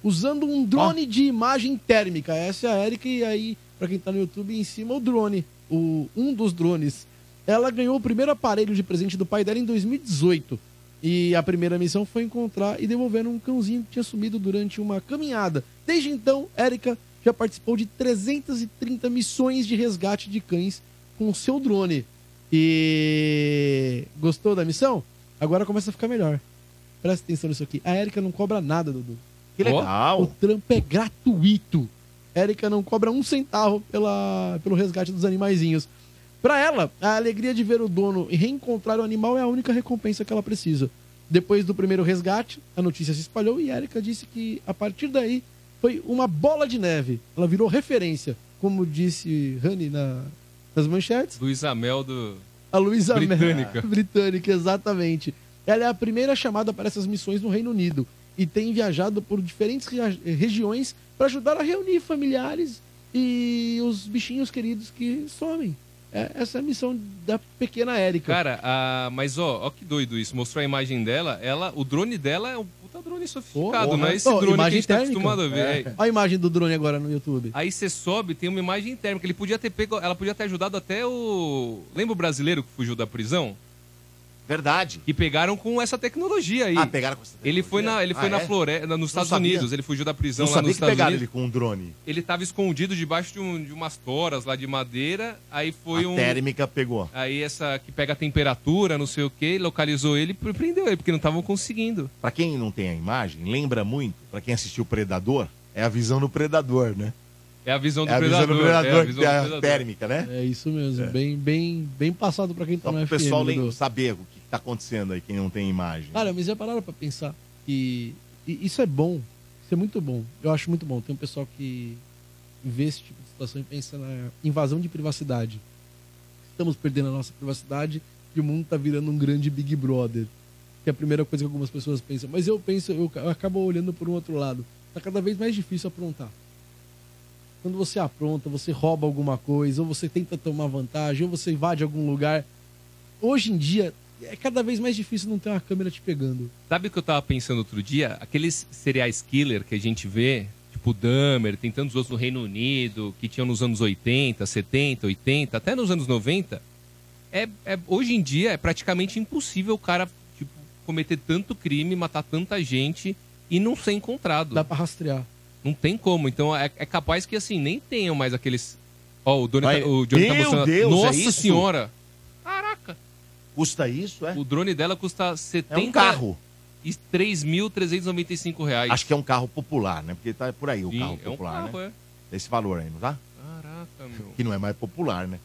Usando um drone de imagem térmica. Essa é a Érica e aí, pra quem tá no YouTube, em cima o drone, o, um dos drones. Ela ganhou o primeiro aparelho de presente do pai dela em 2018. E a primeira missão foi encontrar e devolver um cãozinho que tinha sumido durante uma caminhada. Desde então, Érica já participou de 330 missões de resgate de cães com o seu drone. E gostou da missão? Agora começa a ficar melhor. Presta atenção nisso aqui. A Érica não cobra nada, Dudu. Que legal. O trampo é gratuito. Érica não cobra um centavo pela, pelo resgate dos animaizinhos. Pra ela, a alegria de ver o dono e reencontrar o animal é a única recompensa que ela precisa. Depois do primeiro resgate, a notícia se espalhou e Érica disse que a partir daí foi uma bola de neve. Ela virou referência, como disse Rani na- nas manchetes. Luiz Amel do... A Luísa Mel- Britânica. Britânica, exatamente. Ela é a primeira chamada para essas missões no Reino Unido e tem viajado por diferentes rea- regiões para ajudar a reunir familiares e os bichinhos queridos que somem. É- essa é a missão da pequena Érica. Cara, a... mas ó, ó que doido isso. Mostrou a imagem dela, ela, o drone dela é um puta drone sofisticado, não é esse né? Ó, drone que a imagem gente tá térmica. É. acostumado a ver. Olha a imagem do drone agora no YouTube. Aí você sobe, tem uma imagem térmica. Ele podia ter pego, ela podia ter ajudado até o. Lembra o brasileiro que fugiu da prisão? Verdade. Que pegaram com essa tecnologia aí. Ah, pegaram com essa tecnologia. Ele foi na, ele foi Ah, na é? floresta, Não nos Estados sabia. Unidos. Ele fugiu da prisão Não lá sabia que nos Estados pegaram Unidos. ele com um drone. Ele tava escondido debaixo de, um- de umas toras lá de madeira. Aí foi A um. térmica pegou. Aí essa que pega a temperatura, não sei o que, localizou ele e prendeu ele, porque não estavam conseguindo. Pra quem não tem a imagem, lembra muito, pra quem assistiu Predador, é a visão do Predador, né? É a visão do é a visão predador. do Predador, é a que visão tem do a predador. térmica, né? É isso mesmo, bem, bem, bem passado para quem tá Só no pro FM. pessoal Dudu. lem- saber o que tá acontecendo aí, quem não tem imagem. Cara, mas já pararam pra pensar que e isso é bom. Isso é muito bom. Eu acho muito bom. Tem um pessoal que vê esse tipo de situação e pensa na invasão de privacidade. Estamos perdendo a nossa privacidade e o mundo tá virando um grande Big Brother. Que é a primeira coisa que algumas pessoas pensam. Mas eu penso, eu, ca- eu acabo olhando por um outro lado. Tá cada vez mais difícil aprontar. Quando você apronta, você rouba alguma coisa, ou você tenta tomar vantagem, ou você invade algum lugar. Hoje em dia, é cada vez mais difícil não ter uma câmera te pegando. Sabe o que eu tava pensando outro dia? Aqueles cereais killer que a gente vê, tipo Dahmer, tem tantos outros no Reino Unido, que tinham nos anos 80, 70, 80, até nos anos 90. É, é- hoje em dia é praticamente impossível o cara tipo, cometer tanto crime, matar tanta gente e não ser encontrado. Dá pra rastrear. Não tem como. Então é, é capaz que assim, nem tenham mais aqueles. Ó, o Doni tá- o Johnny tá Meu mostrando. Deus, Nossa é isso? senhora! Custa isso, é? O drone dela custa 70 carro. E 3.395 reais. Acho que é um carro popular, né? Porque tá por aí o Sim, carro é um popular, carro, né? é. Esse valor aí, não tá? Caraca, meu. Que não é mais popular, né?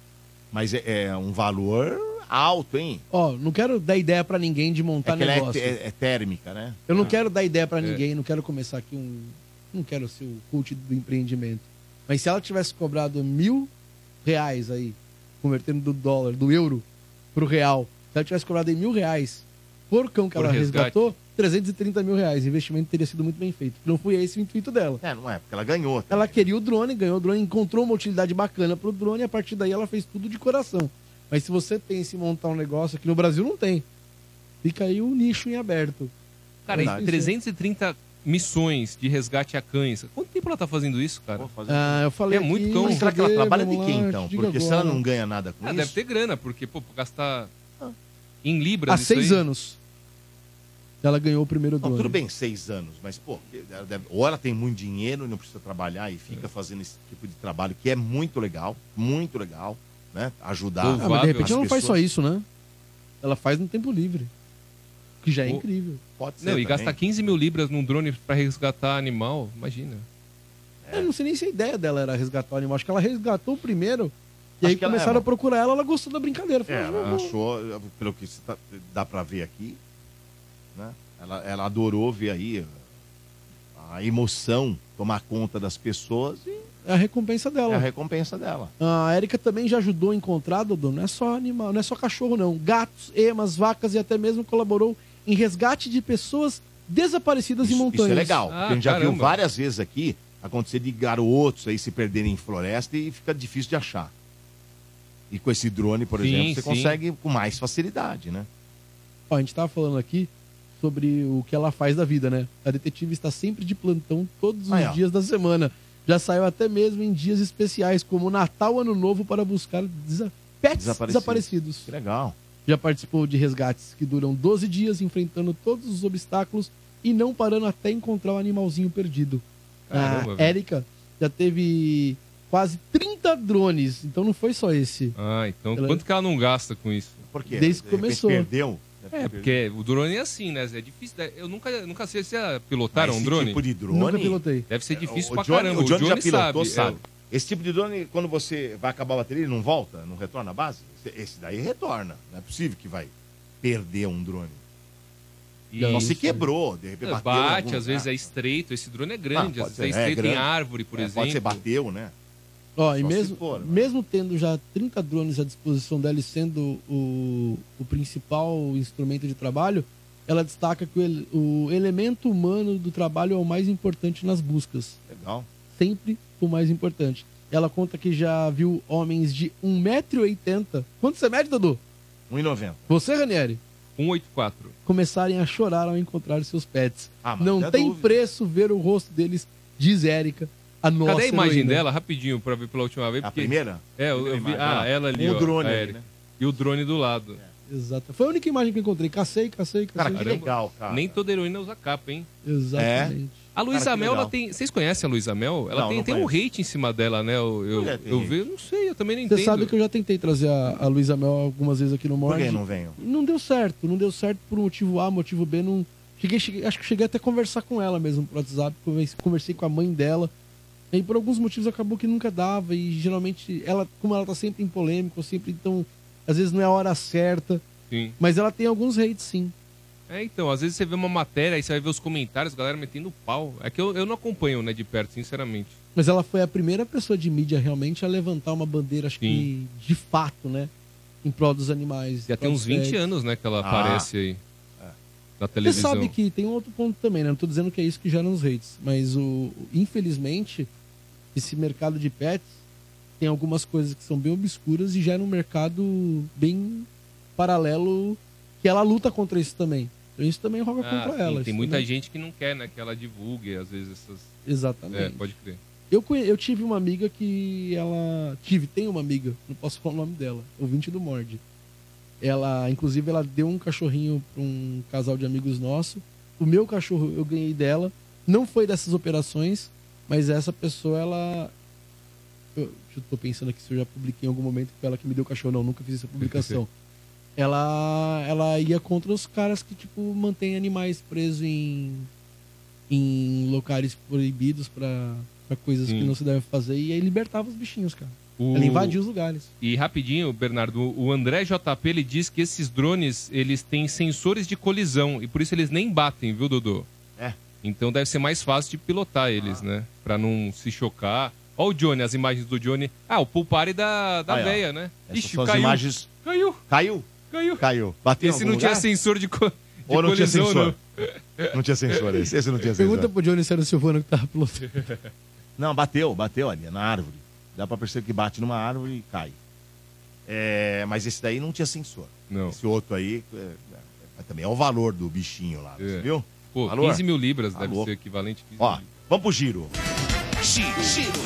Mas é, é um valor alto, hein? Ó, não quero dar ideia pra ninguém de montar É que ela é negócio. te- é- é térmica, né? Eu não quero dar ideia pra É. ninguém, não quero começar aqui um. Não quero ser o culto do empreendimento. Mas se ela tivesse cobrado mil reais aí, convertendo do dólar, do euro, pro real, se ela tivesse cobrado em mil reais por cão que Por ela resgate. resgatou, 330 mil reais. O investimento teria sido muito bem feito. Não foi esse o intuito dela. É, não é, porque ela ganhou. Ela queria o drone, ganhou o drone, encontrou uma utilidade bacana pro drone e a partir daí ela fez tudo de coração. Mas se você pensa em montar um negócio aqui no Brasil, não tem. Fica aí o nicho em aberto. É Cara, Verdade. e 330 missões de resgate a cães. Quanto tempo ela tá fazendo isso, cara? Ah, eu falei É muito aqui, cão. mas Será que ela cadê? trabalha de Vamos quem, lá, então? diga Porque se ela agora. não ganha nada com Ah, isso... deve ter grana, porque, pô, gastar Ah. em libras Há isso seis aí. anos. Ela ganhou o primeiro Não, drone. tudo bem, seis anos, mas, pô, ela deve- ou ela tem muito dinheiro e não precisa trabalhar e É. fica fazendo esse tipo de trabalho, que é muito legal, muito legal, né? Ajudar. Ah, mas de repente as ela não faz só pessoas. isso, né? Ela faz no tempo livre. Que já é O- incrível. Pode Não, e gastar 15 mil libras num drone pra resgatar animal, imagina. é. Eu não sei nem se a ideia dela era resgatar o animal. Acho que ela resgatou o primeiro. E aí que ela- começaram é, a procurar ela, ela gostou da brincadeira. É, Falou, "Ah, ela vou- achou, pelo que se tá- dá pra ver aqui, né? Ela, ela adorou ver aí a emoção tomar conta das pessoas e É a recompensa dela. a recompensa dela. A Érica também já ajudou a encontrar, Dodô, não é só animal, não é só cachorro, não. Gatos, emas, vacas e até mesmo colaborou em resgate de pessoas desaparecidas em montanhas. Isso é legal. porque Ah, a gente já viu caramba. várias vezes aqui acontecer de garotos aí se perderem em floresta e fica difícil de achar. E com esse drone, por Sim, exemplo, você sim. consegue com mais facilidade, né? Ó, a gente tava falando aqui sobre o que ela faz da vida, né? A detetive está sempre de plantão todos os Aí, ó. dias da semana. Já saiu até mesmo em dias especiais, como Natal, Ano Novo, para buscar desa- pets Desaparecidos. desaparecidos. Que legal. Já participou de resgates que duram 12 dias, enfrentando todos os obstáculos e não parando até encontrar o animalzinho perdido. Caramba, a velho. Érica já teve quase 30 drones, então não foi só esse. Ah, então Ela- quanto que ela não gasta com isso? Por quê? Desde que De repente começou. perdeu? né? É, porque o drone é assim, né? É difícil. né? Eu nunca, nunca sei se é pilotar Mas um esse drone. tipo de drone- Nunca pilotei. Deve ser difícil o pra Johnny, caramba. o Johnny já pilotou, sabe. é. sabe. Esse tipo de drone, quando você vai acabar a bateria, ele não volta, não retorna à base? Esse- Esse daí retorna. Não é possível que vai perder um drone. Só se quebrou, de repente Não, bateu em algum né? Bate, às lugar. vezes é estreito. Esse drone é Ah, grande, pode às vezes ser, é né? É estreito em grande. árvore, por É, exemplo. Pode ser bateu, né? Ó, e Só se mesmo, for, né? mesmo tendo já 30 drones à disposição dela e sendo o, o principal instrumento de trabalho, ela destaca que o, ele- o elemento humano do trabalho é o mais importante nas buscas. Legal. Sempre o mais importante. Ela conta que já viu homens de 1,80m. Quanto você mede, Dudu? 1,90. Você, Ranieri? 184. Começarem a chorar ao encontrar seus pets. Ah, mas não Não é tem dúvida. preço ver o rosto deles, diz Érica, a nossa Cadê a imagem heroína. dela, rapidinho, pra ver pela última vez? A primeira? Um É, eu, eu vi. imagem, ah, ó. ela ali. Com o ó, drone a ali, Erika. né? E o drone do lado. É. Exato. Foi a única imagem que eu encontrei. Cacei, cacei, cacei. Caramba, Nem toda heroína usa capa, hein? É. Exatamente. A Luísa Cara, que Mel, ela legal. tem. Vocês conhecem a Luísa Mel? Ela Não, tem, não tem um hate em cima dela, né? Eu, eu, Mulher tem eu hate. vi, eu não sei, eu também não entendo. Você sabe que eu já tentei trazer a, a Luísa Mel algumas vezes aqui no Mord. que não venho? Não deu certo. Não deu certo por motivo A, motivo B. Não... Cheguei, cheguei- acho que cheguei até a conversar com ela mesmo pro WhatsApp. conversei- Conversei com a mãe dela. E por alguns motivos acabou que nunca dava. E geralmente, ela, como ela tá sempre em polêmica, ou sempre então. Às vezes não é a hora certa. Sim. Mas ela tem alguns hates, sim. É, então, às vezes você vê uma matéria e você vai ver os comentários, a galera metendo pau. É que eu, eu não acompanho, né, de perto, sinceramente. Mas ela foi a primeira pessoa de mídia realmente a levantar uma bandeira, acho que de fato, né? Em prol dos animais. Já tem uns 20 anos, né, que ela Ah. É. aparece aí. Na Você televisão. sabe que tem um outro ponto também, né? Não tô dizendo que é isso que gera os hates, mas o infelizmente esse mercado de pets tem algumas coisas que são bem obscuras e gera um mercado bem paralelo que ela luta contra isso também. Então isso também roga Ah, contra sim, ela. tem isso muita também- gente que não quer, né, que ela divulgue, às vezes, essas... Exatamente. É, pode crer. Eu, conhe- eu tive uma amiga que ela. Tive, tem uma amiga, não posso falar o nome dela, ouvinte do Mord. Ela, inclusive, ela deu um cachorrinho pra um casal de amigos nosso. O meu cachorro eu ganhei dela. Não foi dessas operações, Mas essa pessoa, ela. Eu, eu tô pensando aqui se eu já publiquei em algum momento que foi ela que me deu cachorro. Não, nunca fiz essa publicação. ela, ela ia contra os caras que, tipo, mantêm animais presos em, em locais proibidos pra, pra coisas que Sim. não se deve fazer. E aí libertava os bichinhos, cara. O- Ela invadia os lugares. E rapidinho, Bernardo, o André JP ele diz que esses drones eles têm sensores de colisão e por isso eles nem batem, viu, Dodô? É. Ah. Então deve ser mais fácil de pilotar eles, né? Pra não se chocar. Ó o Johnny, as imagens do Johnny. Ah, o pulpare da, da Aí, ó. veia, né? Essas são as imagens- Caiu. Caiu? Caiu. Caiu. Bateu em Esse algum não tinha lugar? sensor de, co... de Ou não tinha colisão, sensor? não. Não tinha sensor esse. Esse não tinha sensor. Pergunta pro Johnny se era o Silvano que tava pilotando. Não, bateu, bateu ali, na árvore. Dá pra perceber que bate numa árvore e cai. É, mas esse daí não tinha sensor. Não. Esse outro aí, é, é, também é o valor do bichinho lá, você viu? É. Pô, Valor. 15 mil libras Tá deve louco. ser equivalente. a 15 Ó, vamos pro giro. Giro, giro,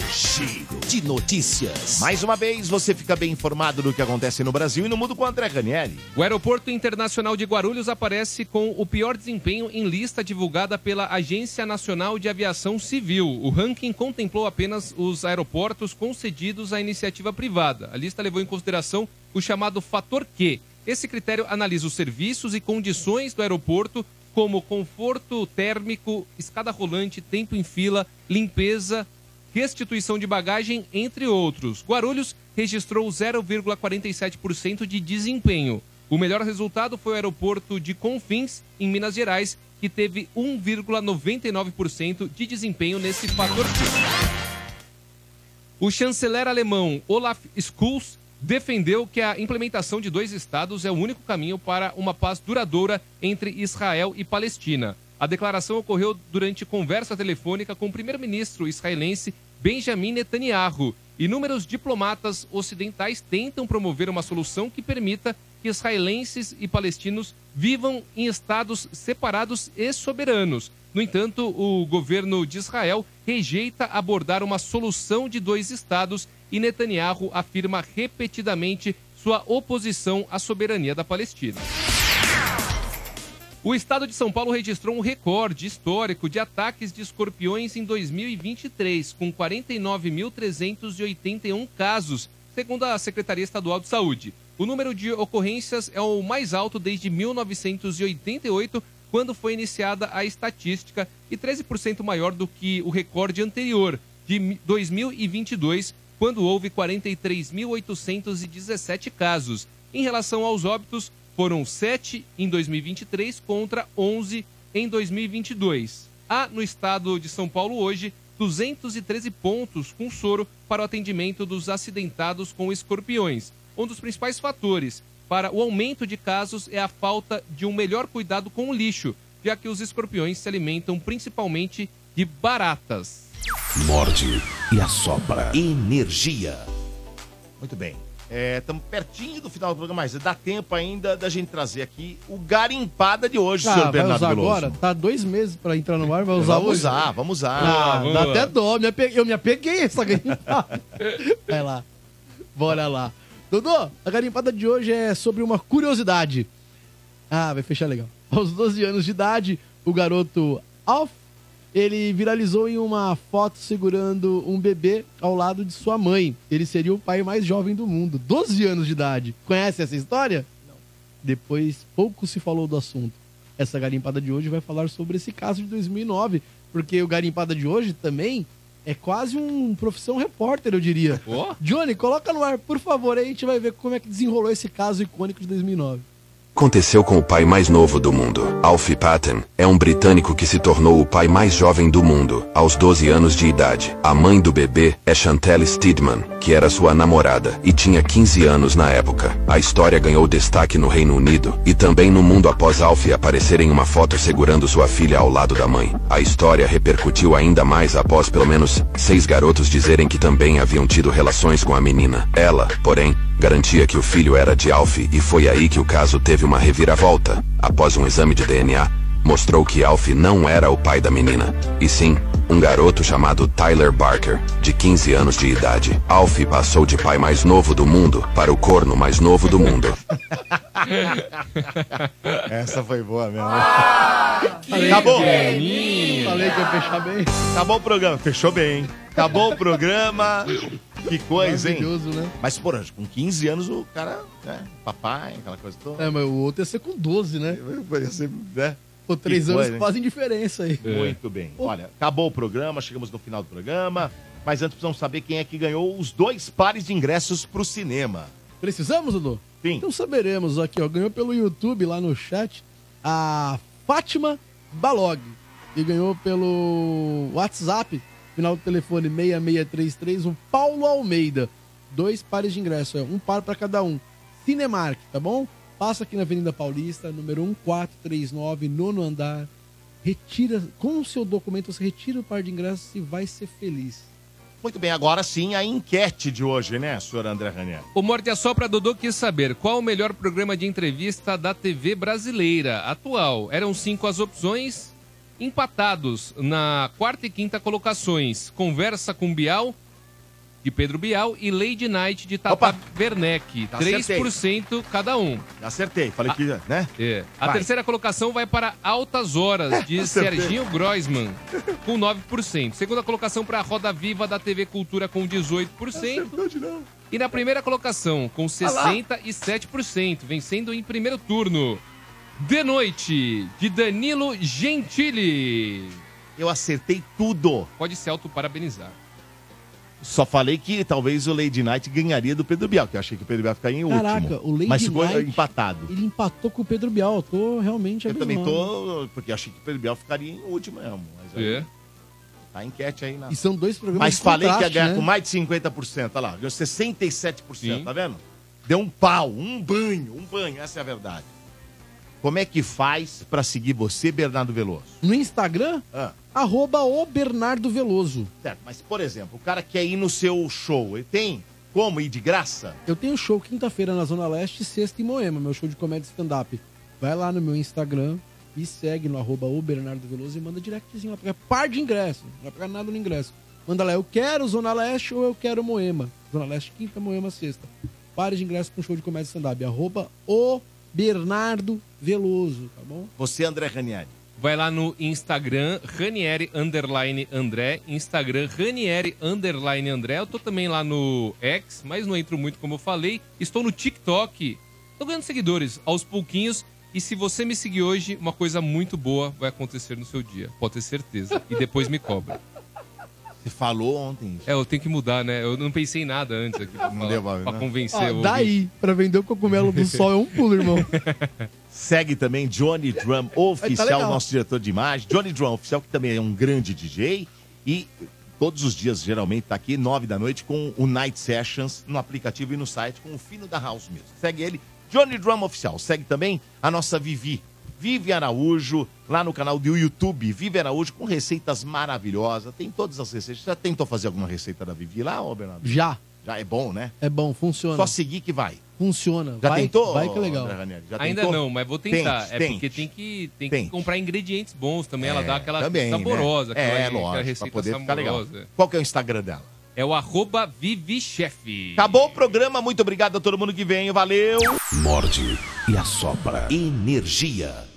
giro de notícias. Mais uma vez, você fica bem informado do que acontece no Brasil e no mundo com o André Ranieri. O Aeroporto Internacional de Guarulhos aparece com o pior desempenho em lista divulgada pela Agência Nacional de Aviação Civil. O ranking contemplou apenas os aeroportos concedidos à iniciativa privada. A lista levou em consideração o chamado fator Q. Esse critério analisa os serviços e condições do aeroporto, como conforto térmico, escada rolante, tempo em fila, limpeza, restituição de bagagem, entre outros. Guarulhos registrou 0,47% de desempenho. O melhor resultado foi o aeroporto de Confins, em Minas Gerais, que teve 1,99% de desempenho nesse fator. O chanceler alemão Olaf Scholz defendeu que a implementação de dois estados é o único caminho para uma paz duradoura entre Israel e Palestina. A declaração ocorreu durante conversa telefônica com o primeiro-ministro israelense Benjamin Netanyahu. Inúmeros diplomatas ocidentais tentam promover uma solução que permita que israelenses e palestinos vivam em estados separados e soberanos. No entanto, o governo de Israel rejeita abordar uma solução de dois estados e Netanyahu afirma repetidamente sua oposição à soberania da Palestina. O estado de São Paulo registrou um recorde histórico de ataques de escorpiões em 2023, com 49.381 casos, segundo a Secretaria Estadual de Saúde. O número de ocorrências é o mais alto desde 1988, quando foi iniciada a estatística, e 13% maior do que o recorde anterior, de 2022, quando houve 43.817 casos. Em relação aos óbitos, foram 7 em 2023 contra 11 em 2022. Há no estado de São Paulo hoje 213 pontos com soro para o atendimento dos acidentados com escorpiões. Um dos principais fatores para o aumento de casos é a falta de um melhor cuidado com o lixo, já que os escorpiões se alimentam principalmente de baratas. Morde e assopra. Energia. Muito bem. Estamos É, pertinho do final do programa, mas dá tempo ainda da gente trazer aqui o garimpada de hoje, senhor Ah, vai Bernardo usar Veloso. agora? Tá dois meses pra entrar no ar, vai usar Vamos hoje? usar, vamos usar. Ah, Ah, vamos dá lá. até dó, me ape- eu me apeguei a essa garimpada. Vai lá, bora lá. Dodô, a garimpada de hoje é sobre uma curiosidade. Ah, vai fechar legal. Aos 12 anos de idade, o garoto Alf, ele viralizou em uma foto segurando um bebê ao lado de sua mãe. Ele seria o pai mais jovem do mundo, 12 anos de idade. Conhece essa história? Depois, pouco se falou do assunto. Essa garimpada de hoje vai falar sobre esse caso de 2009, porque o garimpada de hoje também é quase um profissão repórter, eu diria. Ó. Johnny, coloca no ar, por favor, aí a gente vai ver como é que desenrolou esse caso icônico de 2009. Aconteceu com o pai mais novo do mundo. Alfie Patton é um britânico que se tornou o pai mais jovem do mundo, aos 12 anos de idade. A mãe do bebê é Chantelle Steedman, que era sua namorada e tinha 15 anos na época. A história ganhou destaque no Reino Unido e também no mundo após Alfie aparecer em uma foto segurando sua filha ao lado da mãe. A história repercutiu ainda mais após pelo menos seis garotos dizerem que também haviam tido relações com a menina. Ela, porém, garantia que o filho era de Alfie e foi aí que o caso teve uma reviravolta. Após um exame de DNA, mostrou que Alfie não era o pai da menina, e sim, um garoto chamado Tyler Barker, de 15 anos de idade. Alfie passou de pai mais novo do mundo para o corno mais novo do mundo. Essa foi boa mesmo. é Falei Ah, Acabou. que eu- Falei que ia fechar bem. Acabou o programa. Fechou bem, hein? Acabou o programa. Que coisa, hein? Maravilhoso, né? Mas, porra, com 15 anos o cara, né? Papai, aquela coisa toda. É, mas o outro ia ser com 12, né? Ia ser, né? É. Pô, três Que anos coisa, hein? fazem diferença aí. É. Muito bem. Olha, acabou o programa, chegamos no final do programa. Mas antes precisamos saber quem é que ganhou os dois pares de ingressos pro cinema. Precisamos, Dudu? Sim. Então saberemos aqui, ó. Ganhou pelo YouTube lá no chat a Fátima Balog. E ganhou pelo WhatsApp, final do telefone 6633, o Paulo Almeida. Dois pares de ingresso, é um par para cada um. Cinemark, tá bom? Passa aqui na Avenida Paulista, número 1439, nono andar. Retira, com o seu documento, você retira o par de ingressos e vai ser feliz. Muito bem, agora sim a enquete de hoje, né, senhor André Ranier? O Morte é só para Dodô quis saber qual o melhor programa de entrevista da TV brasileira atual. Eram cinco as opções, empatados na quarta e quinta colocações. Conversa com Bial, de Pedro Bial, e Lady Night, de Tata Werneck. Acertei. 3% cada um. Acertei, falei que, né? É. A Vai. terceira colocação vai para Altas Horas, de acertei. Serginho Groisman, com 9%. Segunda colocação para a Roda Viva da TV Cultura, com 18%. E na primeira colocação, com 67%, vencendo em primeiro turno. De Noite, de Danilo Gentili. Eu acertei tudo. Pode se auto-parabenizar. Só falei que talvez o Lady Knight ganharia do Pedro Bial, que eu achei que o Pedro Bial ficaria em último. Caraca, o Lady Mas ficou Knight- empatado. Ele empatou com o Pedro Bial, eu tô realmente Eu também abismado. tô, porque eu achei que o Pedro Bial ficaria em último mesmo. Mas aí, É. Tá a enquete aí na. E são dois programas Mas de falei que ia contraste, ganhar né? com mais de 50%, olha lá, ganhou 67%, tá vendo? Deu um pau, um banho, um banho, essa é a verdade. Como é que faz pra seguir você, Bernardo Veloso? No Instagram, Ah. arroba o Bernardo Veloso. Certo, mas por exemplo, o cara quer ir no seu show, ele tem como ir de graça? Eu tenho show quinta-feira na Zona Leste e sexta em Moema, meu show de comédia stand-up. Vai lá no meu Instagram e segue no arroba o Bernardo Veloso e manda directzinho lá. Porque é par de ingresso, não vai pagar nada no ingresso. Manda lá, eu quero Zona Leste ou eu quero Moema. Zona Leste quinta, Moema sexta. Par de ingresso com show de comédia stand-up. Arroba o Bernardo Veloso, tá bom? Você, André Ranieri. Vai lá no Instagram, Ranieri Underline André. Instagram, Ranieri Underline André. Eu tô também lá no X, mas não entro muito, como eu falei. Estou no TikTok. Tô ganhando seguidores aos pouquinhos. E se você me seguir hoje, uma coisa muito boa vai acontecer no seu dia. Pode ter certeza. E depois me cobra. Você falou ontem. É, eu tenho que mudar, né? Eu não pensei em nada antes aqui pra, falar, pra né? convencer Ah, o ouvinte. daí, pra vender o cogumelo do sol é um pulo, irmão. Segue também Johnny Drum Oficial, legal. nosso diretor de imagem. Johnny Drum Oficial, que também é um grande DJ. E todos os dias, geralmente, tá aqui, nove da noite, com o Night Sessions no aplicativo e no site, com o fino da House Music. Segue ele, Johnny Drum Oficial. Segue também a nossa Vivi. Vivi Araújo, lá no canal do YouTube, Vivi Araújo, com receitas maravilhosas. Tem todas as receitas. Já tentou fazer alguma receita da Vivi lá, ô Bernardo? Já. Já é bom, né? É bom, funciona. Só seguir que vai. Funciona. Já vai, tentou? Vai que é legal. André Ranieri? Já Ainda tentou? não, mas vou tentar. Tente, é tente. porque tem que, tem Tente. que comprar ingredientes bons também. Ela É, dá aquela também, saborosa. né? aquela, É, aquela lógico, pra receita poder ficar legal. saborosa. Qual que é o Instagram dela? É o arroba Vivichef. Acabou o programa, muito obrigado a todo mundo que veio, valeu! Morde e assopra. Energia.